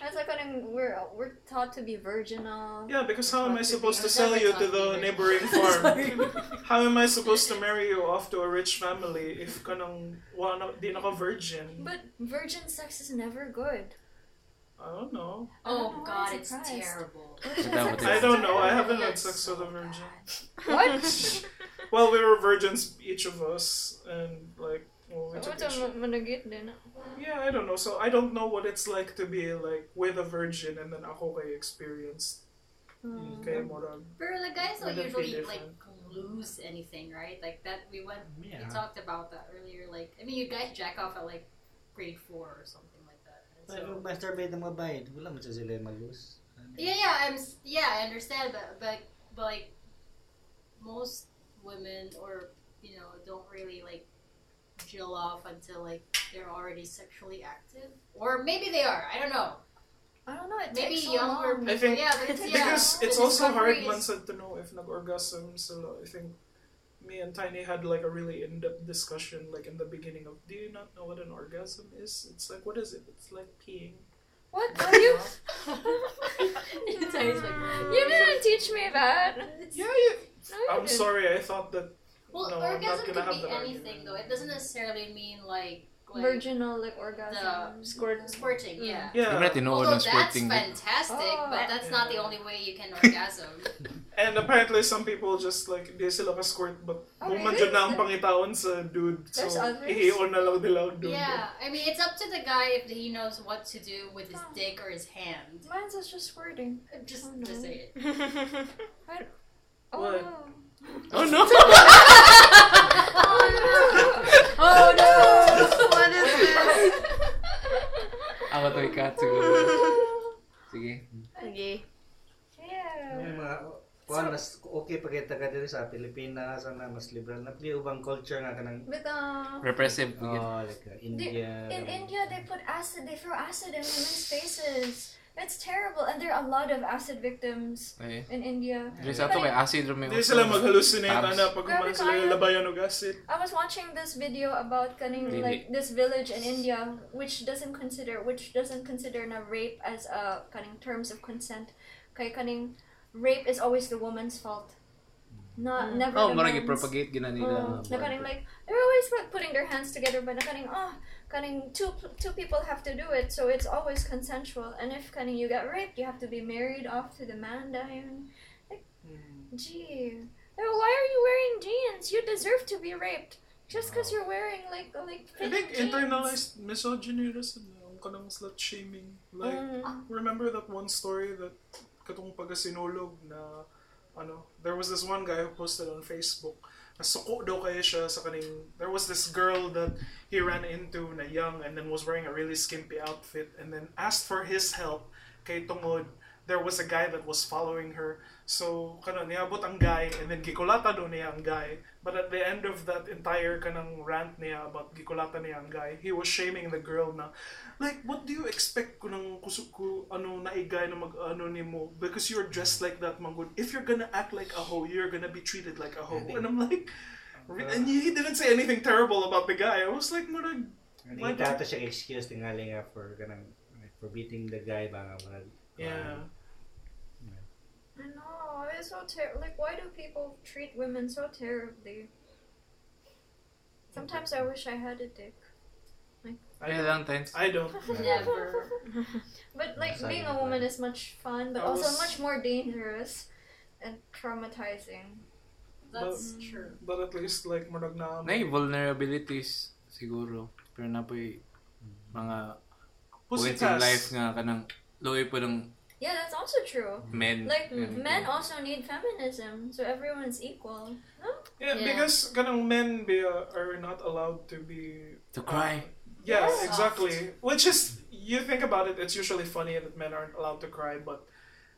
S5: That's like, kanang, we're, we're taught to be virginal.
S2: Yeah, because how am I
S4: What to
S2: supposed
S4: be-
S2: to sell you to the neighboring farm?
S4: Sorry.
S2: How am I supposed to marry you off to a rich family if kanang wala di naka virgin?
S5: But virgin sex is never good.
S2: I don't know.
S4: Oh god,
S5: I'm
S4: it's
S5: surprised.
S4: terrible.
S2: I don't know. I haven't had sex with a virgin.
S5: What?
S2: Well, we were virgins each of us, and like, well, we took
S5: What's
S2: each-
S5: a managit din?
S2: Yeah, I don't know. So I don't know what it's like to be like with a virgin and then ako kay experienced. Kaya morag.
S4: But the guys
S2: Wouldn't
S4: don't
S2: be
S4: usually like
S2: different.
S4: lose anything, right? Like that we went
S3: yeah.
S4: we talked about that earlier. Like I mean you guys jack off at like grade four or something like that. And
S3: Pero
S4: So,
S3: masturbate ang mabayad, wala man siya sila yung malus.
S4: yeah, yeah, I'm s- yeah, I understand but but but like most women or you know, don't really like jill off until like they're already sexually active. Or maybe they are, I don't know.
S5: I don't know. It
S4: Maybe
S5: takes so
S4: younger
S5: long.
S2: I think
S4: yeah, but it's yeah.
S2: Because it's
S4: the
S2: also hard
S4: discovery is-
S2: man said to know if nag-orgasm sila. I think me and Tiny had like a really in-depth discussion like in the beginning of do you not know what an orgasm is? It's like what is it? It's like peeing.
S5: What
S4: Oh,
S5: are you?
S4: It's always like,
S5: You didn't teach me that.
S2: Yeah, yeah.
S5: No, you
S2: I'm
S5: didn't.
S2: sorry. I thought that
S4: Well,
S2: No, I'm not gonna
S4: orgasm could
S2: have
S4: be
S2: that
S4: anything,
S2: argument.
S4: though. It doesn't necessarily mean like like,
S5: virginal like
S4: the
S5: orgasm.
S4: squirt, squirting, yeah.
S1: Hindi mo na
S2: Yeah,
S1: tinuod
S4: Although
S1: ng
S4: that's
S1: squirting.
S4: fantastic,
S5: Oh.
S4: but that's not the only way you can orgasm.
S2: and apparently some people just like di sila ka squirt but
S5: Oh,
S2: buman
S5: really?
S2: dyan na ang pangitawan sa dude so
S5: There's others?
S2: ihiyon na lang nila ang dude
S4: yeah, I mean, it's up to the guy if he knows what to do with his dick or his hand.
S5: Mine's is Oh. just squirting.
S4: Just,
S5: Oh, no.
S4: just say it.
S5: Oh
S2: What?
S5: no.
S2: oh no
S6: Oh no! what is this?
S1: Ako to ikat siguro. Sige.
S6: Okay.
S5: Yeah.
S3: May mga kuan mas okay pa kita taga diri sa Pilipinas ana mas liberal na pili ubang culture nga kanang
S5: But um,
S1: Repressive.
S3: oh like uh, India.
S5: in India they put acid. They throw acid in women's faces. That's terrible. And there are a lot of acid victims
S1: Okay.
S5: in India.
S1: Dili sa ato kay acid ro may
S2: di sila mag-hallucinate
S1: Tabs.
S2: ana pag kumain
S5: Grabe
S2: sila
S5: kayo.
S2: yung labayan o acid
S5: I was watching this video about
S1: Really?
S5: kaning like this village in India, which doesn't consider which doesn't consider na rape as a kaning terms of consent. Kay kaning rape is always the woman's fault, not never.
S1: Oh,
S5: the
S1: marang
S5: man's.
S1: i-propagate gina nila.
S2: uh,
S5: Oh, na kaning like they're always like putting their hands together, but na kaning oh, kaning two two people have to do it, so it's always consensual. And if kaning you get raped, you have to be married off to the man dying. Like,
S2: Hmm.
S5: gee, Now, why are you wearing jeans? You deserve to be raped just because you're wearing like like.
S2: I
S5: fitted
S2: think
S5: jeans.
S2: internalized misogyny rin sa ang kanang slut shaming like
S5: Mm.
S2: remember that one story that katong pagkasinulog na ano there was this one guy who posted on Facebook nasuko daw kayo siya sa kaning there was this girl that he ran into na young and then was wearing a really skimpy outfit and then asked for his help kay tungod there was a guy that was following her so kanon niabot ang guy and then gikulata daw niya ang guy but at the end of that entire kanang rant niya about gikulata niya ang guy he was shaming the girl na like what do you expect ko nang kusu ko ano naigay na mag ano ni mo because you're dressed like that manggod if you're gonna act like a hoe you're gonna be treated like a hoe and I'm like re- and he didn't say anything terrible about the guy I was like murag
S3: Hindi dato siya excuse tingali nga for kanang like, for beating the guy Um, ba nga murag.
S2: yeah
S5: I know it's so ter- like why do people treat women so terribly? Sometimes I wish I had a dick.
S1: Ay, lang times.
S2: I don't
S4: Never.
S5: But like
S3: Side
S5: being
S3: of
S5: a
S3: the
S5: woman is much fun, but
S2: I
S5: also
S2: was-
S5: much more dangerous and traumatizing.
S4: That's
S6: Mm.
S4: true.
S2: but at least like murag na
S1: Nay vulnerabilities siguro. Pero na po'y mga
S2: Pussy
S1: points in
S2: tas.
S1: life nga kanang loy po ng
S5: Yeah, that's also true.
S1: men.
S5: Like
S1: Mm.
S5: men also need feminism, so everyone's equal.
S2: yeah,
S4: Yeah.
S2: because kanang men be, uh, are not allowed to be
S1: To cry.
S2: Yeah,
S5: Yes.
S2: exactly. Which is, you think about it, it's usually funny that men aren't allowed to cry, but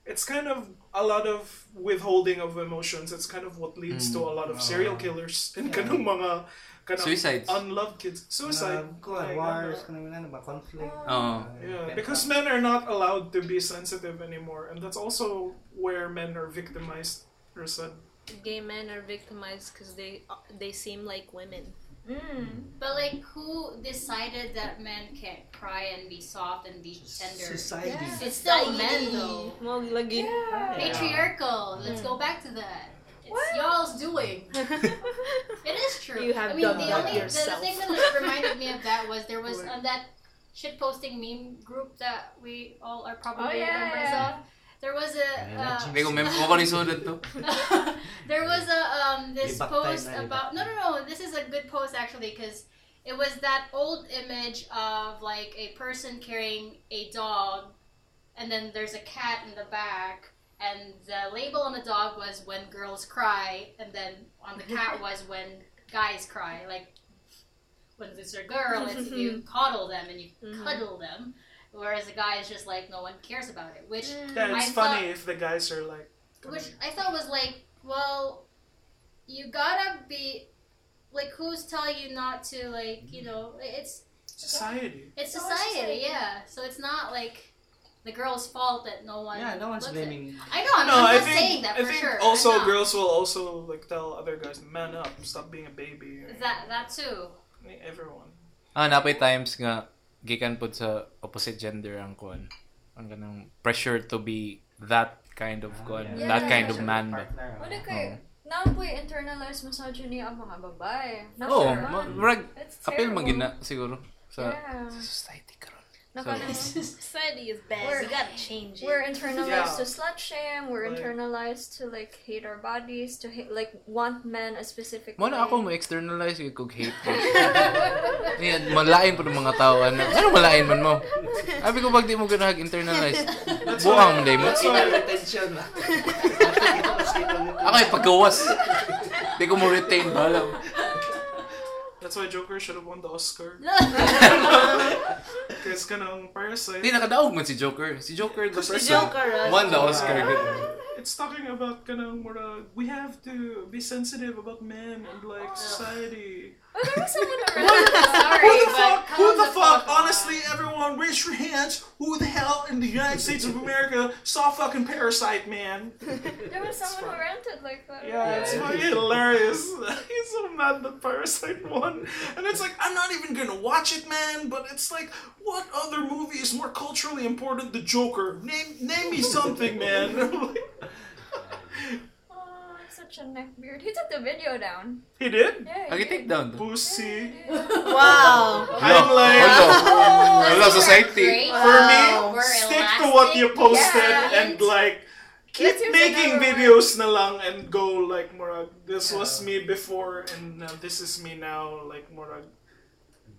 S2: it's kind of a lot of withholding of emotions. It's kind of what leads to a lot of serial killers and kanang mga kanang
S1: Suicides.
S2: unloved kids. Suicide.
S3: Kanang, kuan, um,
S2: Like,
S3: wars
S2: ano.
S3: kanang ano ba conflict.
S1: Oo.
S3: Uh,
S2: Yeah,
S3: pent
S2: because
S3: up.
S2: men are not allowed to be sensitive anymore, and that's also where men are victimized. or sad.
S6: Gay men are victimized because they they seem like women.
S5: Mm.
S4: But like, who decided that men can't cry and be soft and be tender?
S3: Society.
S5: Yeah.
S4: It's still men though.
S6: Mog lagi.
S5: Yeah.
S4: Patriarchal. Let's go back to that. It's
S5: What?
S4: y'all's doing. It is true.
S6: You have
S4: I mean,
S6: done
S4: the
S6: that
S4: only
S6: yourself.
S4: the thing that like, reminded me of that was there was on that shit posting meme group that we all are
S5: Oh,
S4: probably
S5: yeah,
S4: members
S5: yeah.
S4: of. There was a uh,
S1: Hindi ko mem ko ni sudot to.
S4: there was a um, this
S3: Libak
S4: post
S3: tayo na,
S4: about no no no this is a good post actually because it was that old image of like a person carrying a dog and then there's a cat in the back and the label on the dog was when girls cry and then on the cat was when guys cry like when it's a girl it's you coddle them and you cuddle them whereas a guy is just like no one cares about it which
S5: Mm.
S2: Yeah, it's
S4: I
S2: funny if the guys are like.
S4: which I thought was like, well, you gotta be like, who's telling you not to like, you know, it's
S2: Society.
S4: it's
S5: Oh, it's society.
S4: society, yeah. So it's not like the girl's fault that no one.
S3: Yeah, no one's
S4: looks at-
S3: blaming.
S4: I know. I'm,
S2: No,
S4: I'm
S2: I
S4: not
S2: think
S4: saying that
S2: I
S4: for
S2: think
S4: sure. I'm
S2: also
S4: not.
S2: girls will also like tell other guys, man up, stop being a baby.
S4: That that too.
S2: Everyone.
S1: Ah, napay times nga gikan pod sa opposite gender ang kuan. Ang ganang pressure to be that kind
S3: Ah,
S1: of kuan,
S5: Yeah.
S1: that kind of man ba.
S3: Partner, ah.
S5: Wala kay now po internalized misogyny ang mga babae. Not
S1: Oh,
S5: sure.
S1: ma- murag
S5: It's
S1: apil
S5: terrible.
S1: magina siguro. sa
S5: Yeah.
S1: sa society karon.
S6: Naka
S1: So-
S6: na. Society is bad.
S5: We're-
S6: we gotta change it.
S5: We're internalized
S2: Yeah.
S5: to slut shame. We're
S2: Like-
S5: internalized to like hate our bodies, to hate like want men a specific.
S1: Mo na
S5: way.
S1: ako mo externalize yung kog hate. ko. Ayan, malain pa ng mga tao ano. Ano malain man mo? Abi ko pag di mo ganahag internalize.
S2: That's
S1: Buang
S2: why,
S1: man day mo.
S2: that's
S7: Sorry.
S2: why
S7: Attention.
S1: Ako ay paggawas. Di ko mo retain balaw.
S2: that's why Joker should have won the Oscar. Because kanang Parasite,
S1: Di nakadaog man si Joker. Si Joker the
S6: Si
S1: person.
S6: Joker, ah.
S1: Won the Oscar.
S2: it's talking about kanang mura, uh, we have to be sensitive about men and like society.
S5: Oh, there was someone
S2: Who
S6: Sorry,
S2: the
S6: but
S2: fuck? Who the fuck? Honestly, everyone, raise your hands. Who the hell in the United States of America saw fucking Parasite, man?
S5: who there was someone who ranted like that.
S2: Yeah, it's fucking hilarious. He's so mad that Parasite won. And it's like, I'm not even gonna watch it, man, but it's like, what other movie is more culturally important than Joker? Name name me something, man. Like,
S5: Oh, such a neckbeard. He took the video down.
S2: he did?
S5: Yeah.
S1: Okay, take down. to.
S2: Pussy.
S6: wow.
S2: I'm
S1: Hello.
S2: like,
S1: Hello, society.
S4: Great.
S2: for me,
S6: Wow.
S4: We're
S2: stick to what you
S4: elastic.
S2: posted
S5: Yeah.
S2: and like, keep
S5: Let's use
S2: making
S5: another
S2: videos na lang and go like, murag, this was me before and now this is me now. Like, murag,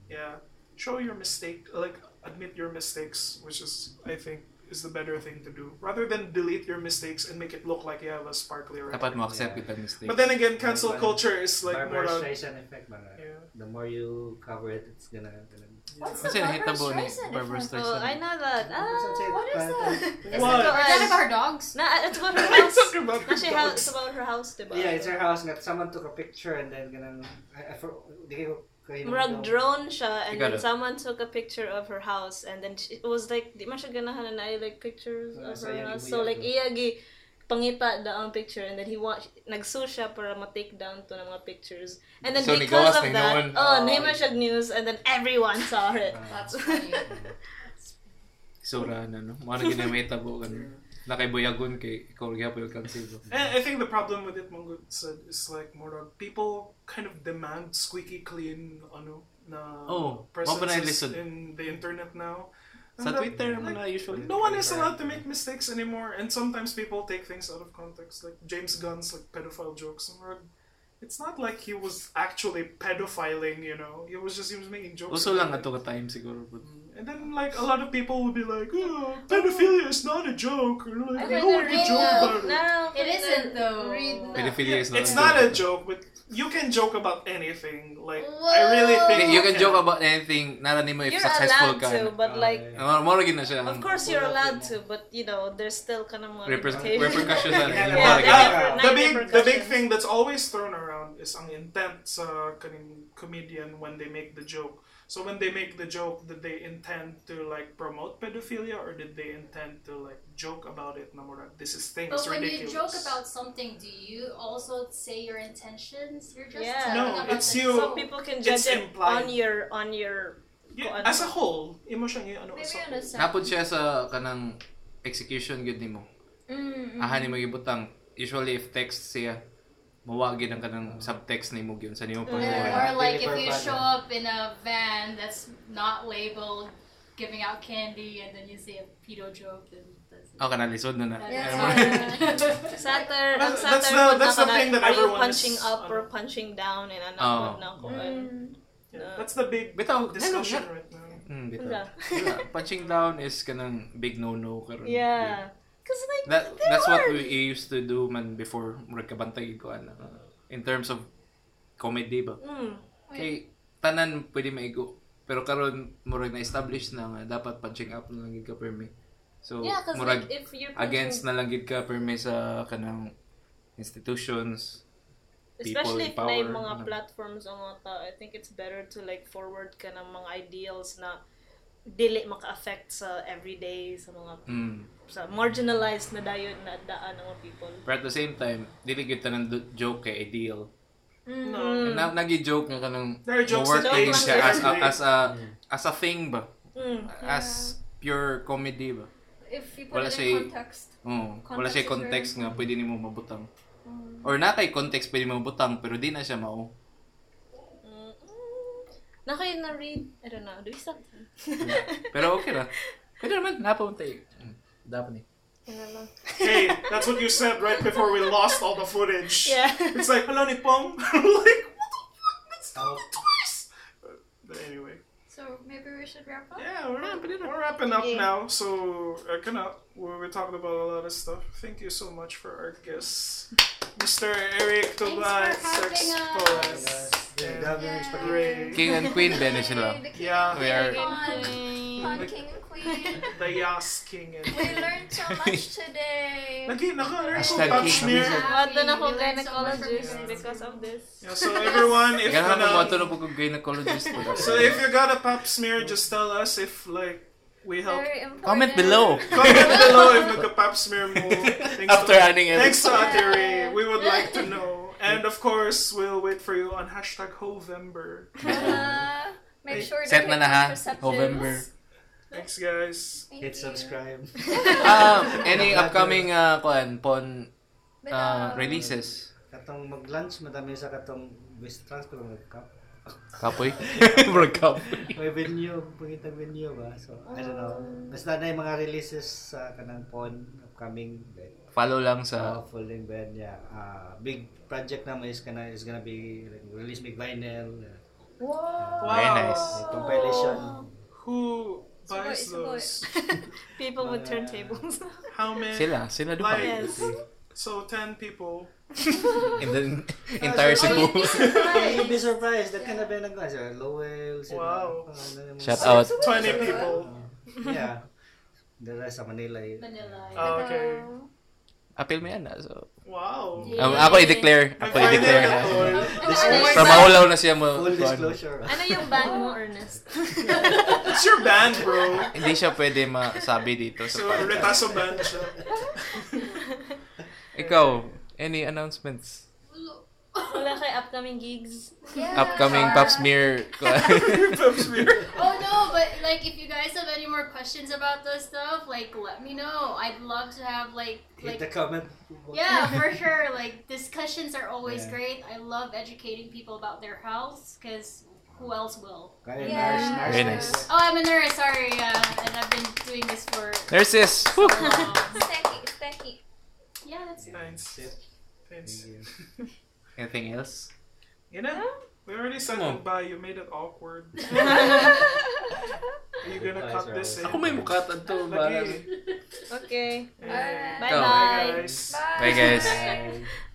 S2: yeah. Show your mistake, like, admit your mistakes, which is, I think, is the better thing to do. Rather than delete your mistakes and make it look like you have a sparkly
S1: Dapat
S2: record.
S1: mo accept kita mistake.
S2: But then again, cancel culture is like,
S3: Barbara
S2: murag,
S3: Streisand effect ba nga?
S2: yeah.
S3: The more you cover it, it's gonna... gonna...
S5: What's the
S1: Kasi
S5: Barbara
S1: nahitabo ni
S5: Streisand
S1: Barbara
S5: effect?
S6: Oh, I
S1: Streisand.
S6: know that. Ah,
S5: What is that?
S6: it's
S2: What?
S6: about
S4: Is that
S6: us.
S4: about dogs?
S6: No, it's about her
S2: I'm
S6: house.
S2: talking about the
S6: Actually, how, it's
S2: dogs.
S6: about her house, diba?
S3: Yeah, it's her house nga. Someone took a picture and then ganang... I, I, for, di ko... kayo
S6: Murag
S3: nabitaw.
S6: drone siya, and
S1: Ikaw na.
S6: then someone took a picture of her house, and then she, it was like, di man siya ganahan na like pictures
S3: Ah,
S6: of
S3: sa
S6: her
S3: iyang
S6: house.
S3: ibu
S6: So
S3: yan,
S6: like,
S3: no?
S6: iyagi, pangita daw ang picture, and then he watch, nagsu siya para ma-take down to ng mga pictures. And then
S1: So,
S6: because
S1: nagawas
S6: of
S1: na
S6: that,
S1: yun.
S6: oh,
S3: Oh,
S6: naman siya news, and then everyone saw
S3: Ah.
S6: it.
S4: That's funny.
S1: Sura na no. Mao ano? na ginamita bo kan. Nakaibuyagon kay ikaw gyapon kang sibo.
S2: And I think the problem with it, Mungo said, is like more of people kind of demand squeaky clean ano, na
S1: Oh,
S2: presence
S1: open and
S2: is
S1: listen.
S2: in the internet now.
S1: Sa
S2: And that-
S1: Twitter
S2: like,
S1: man na usually.
S2: no one is allowed to make mistakes anymore, and sometimes people take things out of context, like James Gunn's like pedophile jokes. And we're- it's not like he was actually pedophiling, you know. He was just he was making jokes.
S1: Uso lang
S2: about it. Mm.
S1: ato ka time siguro. bro.
S2: And then like a lot of people would be like, oh, pedophilia is not a joke, or like
S4: Okay,
S2: no one
S4: they're
S2: would joke
S4: real.
S2: about it.
S6: No,
S4: It isn't, though.
S6: Read na.
S1: Pedophilia is not.
S2: It's
S1: a
S2: not a
S1: joke.
S2: joke, but you can joke about anything. Like I really think
S1: You can joke about anything. Nara nimo if
S6: You're
S1: successful
S6: allowed
S1: ka.
S6: to, but
S3: Ah,
S6: like,
S3: yeah.
S1: Mao mao ra gid na siya.
S6: of
S1: ang
S6: course you're allowed to, but you know, there's still kind of mga
S1: repres-
S6: implications.
S1: repercussions na
S3: Yeah,
S1: imo
S2: Yeah,
S1: ra
S6: Yeah,
S1: gid.
S6: yeah.
S2: yeah.
S6: never-
S2: the
S6: never
S2: big the big
S6: percussion.
S2: thing that's always thrown around is ang intent sa kaning comedian when they make the joke. So when they make the joke, did they intend to like promote pedophilia or did they intend to like joke about it? Na mura, this is thing.
S4: But
S2: it's
S4: when
S2: ridiculous.
S4: you joke about something, do you also say your intentions? You're just
S6: Yeah.
S4: talking
S6: No,
S4: about
S2: it's
S4: the
S2: you-
S6: So
S4: joke.
S6: people can
S2: It's
S6: judge it
S2: implied.
S6: on your on your
S2: yeah,
S6: Kung ano.
S2: as a whole, imo siyang i- ano as
S5: Maybe
S2: a
S5: on a
S2: whole.
S5: sound.
S1: Napod siya sa kanang execution gid nimo.
S5: Mm, mm.
S6: Mm-hmm.
S1: Aha nimo gibutang. Usually if text siya mawa gid ang kanang subtext nimo gyud sa nimo
S3: Yeah.
S1: panglawan.
S4: Or like if
S3: Deliver
S4: you
S3: button.
S4: show up in a van that's not labeled, giving out candy, and then you say a pedo joke, then that's
S1: Oh, kanalisod na na.
S4: That's
S6: Saturn. Ang
S2: That's-
S6: Saturn
S2: that's the-
S6: would
S2: that's the
S6: nakala-
S2: thing that
S6: are you
S2: everyone
S6: punching
S2: is-
S6: up or
S2: ano.
S6: punching down and ano
S1: Oh.
S6: na ko.
S5: Mm.
S2: Yeah, that's the big
S1: Bitaw,
S2: discussion
S1: discussion.
S2: right now.
S1: Hmm,
S6: Wala.
S1: bitaw. Wala. Punching down is kanang big no-no karon.
S6: Yeah. Cause like
S1: That
S6: they
S1: that's what
S6: are.
S1: we used to do man before magkabantay ko ana. In terms of comedy ba.
S6: Mm.
S1: Kay tanan pwede maigo. Pero karon murag na establish na nga dapat punching up na lang gid ka per me. So
S6: Yeah, cause
S1: murag
S6: like, if you're punching,
S1: against na lang gid ka per me sa kanang institutions. people in
S6: especially if may
S1: power,
S6: mga
S1: ano.
S6: platforms ang mga tao, I think it's better to like forward ka ng mga ideals na dili maka-affect sa everyday sa mga
S1: Mm.
S6: sa marginalized na dayon na daan ng mga people.
S1: But at the same time, dili gid tanan do- joke kay ideal.
S2: No.
S6: Mm.
S1: Na, nagi-joke nga kanang
S2: There are jokes
S1: work
S2: that
S6: they
S1: din
S6: do
S1: siya as a,
S2: every day.
S1: as a as a thing ba?
S6: Mm.
S1: As pure comedy ba?
S5: If you put
S1: Wala
S5: it
S1: siya-
S5: in context.
S1: Oo. wala
S5: Context
S1: siya
S5: is
S1: context nga pwede nimo mabutang. Or na kay context pwede mo mabutang pero di na siya mao.
S6: Mm. Na kayo na-read. I don't know. Do we stop time?
S1: Pero okay na. Pwede naman, napunta eh. Mm, Dapat eh.
S2: Hey, that's what you said right before we lost all the footage.
S6: Yeah.
S2: It's like, hello, Nippon. I'm like, what the fuck? That's
S7: Oh.
S2: twice. But- But anyway.
S5: So maybe we should wrap up.
S2: Yeah, we're, we're wrapping up now. So, uh, kinda, we, we talked about a lot of stuff. Thank you so much for our guests, Mr. Eric
S4: for
S2: Toblat,
S4: having
S2: Sex
S4: us.
S2: Poet.
S7: Yeah, that didn't expect-
S2: Ray,
S1: King and Queen Bene sila.
S5: The king,
S2: Yeah.
S1: We are
S5: fun king and queen.
S2: the Yas King,
S5: we
S2: and
S5: learned so much today.
S2: Lagi, naka, Eric
S1: Hashtag
S2: Toblat
S1: King.
S2: smear.
S6: What
S4: Happy.
S6: na ako
S4: We learned so much from you
S6: gynecologist
S4: guys.
S6: because of this.
S2: Yeah, so everyone, if
S1: Kaya nga
S2: kinda-
S1: kumuha na po kong gynecologist ko.
S2: So if you got a pap smear, just tell us if like we help.
S5: Very important.
S1: Comment below.
S2: Comment below if nagka pap smear mo. Thanks
S1: After
S2: to,
S1: adding
S2: thanks
S1: it.
S2: to Ate Ray. We would like to know. And of course, we'll wait for you on hashtag Hovember.
S5: Uh, make sure to
S1: Set na
S5: take
S1: na ha.
S5: contraceptives.
S1: November.
S2: Thanks, guys.
S5: Thank
S3: Hit
S5: you.
S3: subscribe.
S1: Um, any upcoming uh, kwan, pon uh,
S5: Below.
S1: releases?
S3: Katong mag-lunch, madami sa katong waste transfer ng cup.
S1: Kapoy? Bro, kapoy.
S3: May venue, pangitang venue ba? So, I don't know. Basta na yung mga releases sa kanang pon, upcoming, like,
S1: Follow lang
S3: uh,
S1: sa...
S3: full length band, yeah. Uh, big project naman is gonna, is gonna be like, release big vinyl, uh,
S5: Whoa.
S1: Very nice.
S3: like, compilation.
S2: Who
S5: Suboy,
S2: buys
S5: suboy.
S2: those?
S6: People with
S3: Mga-
S6: turntables.
S2: How many?
S1: Sila. Sila doon
S2: Like,
S1: pa.
S6: Yes.
S2: So ten people.
S1: In the entire Cebu.
S3: You'll be surprised. That kind of band ang guys. Lowell, sila,
S2: Wow.
S3: ah, ano yung mga-
S1: Shout out.
S2: Twenty people.
S3: Yeah. The rest sa Manila. eh.
S4: Manila.
S2: Oh, okay.
S1: Appeal mo yan ah. So,
S2: Wow.
S1: um, ako i-declare.
S2: May
S1: Ako i-declare.
S2: final
S1: na.
S2: ako.
S1: Sa maulaw na siya mo.
S3: Full
S1: kwan.
S3: disclosure.
S6: ano yung bag mo, Ernest?
S2: It's your band, bro.
S1: Hindi siya pwede masabi dito sa
S2: So,
S1: podcast.
S2: retaso band siya.
S1: Ikaw, any announcements?
S6: Wala kay upcoming gigs.
S5: Yeah.
S1: Upcoming pop smear.
S2: Pap smear.
S4: Oh no, but like if you guys have any more questions about this stuff, like let me know. I'd love to have like
S3: Hit the
S4: like
S3: comment.
S4: yeah, for sure. Like discussions are always
S3: Yeah.
S4: great. I love educating people about their health because who else will?
S3: Kaya
S5: Yeah.
S3: nurse, nurse,
S1: Very
S3: nurse.
S1: nice.
S4: Oh, I'm a nurse. Sorry, uh, and I've been doing this for.
S1: Nurses! Woo!
S4: Um,
S5: Stacky, stacky.
S4: yeah, that's it.
S2: Thanks. Thanks.
S3: Thank you.
S1: Anything else?
S2: You know, we already said
S1: Come on.
S2: goodbye. You made it awkward. Are you gonna
S3: Goodbyes
S2: cut
S3: are
S2: this in?
S3: always-
S1: Ako may mukatan to.
S2: Lagi.
S6: Okay.
S5: Bye.
S2: Hey.
S6: Bye.
S2: guys.
S5: Bye.
S1: Bye guys.
S3: Bye.